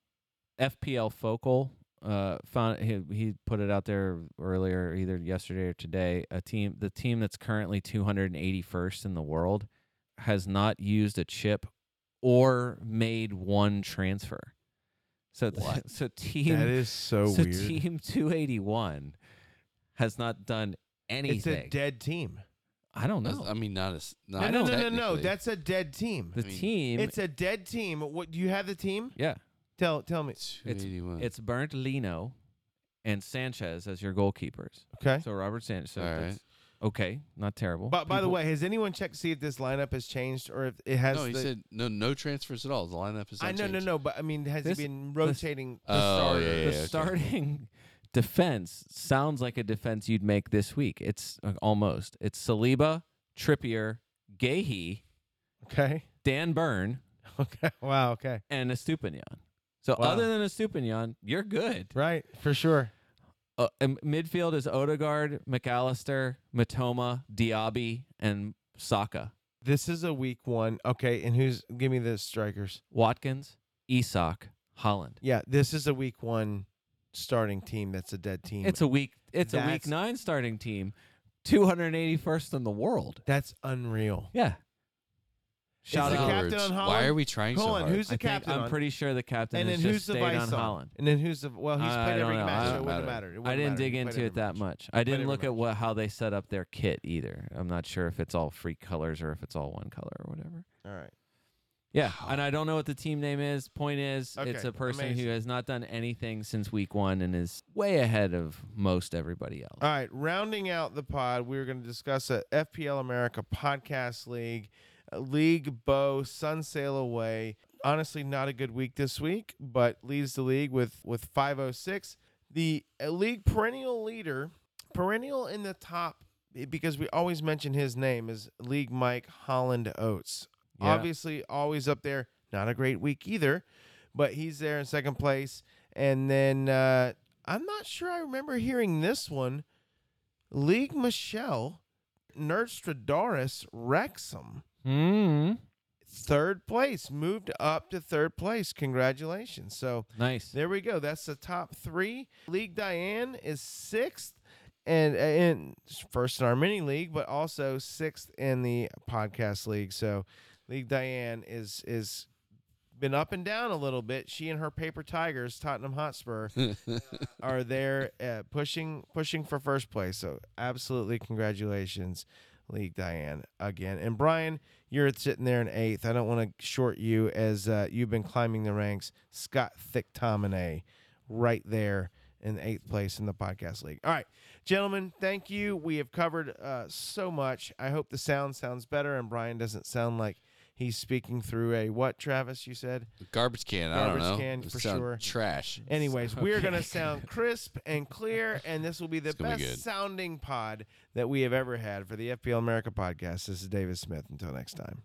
FPL Focal uh, found he, he put it out there earlier, either yesterday or today. A team, the team that's currently two hundred and eighty first in the world, has not used a chip or made one transfer. So, <laughs> th- What? so team That is so, so weird. team <laughs> 281 has not done it's anything. a dead team. I don't That's- know. I mean, not as not No, no, no, no, technically. no. That's a dead team. the I mean, team It's a dead team. What do you have the team? yeah, Tell tell me. uh, 281. it's Bernd Lino and Sanchez as your goalkeepers. Okay. So Robert Sanchez. So All that's- right. Okay, not terrible. But by the People- <laughs> way, has anyone checked to see if this lineup has changed or if it has? no, he the, said no, no transfers at all. The lineup is. I know, no, unchanged. no. But I mean, has This- he been this- rotating? Oh, starter? yeah, yeah, the okay. starting <laughs> defense sounds like a defense you'd make this week. It's uh, almost. It's Saliba, Trippier, Gahey, Okay. <laughs> Dan Byrne, Okay. Wow. Okay. and Estupinian. So Wow. other than Estupinian, you're good. Right. For sure. uh, um, midfield is Odegaard, McAllister, Matoma, Diaby, and Saka. This is a week one. Okay. And who's? Give me the strikers. Watkins, Isak, Holland. Yeah. This is a week one starting team. That's a dead team. It's a week. It's a week That's- nine starting team, 281st in the world. that's unreal. Yeah, Shout the out. captain on Holland? Why are we trying so Colin, hard? who's the I think- captain? I'm on? pretty sure the captain and then has who's just the stayed vice on Holland. And then who's the well? He's I- I played don't every know. I match, so it don't wouldn't matter. matter. It wouldn't I didn't matter. dig He played into every it that match. much. I didn't every look at match. what how they set up their kit either. I'm not sure if it's all free colors or if it's all one color or whatever. All right. Yeah, and I don't know what the team name is. Point is, it's Okay, a person amazing. who has not done anything since week one and is way ahead of most everybody else. All right, rounding out the pod, we are going to discuss a FPL America podcast league, uh, League Bow Sun Sail Away. Honestly, not a good week this week, but leads the league with with 506. The uh, league perennial leader, perennial in the top be- because we always mention his name is League Mike Holland Oates. Yeah. Obviously, always up there. Not a great week either, but he's there in second place. And then uh, I'm not sure I remember hearing this one. League Michelle, Nerdstradamus Wrexham, Hmm. third place, moved up to third place. Congratulations. So Nice. there we go. That's the top three. League Diane is sixth, and and first in our mini league, but also sixth in the podcast league. So League Diane is is been up and down a little bit. She and her paper tigers, Tottenham Hotspur, are there uh, pushing pushing for first place. So absolutely congratulations, League Diane again. And Brian, you're sitting there in eighth. I don't want to short you as uh, you've been climbing the ranks. Scott Thicktominay, right there in eighth place in the podcast league. All right, gentlemen, thank you. We have covered uh, so much. I hope the sound sounds better and Brian doesn't sound like he's speaking through a what? Travis, you said. garbage can. I Garbage don't know. can, It for sound sure. Trash. Anyways, we're Okay. going to sound crisp and clear, and this will be the It's gonna best be good. sounding pod that we have ever had for the FPL America podcast. This is David Smith. Until next time.